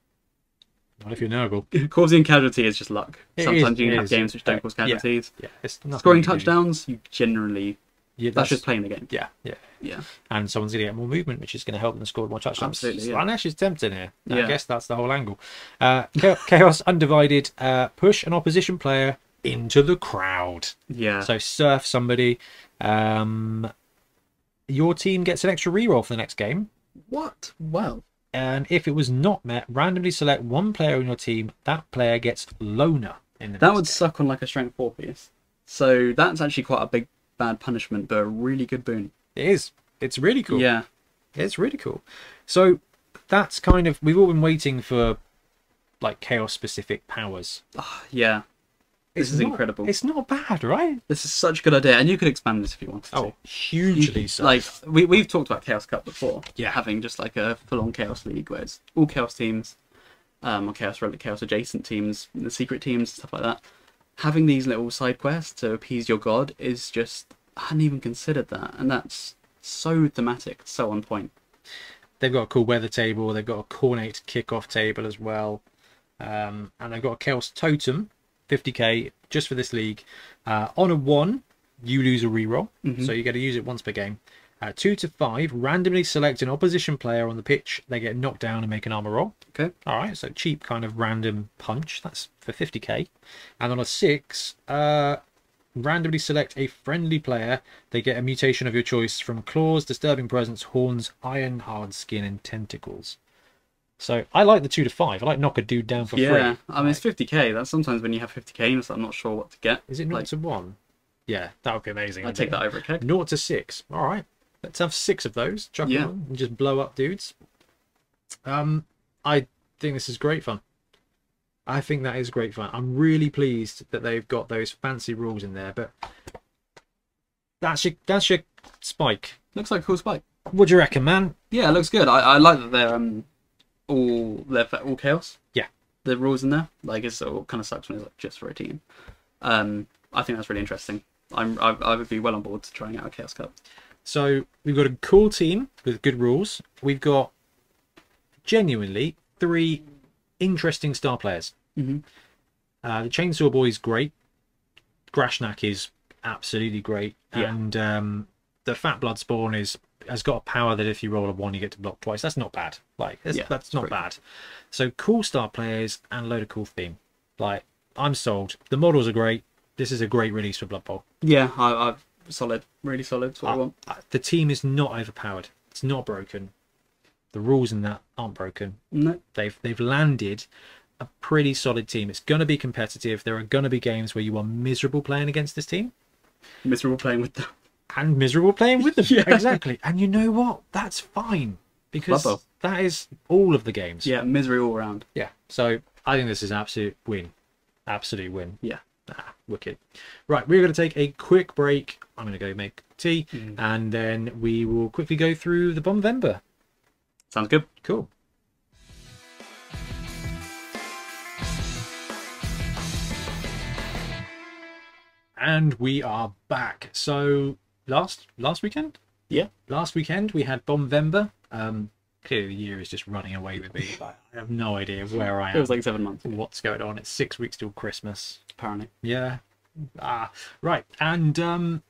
S1: Not if you're Nurgle.
S2: causing casualty is just luck.
S1: It is,
S2: Sometimes you
S1: it
S2: can have
S1: is. Uh,
S2: games which don't cause
S1: Yeah,
S2: casualties.
S1: Yeah, it's nothing
S2: Scoring
S1: you can do.
S2: touchdowns, you generally
S1: Yeah,
S2: that's just playing the game.
S1: yeah, yeah.
S2: Yeah.
S1: and someone's going to get more movement, which is going to help them score more touchdowns.
S2: Absolutely, yeah.
S1: Slanesh is tempting here. I
S2: Yeah.
S1: guess that's the whole angle. Uh, Cha- chaos undivided. Uh, push an opposition player into the crowd.
S2: Yeah.
S1: So surf somebody. Um, your team gets an extra reroll for the next game.
S2: what? Well.
S1: And if it was not met, randomly select one player on your team. That player gets loner in the
S2: That
S1: next
S2: would suck on like a strength four piece. So that's actually quite a big bad punishment, but a really good boon.
S1: It is. It's really cool.
S2: Yeah,
S1: It's really cool. So that's kind of we've all been waiting for like chaos specific powers.
S2: Ah, yeah. This
S1: It's
S2: is
S1: not-
S2: incredible.
S1: It's not bad, right?
S2: This is such a good idea, and you could expand this if you wanted to.
S1: Oh,
S2: You-
S1: hugely so.
S2: Like we we've talked about Chaos Cup before.
S1: Yeah.
S2: having just like a full on Chaos League where it's all Chaos teams, um, or Chaos related Chaos adjacent teams, the secret teams, stuff like that. Having these little side quests to appease your god is just I hadn't even considered that, and that's so thematic, so on point.
S1: they've got a cool weather table. They've got a cornate kickoff table as well, um, and they've got a chaos totem, 50k just for this league. Uh, on a one, you lose a reroll,
S2: Mm-hmm.
S1: so you got to use it once per game. Uh, two to five, randomly select an opposition player on the pitch. They get knocked down and make an armor roll.
S2: Okay.
S1: All right, so cheap kind of random punch. That's for 50k. And on a six, uh, randomly select a friendly player. They get a mutation of your choice from claws, disturbing presence, horns, iron, hard skin, and tentacles. So I like the two to five. I like knock a dude down for
S2: yeah,
S1: free.
S2: I mean it's 50k. That's sometimes when you have 50k, and so I'm not sure what to get.
S1: Is it not
S2: Like,
S1: to one? Yeah, that would be amazing.
S2: I take that over a keg.
S1: Naught to six. All right, let's have six of those. Chuck
S2: Yeah.
S1: them on and just blow up dudes. Um, I think this is great fun. I think that is great fun. I'm really pleased that they've got those fancy rules in there. But that's your that's your spike.
S2: Looks like a cool spike.
S1: What do you reckon, man?
S2: Yeah, it looks good. I, I like that they're um all they're for all chaos.
S1: Yeah.
S2: the rules in there. Like it's all kind of sucks when it's like just for a team. Um, I think that's really interesting. I'm I, I would be well on board to trying out a chaos cup.
S1: So we've got a cool team with good rules. We've got genuinely three interesting star players.
S2: Mhm.
S1: Uh, the Chainsaw Boy is great. Grashnak is absolutely great,
S2: Yeah.
S1: and um, the Fat Blood Spawn is has got a power that if you roll a one, you get to block twice. That's not bad. Like that's,
S2: Yeah,
S1: that's
S2: it's
S1: not
S2: pretty
S1: bad. So cool star players and a load of cool theme. Like I'm sold. The models are great. This is a great release for Blood Bowl.
S2: Yeah, I, I solid, really solid. That's what I
S1: Uh,
S2: want.
S1: uh, the team is not overpowered. It's not broken. The rules in that aren't broken.
S2: No,
S1: They've they've landed a pretty solid team. It's going to be competitive. There are going to be games where you are miserable playing against this team
S2: miserable playing with them.
S1: and miserable playing with them.
S2: Yeah.
S1: Exactly. And you know what? That's fine because
S2: Bowl.
S1: that is all of the games.
S2: Yeah, misery all round.
S1: Yeah. So I think this is an absolute win. Absolute win.
S2: Yeah.
S1: Ah, wicked. Right, we're going to take a quick break. I'm going to go make tea
S2: Mm.
S1: and then we will quickly go through the Bombvember.
S2: Sounds good.
S1: Cool. And we are back. So last last weekend,
S2: Yeah.
S1: last weekend we had Bombvember. Um, clearly the year is just running away with me. I have no idea where I
S2: It
S1: am,
S2: was like seven months
S1: what's going on. It's six weeks till Christmas.
S2: apparently.
S1: Yeah. Ah, right. And um,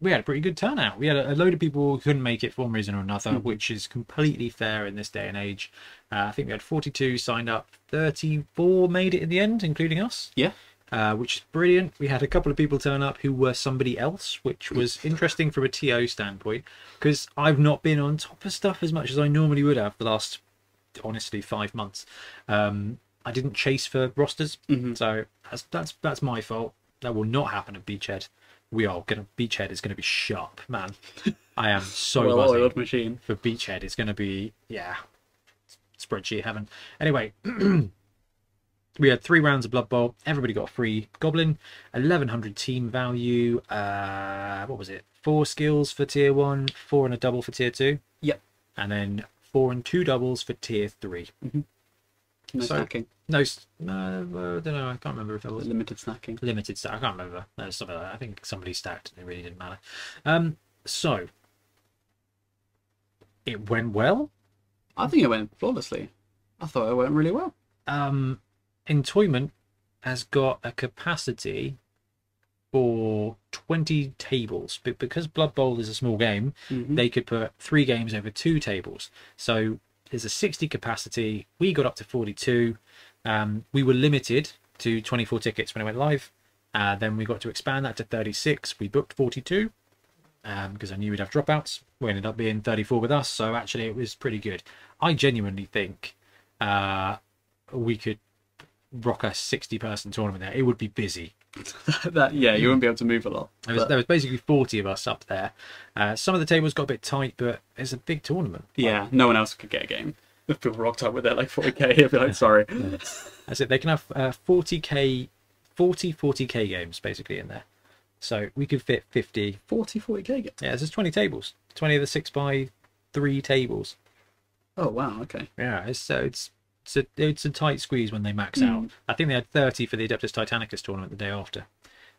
S1: we had a pretty good turnout. We had a, a load of people who couldn't make it for one reason or another, which is completely fair in this day and age. Uh, I think we had 42 signed up, 34 made it in the end, including us.
S2: Yeah.
S1: Uh, which is brilliant. We had a couple of people turn up who were somebody else, which was interesting from a TO standpoint because I've not been on top of stuff as much as I normally would have the last, honestly, five months. Um, I didn't chase for rosters,
S2: Mm-hmm.
S1: so that's that's that's my fault. That will not happen at Beachhead. We are gonna Beachhead is gonna be sharp, man. I am so
S2: well
S1: buzzing
S2: oiled machine.
S1: for Beachhead. It's going to be yeah, spreadsheet heaven. Anyway, we had three rounds of Blood Bowl. Everybody got a free Goblin, eleven hundred team value. Uh, what was it? Four skills for tier one, four and a double for tier two,
S2: Yep.
S1: and then four and two doubles for tier three.
S2: No
S1: So-
S2: snacking.
S1: No, s- no, uh, I don't know. I can't remember if that was
S2: Limited snacking.
S1: limited stack. I can't remember. No, something like that. I think somebody stacked. and It really didn't matter. Um, so it went well.
S2: I think it went flawlessly. I thought it went really well.
S1: Um, Entoyment has got a capacity for twenty tables, but because Blood Bowl is a small game,
S2: Mhm.
S1: they could put three games over two tables. So there's a 60 capacity. We got up to 42. Um, we were limited to 24 tickets when it went live. Uh, then we got to expand that to 36. We booked 42 because I knew we'd have dropouts. We ended up being 34 with us. So actually, it was pretty good. I genuinely think uh, we could rock a 60 person tournament there. It would be busy.
S2: that yeah, you wouldn't be able to move a lot.
S1: There was,
S2: But
S1: there was basically 40 of us up there. Uh, some of the tables got a bit tight, but it's a big tournament.
S2: yeah, no one else could get a game. If people rocked up with their like 40k, I'd be like, sorry.
S1: That's it. They can have uh, 40k, 40 40k games basically in there. So we could fit 50.
S2: 40 40k game.
S1: Yeah, there's 20 tables. 20 of the six by three tables.
S2: Oh wow, okay.
S1: Yeah, it's, so it's it's a, it's a tight squeeze when they max out. I think they had 30 for the Adeptus Titanicus tournament the day after.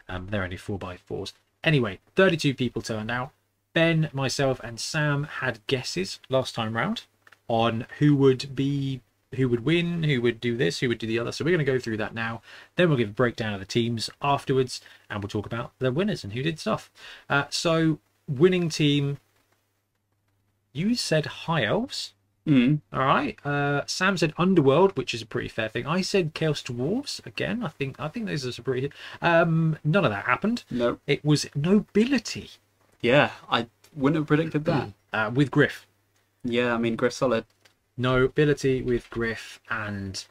S1: Um, they're only four by fours. Anyway, 32 people turned out. Ben, myself, and Sam had guesses last time round on who would be who would win, who would do this, who would do the other. So we're going to go through that now. Then we'll give a breakdown of the teams afterwards, and we'll talk about the winners and who did stuff. Uh, so winning team, you said High Elves.
S2: Mm.
S1: All right. Uh, Sam said Underworld, which is a pretty fair thing. I said Chaos Dwarves again. I think I think those are some pretty. Um, none of that happened.
S2: No.
S1: It was Nobility
S2: Yeah, I wouldn't have predicted that.
S1: uh, with Griff.
S2: Yeah, I mean Griff solid.
S1: Nobility with Griff, and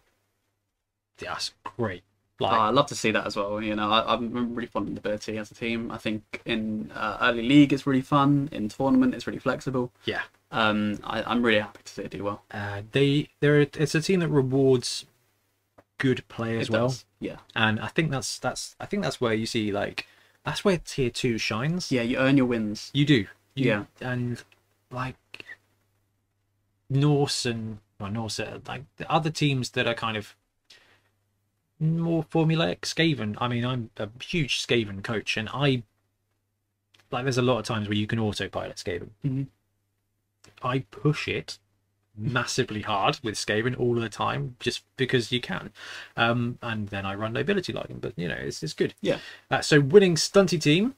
S1: that's great. Like
S2: Oh, I love to see that as well. You know, I, I'm really fond of Liberty as a team. I think in uh, early league it's really fun. In tournament it's really flexible.
S1: yeah,
S2: Um, I, I'm really happy to see it do well.
S1: uh, they they're it's a team that rewards good play as
S2: It
S1: well,
S2: does. Yeah.
S1: and I think that's that's I think that's where you see like that's where tier two shines.
S2: Yeah, you earn your wins.
S1: You do. You-
S2: Yeah.
S1: And like Norse and well, Norse uh, like the other teams that are kind of more formulaic. Skaven. I mean, I'm a huge Skaven coach, and I like. There's a lot of times where you can autopilot Skaven.
S2: Mhm.
S1: I push it massively hard with Skaven all the time, just because you can. Um, and then I run nobility like him, but you know, it's it's good.
S2: Yeah.
S1: Uh, so winning stunty team.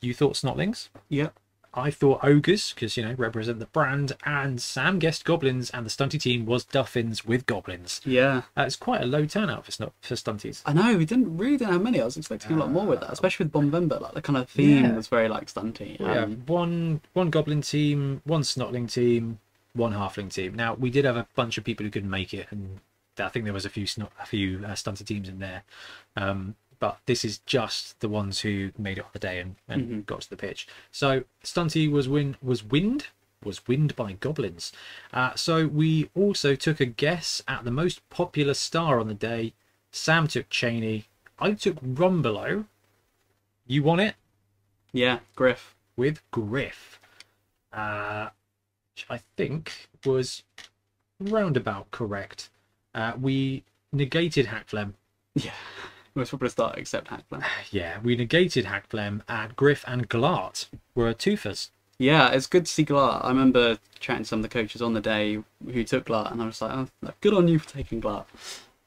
S1: You thought snotlings?
S2: Yeah.
S1: I thought ogres because you know represent the brand, and Sam guessed goblins, and the stunty team was duffins with goblins.
S2: Yeah.
S1: Uh, it's quite a low turnout for snot for stunties.
S2: I know we didn't really didn't have many. I was expecting a lot more with that, especially with Bombember. Like the kind of theme
S1: Yeah.
S2: was very like stunty. Um,
S1: yeah, one one goblin team, one snotling team, one halfling team. Now we did have a bunch of people who couldn't make it, and I think there was a few snot, a few uh, stunty teams in there. Um, but this is just the ones who made it on the day and, and got to the pitch. So stunty was win was wind was wind by goblins. Uh, so we also took a guess at the most popular star on the day. Sam took Cheney. I took Rumbelow. You won it
S2: yeah, Griff.
S1: with Griff, uh, which I think was roundabout correct. Uh, we negated Hackflem.
S2: Yeah. Most popular start except Hackman.
S1: Yeah, we negated Hackflem, and Griff and Glart were twofers.
S2: Yeah, it's good to see Glart. I remember chatting to some of the coaches on the day who took Glart, and I was like, oh, like, good on you for taking Glart.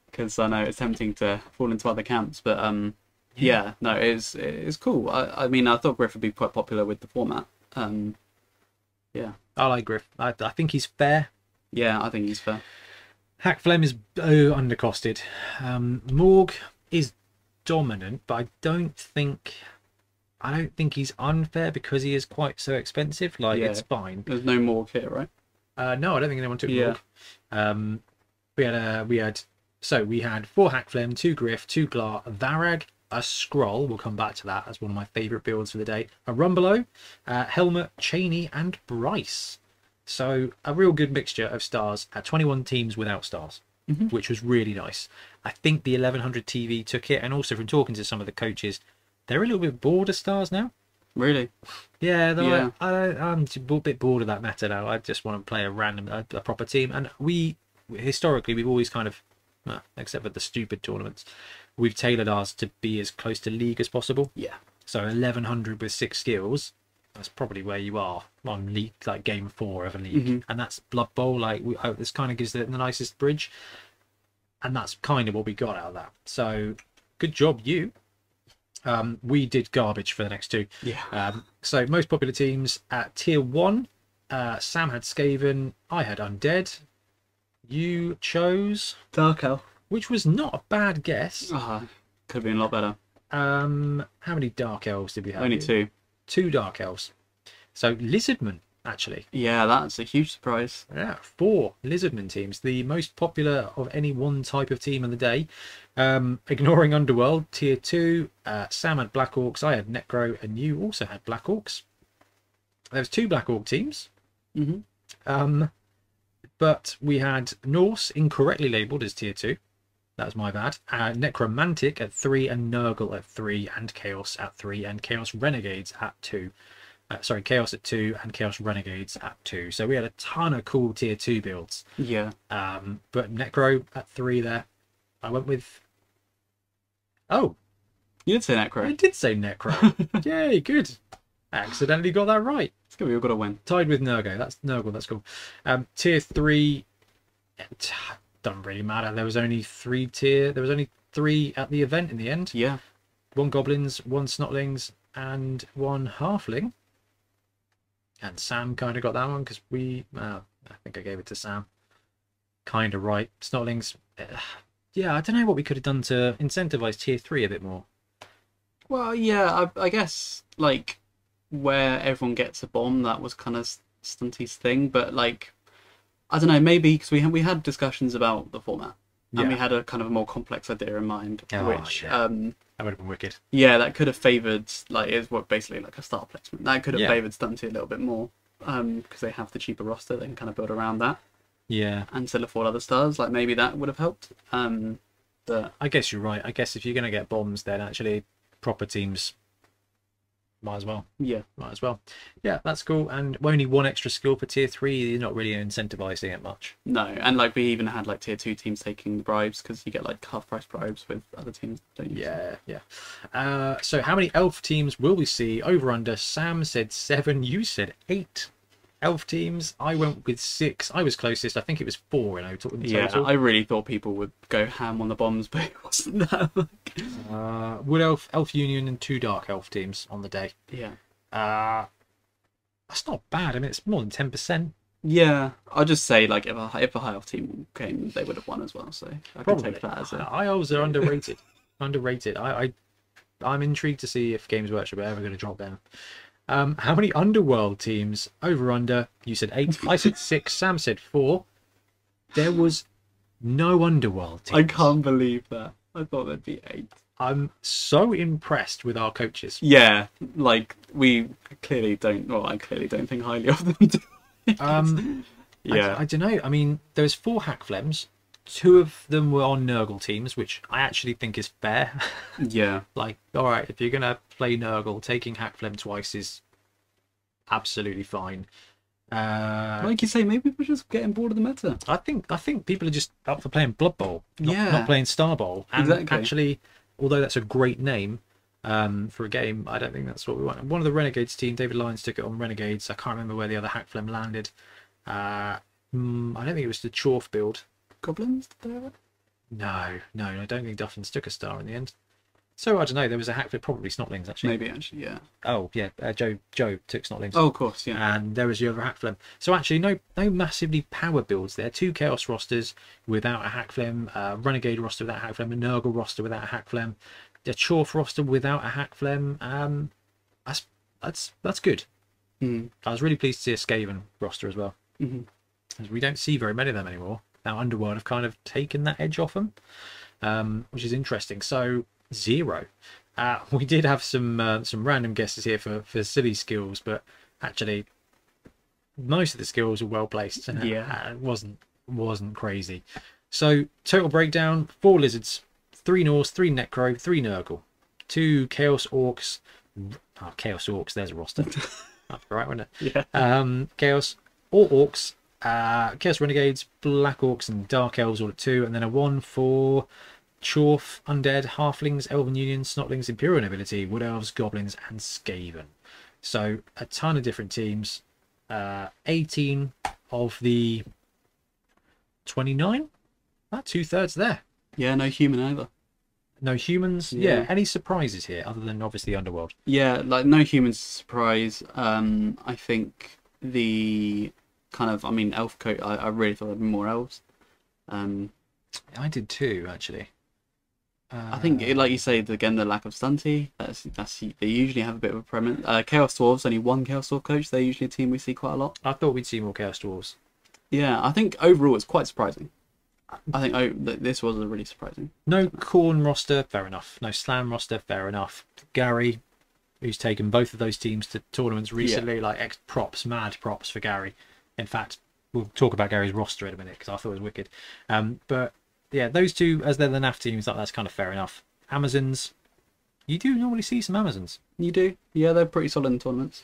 S2: Because I know it's tempting to fall into other camps, but um, yeah, no, it's it's cool. I, I mean, I thought Griff would be quite popular with the format. Um, yeah,
S1: I like Griff. I, I think he's fair.
S2: yeah, I think he's fair.
S1: Hackflem is oh, undercosted. Um, Morg is dominant, but I don't think. I don't think he's unfair because he is quite so expensive. Like
S2: Yeah.
S1: it's fine.
S2: There's no more here, right?
S1: Uh, no, I don't think anyone took
S2: Yeah.
S1: Morg. Um, we had uh, we had so we had four Hackflem, two Griff, two Glar, Varag, a scroll. We'll come back to that as one of my favourite builds for the day. A Rumbelow, uh, Helmet, Cheney, and Bryce. So a real good mixture of stars at 21 teams without stars, which was really nice. I think the 1100 TV took it, and also from talking to some of the coaches, they're a little bit bored of stars now.
S2: Really?
S1: Yeah, though
S2: Yeah.
S1: I, I, I'm a bit bored of that meta now. I just want to play a random, a, a proper team. And we, historically, we've always kind of, well, except for the stupid tournaments, we've tailored ours to be as close to league as possible.
S2: Yeah.
S1: So 1100 with six skills, that's probably where you are on league, like game four of a league.
S2: Mm-hmm.
S1: And that's Blood Bowl. Like, we, oh, this kind of gives the, the nicest bridge. And that's kind of what we got out of that. So good job, you. Um, we did garbage for the next two.
S2: Yeah.
S1: Um, so most popular teams at tier one, uh, Sam had Skaven, I had Undead. You chose,
S2: Dark Elf.
S1: which was not a bad guess.
S2: Uh, could have been a lot better.
S1: Um, how many Dark Elves did we have?
S2: Only two.
S1: Two Dark Elves. So Lizardmen, actually.
S2: Yeah, that's a huge surprise.
S1: Yeah, four Lizardmen teams, the most popular of any one type of team in the day. Um, ignoring Underworld, tier two, uh, Sam had Black Orcs, I had Necro, and you also had Black Orcs. There was two Black Orc teams.
S2: Mhm.
S1: Um, but we had Norse incorrectly labelled as tier two. That was my bad. Uh, Necromantic at three, and Nurgle at three, and Chaos at three, and Chaos Renegades at two. Uh, sorry, Chaos at two, and Chaos Renegades at two. So we had a ton of cool tier two builds.
S2: Yeah.
S1: Um, but Necro at three there. I went with. Oh,
S2: You did say
S1: I
S2: Necro.
S1: did say Necro. Yay, good. Accidentally got that right
S2: It's good. We've got to win.
S1: tied with Nergo. That's Nergal. That's cool. Um, tier three it doesn't really matter. There was only three tier. There was only three at the event in the end.
S2: Yeah.
S1: One goblins, one snotlings, and one halfling. And Sam kind of got that one because we. Uh, I think I gave it to Sam. Kind of right. Snotlings. eh, yeah, I don't know what we could have done to incentivize tier three a bit more.
S2: Well, yeah. I, I guess like where everyone gets a bomb, that was kind of Stunty's thing. But like, I don't know. Maybe because we had, we had discussions about the format. And we
S1: Yeah.
S2: had a kind of a more complex idea in mind,
S1: Oh,
S2: which
S1: yeah.
S2: um,
S1: That would have been wicked.
S2: yeah, that could have favoured like it's what basically like a star placement. That could have
S1: Yeah.
S2: favoured Stunty a little bit more because they have the cheaper roster. They can kind of build around that
S1: Yeah.
S2: and still afford other stars. Like maybe that would have helped. Um, but
S1: I guess you're right. I guess if you're going to get bombs, then actually proper teams might as well.
S2: yeah,
S1: Might as well. Yeah, that's cool. And only one extra skill for tier three. You're not really incentivizing it much.
S2: no, and like we even had like tier two teams taking the bribes because you get like half price bribes with other teams, don't you?
S1: Yeah, yeah. Uh, so how many elf teams will we see over under? Sam said seven. You said eight. Elf teams. I went with six. I was closest. I think it was four in total. in
S2: Yeah,
S1: total.
S2: I really thought people would go ham on the bombs, but it wasn't that. Like,
S1: Uh, Wood elf, elf union, and two dark elf teams on the day.
S2: yeah,
S1: Uh, that's not bad. I mean, it's more than ten percent.
S2: yeah. I'll just say like if a if a high elf team came, they would have won as well. So I can
S1: Probably.
S2: take that as a
S1: IOLs are underrated. underrated. I, I, I'm intrigued to see if Games Workshop are ever going to drop them. Um, how many Underworld teams over under? You said eight. I said six. Sam said four. There was no Underworld team.
S2: I can't believe that. I thought there'd be eight.
S1: I'm so impressed with our coaches.
S2: Yeah, like we clearly don't. Well, I clearly don't think highly of them. do I?
S1: Um,
S2: yeah,
S1: I, don't know. I mean, there was four hack flems. Two of them were on Nurgle teams, which I actually think is fair.
S2: yeah,
S1: Like, all right, if you're gonna play Nurgle, taking Hackflem twice is absolutely fine. Uh,
S2: like you say, maybe we're just getting bored of the meta.
S1: I think I think people are just up for playing Blood Bowl, not,
S2: Yeah.
S1: not playing Star Bowl. And
S2: Exactly.
S1: actually, although that's a great name um, for a game, I don't think that's what we want. One of the Renegades team, David Lyons, took it on Renegades. I can't remember where the other Hackflem landed. Uh, mm, I don't think it was the Chorf build.
S2: Goblins, did they have it?
S1: No, no, I don't think Duffins took a star in the end. So I don't know. There was a hack flip, probably Snotlings actually.
S2: maybe actually, yeah.
S1: Oh yeah, uh, Joe Joe took Snotlings,
S2: Oh, of course, yeah.
S1: and there was the other hack flim. So actually, no no massively power builds there. Two chaos rosters without a hack flim, uh, renegade roster without a hack flim, a Nurgle roster without a hack flim, a Chorf roster without a hack flim. Um, that's that's that's good.
S2: Mm.
S1: I was really pleased to see a Skaven roster as well,
S2: Mhm.
S1: as we don't see very many of them anymore. Now Underworld have kind of taken that edge off them, um, which is interesting. So zero. Uh, we did have some uh, some random guesses here for, for silly skills, but actually, most of the skills were well placed. And
S2: Yeah.
S1: uh, it wasn't wasn't crazy. So total breakdown: four lizards, three Norse, three Necro, three Nurgle, two Chaos Orcs. Oh, Chaos Orcs. There's a roster. That's right, wasn't it?
S2: Yeah.
S1: um, Chaos, all Orcs, uh, Chaos Renegades, Black Orcs, and Dark Elves all at two, and then a one for Chorf, Undead, Halflings, Elven Union, Snotlings, Imperial Nobility, Wood Elves, Goblins, and Skaven. So a ton of different teams. Uh, 18 of the 29? About two thirds there.
S2: Yeah, no human either.
S1: No humans.
S2: Yeah.
S1: yeah. Any surprises here other than obviously Underworld?
S2: Yeah, like no humans surprise. Um, I think the kind of, I mean, elf coat. I, I really thought there'd be more elves. Um,
S1: I did too, actually. Uh,
S2: I think, like you say, again, the lack of stunty. That's that's they usually have a bit of a premise. Uh, Chaos dwarves. Only one Chaos dwarf coach. They're usually a team we see quite a lot.
S1: I thought we'd see more Chaos Dwarves.
S2: Yeah, I think overall it's quite surprising. I think oh, th- this was really surprising.
S1: No corn roster, fair enough. No slam roster, fair enough. Gary, who's taken both of those teams to tournaments recently, like ex props, mad props for Gary. In fact, we'll talk about Gary's roster in a minute because I thought it was wicked. Um, but yeah, those two, as they're the NAF teams, like, that's kind of fair enough. Amazons, you do normally see some Amazons.
S2: You do? Yeah, they're pretty solid in tournaments.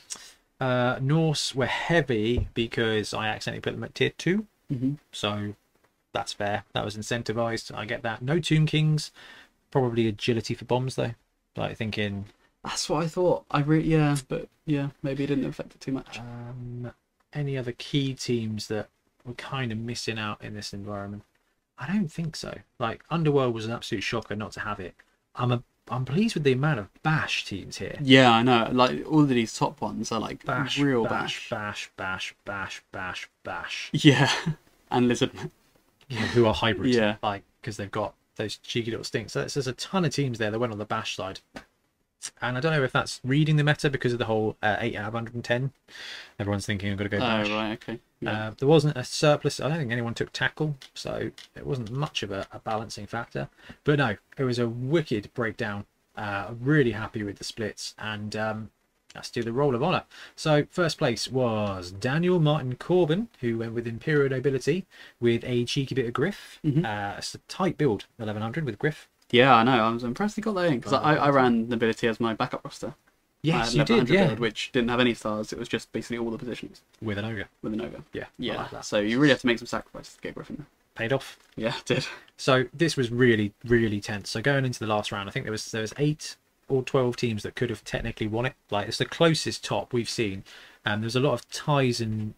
S1: Uh, Norse were heavy because I accidentally put them at tier two.
S2: Mm-hmm.
S1: So that's fair. That was incentivized. I get that. No Tomb Kings. Probably agility for bombs though. Like thinking
S2: That's what I thought. I re- yeah, but yeah, maybe it didn't affect it too much.
S1: um, any other key teams that were kind of missing out in this environment. I don't think so. Like Underworld was an absolute shocker not to have it. I'm a I'm pleased with the amount of bash teams here.
S2: Yeah, I know. Like all of these top ones are like
S1: Bash,
S2: real
S1: bash,
S2: bash.
S1: bash, bash, bash, bash, bash.
S2: Yeah, and lizard. men.
S1: yeah, who are hybrids,
S2: Yeah.
S1: like because they've got those cheeky little stinks. So there's there's a ton of teams there that went on the bash side, and I don't know if that's reading the meta because of the whole uh, eight out of 110. Everyone's thinking I'm going to go
S2: Oh
S1: bash.
S2: right, okay. Yeah.
S1: Uh, there wasn't a surplus. I don't think anyone took tackle, so it wasn't much of a, a balancing factor. But no, it was a wicked breakdown. Uh, really happy with the splits, and um, let's do the roll of honour. So first place was Daniel Martin Corbin, who went with Imperial Nobility with a cheeky bit of Griff.
S2: Mm-hmm.
S1: Uh, it's a tight build, 1100 with Griff.
S2: yeah, I know. I was impressed he got that in because I, I ran nobility as my backup roster. I
S1: Yes, Uh,
S2: had
S1: you
S2: level
S1: did,
S2: 100
S1: yeah,
S2: build, which didn't have any stars. It was just basically all the positions
S1: with an ogre.
S2: with an ogre.
S1: Yeah, I
S2: Yeah.
S1: like that.
S2: so you really have to make some sacrifices to get Griffin. There.
S1: paid off.
S2: Yeah, it did.
S1: So this was really, really tense. So going into the last round, I think there was there was eight or twelve teams that could have technically won it. Like it's the closest top we've seen, and there's a lot of ties and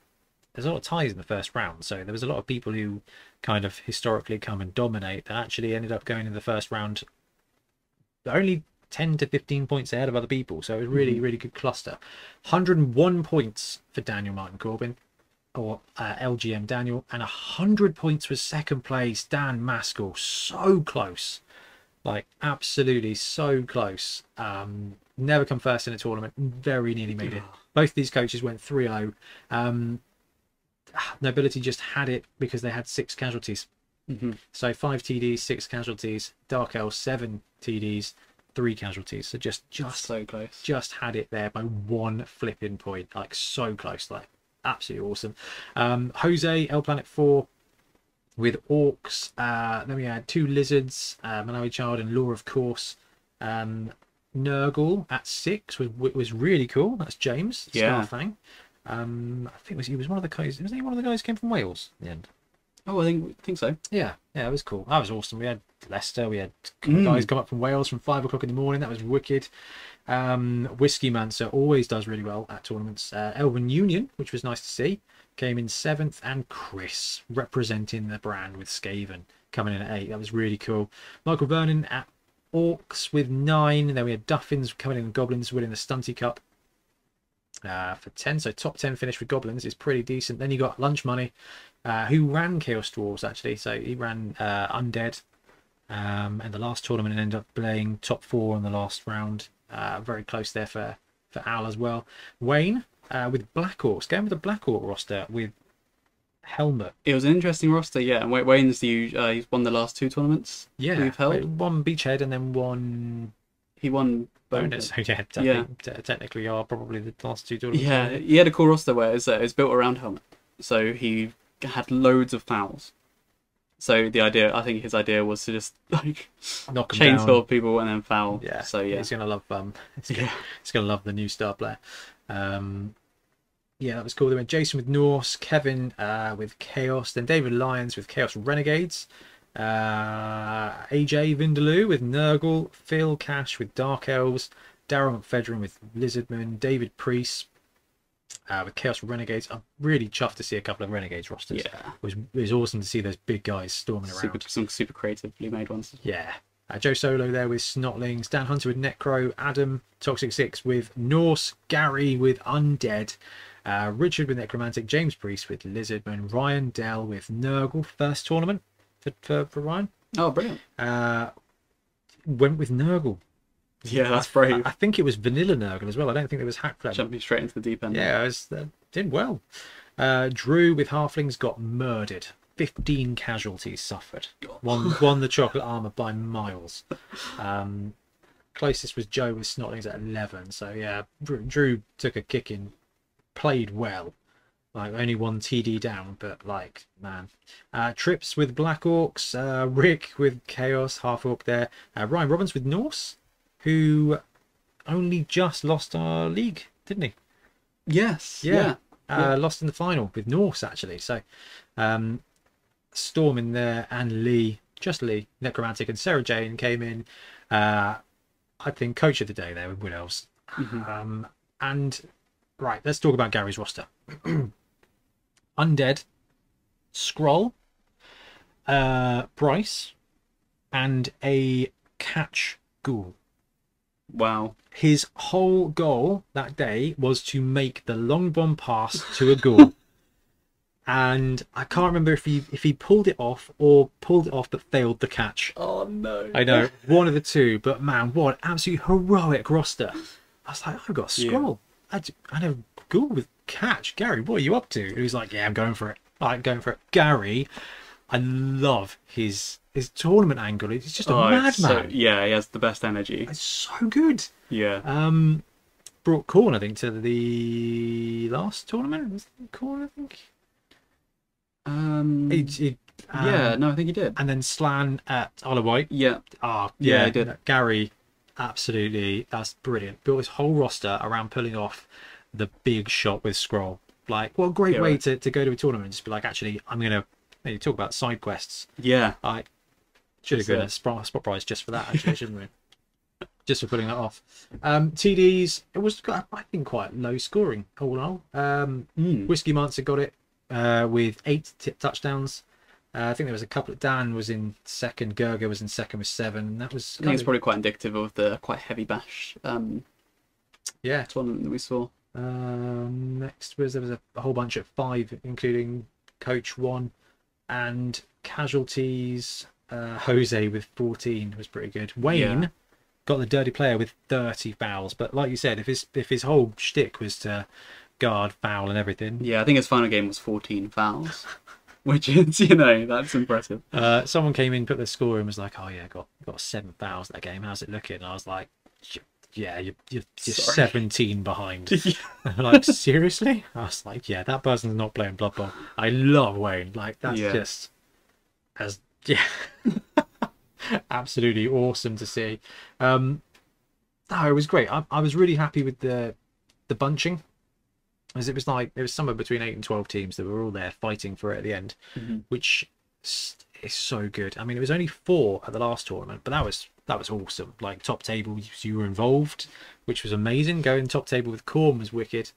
S1: there's a lot of ties in the first round. So there was a lot of people who kind of historically come and dominate that actually ended up going in the first round only 10 to 15 points ahead of other people. So it was really, really good cluster. 101 points for Daniel Martin Corbin or uh, LGM Daniel, and 100 points was second place Dan Maskell. So close. Like, absolutely so close. Um, never come first in a tournament. Very nearly made it. Both these coaches went 3 0. Um, Nobility just had it because they had six casualties.
S2: Mhm.
S1: So five TDs, six casualties. Dark Elves, seven TDs, three casualties. So just just
S2: So close.
S1: just had it there by one flipping point, like so close, like absolutely awesome. Um, Jose L Planet Four with orcs. Uh, then we had two lizards, uh, Malawi Child and Law, of course. Um, Nurgle at six was was really cool. That's James
S2: Yeah.
S1: Scarfang. Um, I think was he was one of the guys. Wasn't he one of the guys who came from Wales? In the end.
S2: Oh, I think think so.
S1: Yeah, yeah, it was cool. That was awesome. We had Leicester. We had
S2: Mm.
S1: guys come up from Wales from five o'clock in the morning. That was wicked. Um, Whiskey Mancer always does really well at tournaments. Uh, Elwin Union, which was nice to see, came in seventh, and Chris representing the brand with Skaven coming in at eight. That was really cool. Michael Vernon at Orcs with nine. Then we had Duffins coming in. and Goblins winning the Stunty Cup uh, for 10. So top 10 finish with Goblins is pretty decent. Then you got Lunch Money, uh, who ran Chaos Dwarves actually. So he ran uh, Undead um, and the last tournament and ended up playing top four in the last round. Uh, very close there for, for Al as well. Wayne uh, with Black Orcs, going with the Black Orc roster with Helmer.
S2: It was an interesting roster, yeah. And Wa- Wayne's the u- uh, he's won the last two tournaments.
S1: Yeah,
S2: we've held.
S1: wait, one beachhead and then one
S2: He won
S1: bonus. So yeah, te-
S2: Yeah.
S1: te- technically are probably the last two tournaments.
S2: Yeah, he had a cool roster where it's, uh, it's built around helmet, so he had loads of fouls. So the idea, I think his idea was to just like
S1: knock 'em down.
S2: chainsaw people and then foul.
S1: Yeah.
S2: So yeah,
S1: he's gonna love um, he's gonna,
S2: yeah,
S1: he's gonna love the new star player. Um, yeah, that was cool. They went Jason with Norse, Kevin uh, with Chaos, then David Lyons with Chaos Renegades, uh, AJ Vindaloo with Nurgle, Phil Cash with Dark Elves, Darren McFedrin with Lizardmen, David Priest. Uh, with Chaos Renegades, I'm really chuffed to see a couple of Renegades rosters.
S2: Yeah.
S1: It, was, it was awesome to see those big guys storming around.
S2: super, some super creatively made ones.
S1: Yeah. Uh, Joe Solo there with Snotlings, Dan Hunter with Necro, Adam Toxic Six with Norse, Gary with Undead, uh, Richard with Necromantic, James Priest with Lizardman, Ryan Dell with Nurgle, first tournament for, for, for Ryan.
S2: Oh, brilliant!
S1: Uh, went with Nurgle.
S2: Yeah, that's
S1: I,
S2: brave.
S1: I think it was Vanilla Nurgle as well. I don't think there was Hack Flame.
S2: Jumping straight into the deep end.
S1: Yeah, I was, uh, did well. Uh, Drew with Halflings got murdered. 15 casualties suffered. Won, won the chocolate armour by miles. Um, closest was Joe with Snotlings at 11. So, yeah, Dr- Drew took a kick in, played well. Like, only one TD down, but, like, man. Uh, Trips with Black Orcs. Uh, Rick with Chaos, Half Orc there. Uh, Ryan Robbins with Norse, who only just lost our league, didn't he?
S2: Yes. Yeah.
S1: Yeah. Uh, lost in the final with Norse actually. So, um, Storm in there and Lee, just Lee, Necromantic and Sarah Jane came in. Uh, I think coach of the day there with Wood Elves. Um, and right, let's talk about Gary's roster. Undead, Scroll, uh, Bryce, and a catch ghoul
S2: Wow.
S1: his whole goal that day was to make the long bomb pass to a goal. and I can't remember if he if he pulled it off or pulled it off but failed the catch.
S2: Oh no.
S1: I know one of the two, but man, what an absolute heroic roster! I was like, I've got a
S2: Yeah.
S1: scroll. I d- I know goal with catch. Gary, what are you up to? And he was like, Yeah, I'm going for it. I'm going for it. Gary, I love his his tournament angle. He's just a
S2: Oh, it's so-
S1: madman.
S2: yeah, he has the best energy.
S1: It's so good.
S2: Yeah.
S1: Um, brought Corn, I think, to the last tournament. Was it Corn, I think.
S2: Um.
S1: He, he, um,
S2: yeah. No, I think he did.
S1: And then Slan at Isle of Wight.
S2: Yeah.
S1: Ah,
S2: Yeah,
S1: yeah,
S2: he did.
S1: no, Gary, absolutely. That's brilliant. Built his whole roster around pulling off the big shot with Scroll. Like, what a great
S2: Yeah,
S1: way
S2: right.
S1: to, to go to a tournament and just be like, actually, I'm going to. You talk about side quests.
S2: Yeah.
S1: I should have
S2: That's
S1: given
S2: it.
S1: a spot, spot prize just for that, actually, shouldn't we? Just for putting that off. Um, TDs, it was, quite- I think, quite low scoring, all in all. Um,
S2: Mm.
S1: Whiskey Monster got it uh, with eight t- touchdowns. Uh, I think there was a couple. Dan was in second. Gerga was in second with seven. And that was,
S2: I think
S1: kind
S2: it's
S1: of,
S2: probably quite indicative of the quite heavy bash um,
S1: yeah.
S2: tournament that we saw.
S1: Um, next was there was a, a whole bunch at five, including Coach One and Casualties. Uh, Jose with 14 was pretty good. Wayne
S2: Yeah.
S1: got the dirty player with 30 fouls, but like you said, if his if his whole shtick was to guard foul and everything,
S2: Yeah, I think his final game was 14 fouls, which is, you know, that's impressive.
S1: uh, someone came in, put the score, and was like, "Oh yeah, got got seven fouls that game. How's it looking?" And I was like, "Y- "Yeah, you're you're, you're
S2: Sorry.
S1: 17 behind." like seriously i was like yeah that person's not playing blood bowl i love wayne like that's
S2: Yeah.
S1: just as yeah absolutely awesome to see um no it was great I, I was really happy with the the bunching as it was like it was somewhere between 8 and 12 teams that were all there fighting for it at the end which s- is so good i mean it was only four at the last tournament but that was that was awesome like top table you, you were involved which was amazing going top table with corn was wicked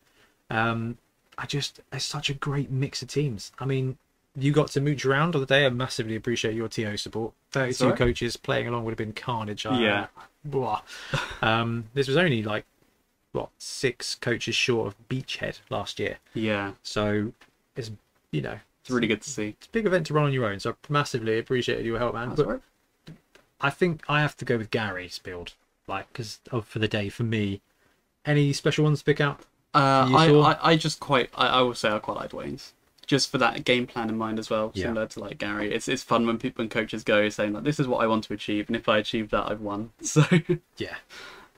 S1: um i just it's such a great mix of teams i mean you got to mooch around on the day i massively appreciate your to support 32
S2: alright.
S1: coaches playing along would have been carnage I-
S2: Yeah.
S1: Uh, blah. um this was only like what six coaches short of beachhead last year
S2: Yeah,
S1: so it's you know
S2: it's really good to see.
S1: it's a big event to run on your own, so I massively appreciated your help, man.
S2: That's
S1: But
S2: all right.
S1: I think I have to go with Gary's build, like, because of for the day for me. Any special ones to pick out?
S2: Uh,
S1: You
S2: I,
S1: saw-
S2: I, I just quite, I, I will say I quite liked Wayne's. just for that game plan in mind as well,
S1: Yeah.
S2: similar to like Gary. It's it's fun when people and coaches go saying like, "This is what I want to achieve," and if I achieve that, I've won. So
S1: Yeah,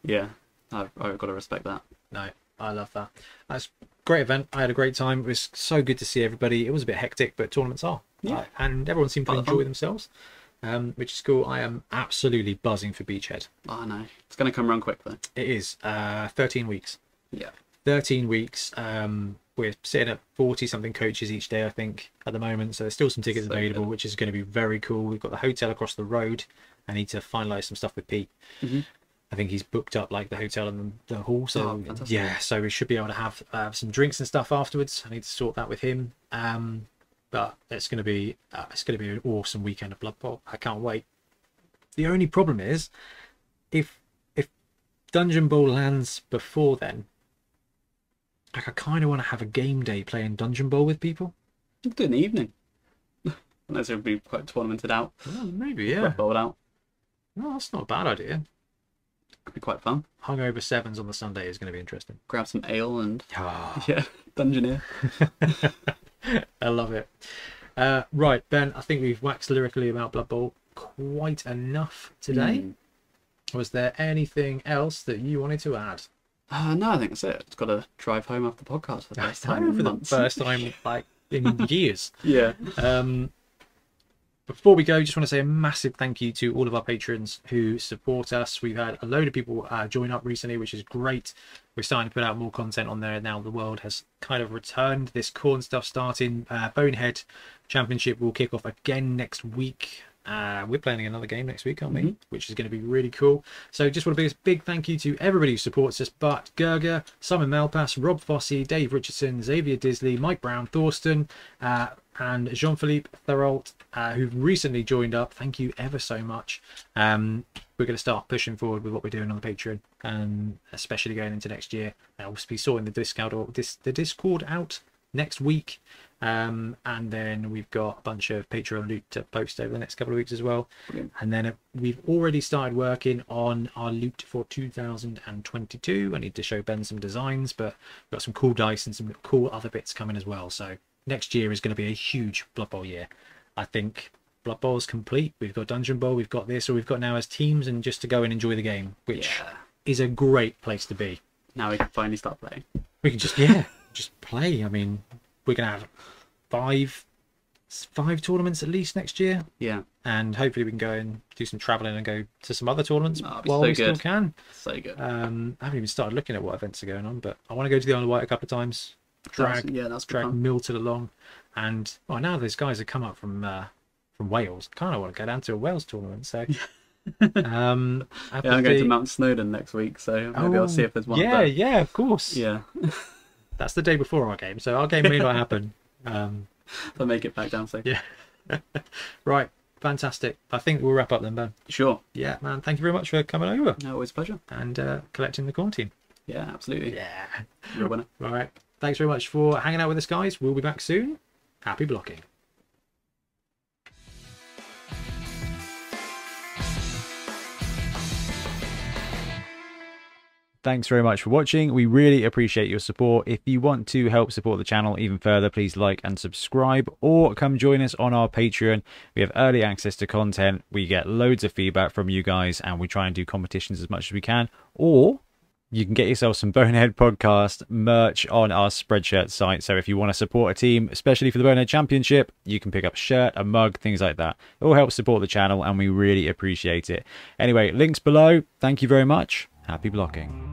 S2: yeah, I've, I've got to respect that.
S1: no, I love that. That's a great event. I had a great time. It was so good to see everybody. It was a bit hectic, but tournaments are.
S2: Yeah.
S1: Uh, and everyone seemed to
S2: Part of the
S1: enjoy
S2: fun.
S1: themselves, um, which is cool. I am absolutely buzzing for Beachhead.
S2: Oh no, it's gonna come around quick though.
S1: It is uh, 13 weeks.
S2: Yeah,
S1: 13 weeks. Um, we're sitting at 40 something coaches each day, I think, at the moment. So there's still some tickets
S2: So
S1: available,
S2: good.
S1: which is going to be very cool. We've got the hotel across the road. I need to finalize some stuff with Pete.
S2: Mhm.
S1: I think he's booked up like the hotel and the the hall.
S2: Oh,
S1: So
S2: fantastic.
S1: yeah, so we should be able to have uh, some drinks and stuff afterwards. I need to sort that with him. Um, but it's going to be uh, it's going to be an awesome weekend of Blood Bowl. I can't wait. The only problem is if if Dungeon Bowl lands before then, like I kind of want to have a game day playing Dungeon Bowl with people.
S2: we do it in the evening. Unless it would be quite tournamented out,
S1: Well, maybe
S2: yeah.
S1: yeah.
S2: bowled out,
S1: No, that's not a bad idea.
S2: could be quite fun.
S1: Hungover sevens on the Sunday is going to be interesting.
S2: Grab some ale and
S1: Ah,
S2: yeah, dungeoneer.
S1: I love it. Uh, right, Ben, I think we've waxed lyrically about Blood Bowl quite enough today.
S2: Mm.
S1: Was there anything else that you wanted to add?
S2: Uh, no, I think that's it. It's got to drive home after the podcast for the first time in
S1: for the
S2: months.
S1: first time like in years.
S2: yeah.
S1: Um, before we go, just want to say a massive thank you to all of our patrons who support us. We've had a load of people uh, join up recently, which is great. We're starting to put out more content on there now. The world has kind of returned. This corn stuff starting. Uh, Bonehead Championship will kick off again next week. Uh, we're playing another game next week, aren't we? Which is going to be really cool. So, just want to be a big thank you to everybody who supports us: Bart Gerger, Simon Malpass, Rob Fossey, Dave Richardson, Xavier Disley, Mike Brown, Thorston, uh, and Jean-Philippe Therault, uh, who've recently joined up. Thank you ever so much. Um, we're going to start pushing forward with what we're doing on the Patreon, and especially going into next year. And I'll be sorting the Discord or dis- the Discord out next week. Um, and then we've got a bunch of Patreon loot to post over the next couple of weeks as well.
S2: Brilliant.
S1: And then uh, we've already started working on our loot for 2022. I need to show Ben some designs, but we've got some cool dice and some cool other bits coming as well. So next year is going to be a huge Blood Bowl year. I think Blood Bowl is complete. We've got Dungeon Bowl, we've got this, or we've got now as teams, and just to go and enjoy the game, which
S2: Yeah.
S1: is a great place to be.
S2: Now we can finally start playing.
S1: We can just yeah, just play. I mean, we're gonna have five five tournaments at least next year,
S2: Yeah,
S1: and hopefully we can go and do some traveling and go to some other tournaments
S2: That'd be
S1: while
S2: so
S1: we still
S2: good.
S1: can.
S2: so good.
S1: Um, I haven't even started looking at what events are going on, but I want to go to the Isle of Wight a couple of times.
S2: That's-
S1: Drag
S2: yeah, that's good
S1: drag
S2: fun.
S1: Milton along, and oh, now these guys have come up from uh, from Wales. Kind of want to go down to a Wales tournament. So, um,
S2: Yeah, I'm going to
S1: Appleby-
S2: Mount Snowdon next week, so maybe I'll see if there's one. up
S1: Oh, Yeah,
S2: there.
S1: yeah, of course.
S2: yeah.
S1: That's the day before our game, so our game may not happen. Um,
S2: I'll make it back down. So
S1: Yeah. right, fantastic. I think we'll wrap up then, Ben.
S2: sure.
S1: Yeah, man. Thank you very much for coming over
S2: No, always a pleasure.
S1: and uh, collecting the corn team.
S2: Yeah, absolutely.
S1: Yeah.
S2: You're a winner.
S1: All right. Thanks very much for hanging out with us, guys. We'll be back soon. Happy blocking. Thanks very much for watching. We really appreciate your support. If you want to help support the channel even further, please like and subscribe or come join us on our Patreon. We have early access to content. We get loads of feedback from you guys and we try and do competitions as much as we can. Or you can get yourself some Bonehead Podcast merch on our Spreadshirt site. So if you want to support a team, especially for the Bonehead Championship, you can pick up a shirt, a mug, things like that. It all helps support the channel and we really appreciate it. Anyway, links below. Thank you very much. Happy blocking.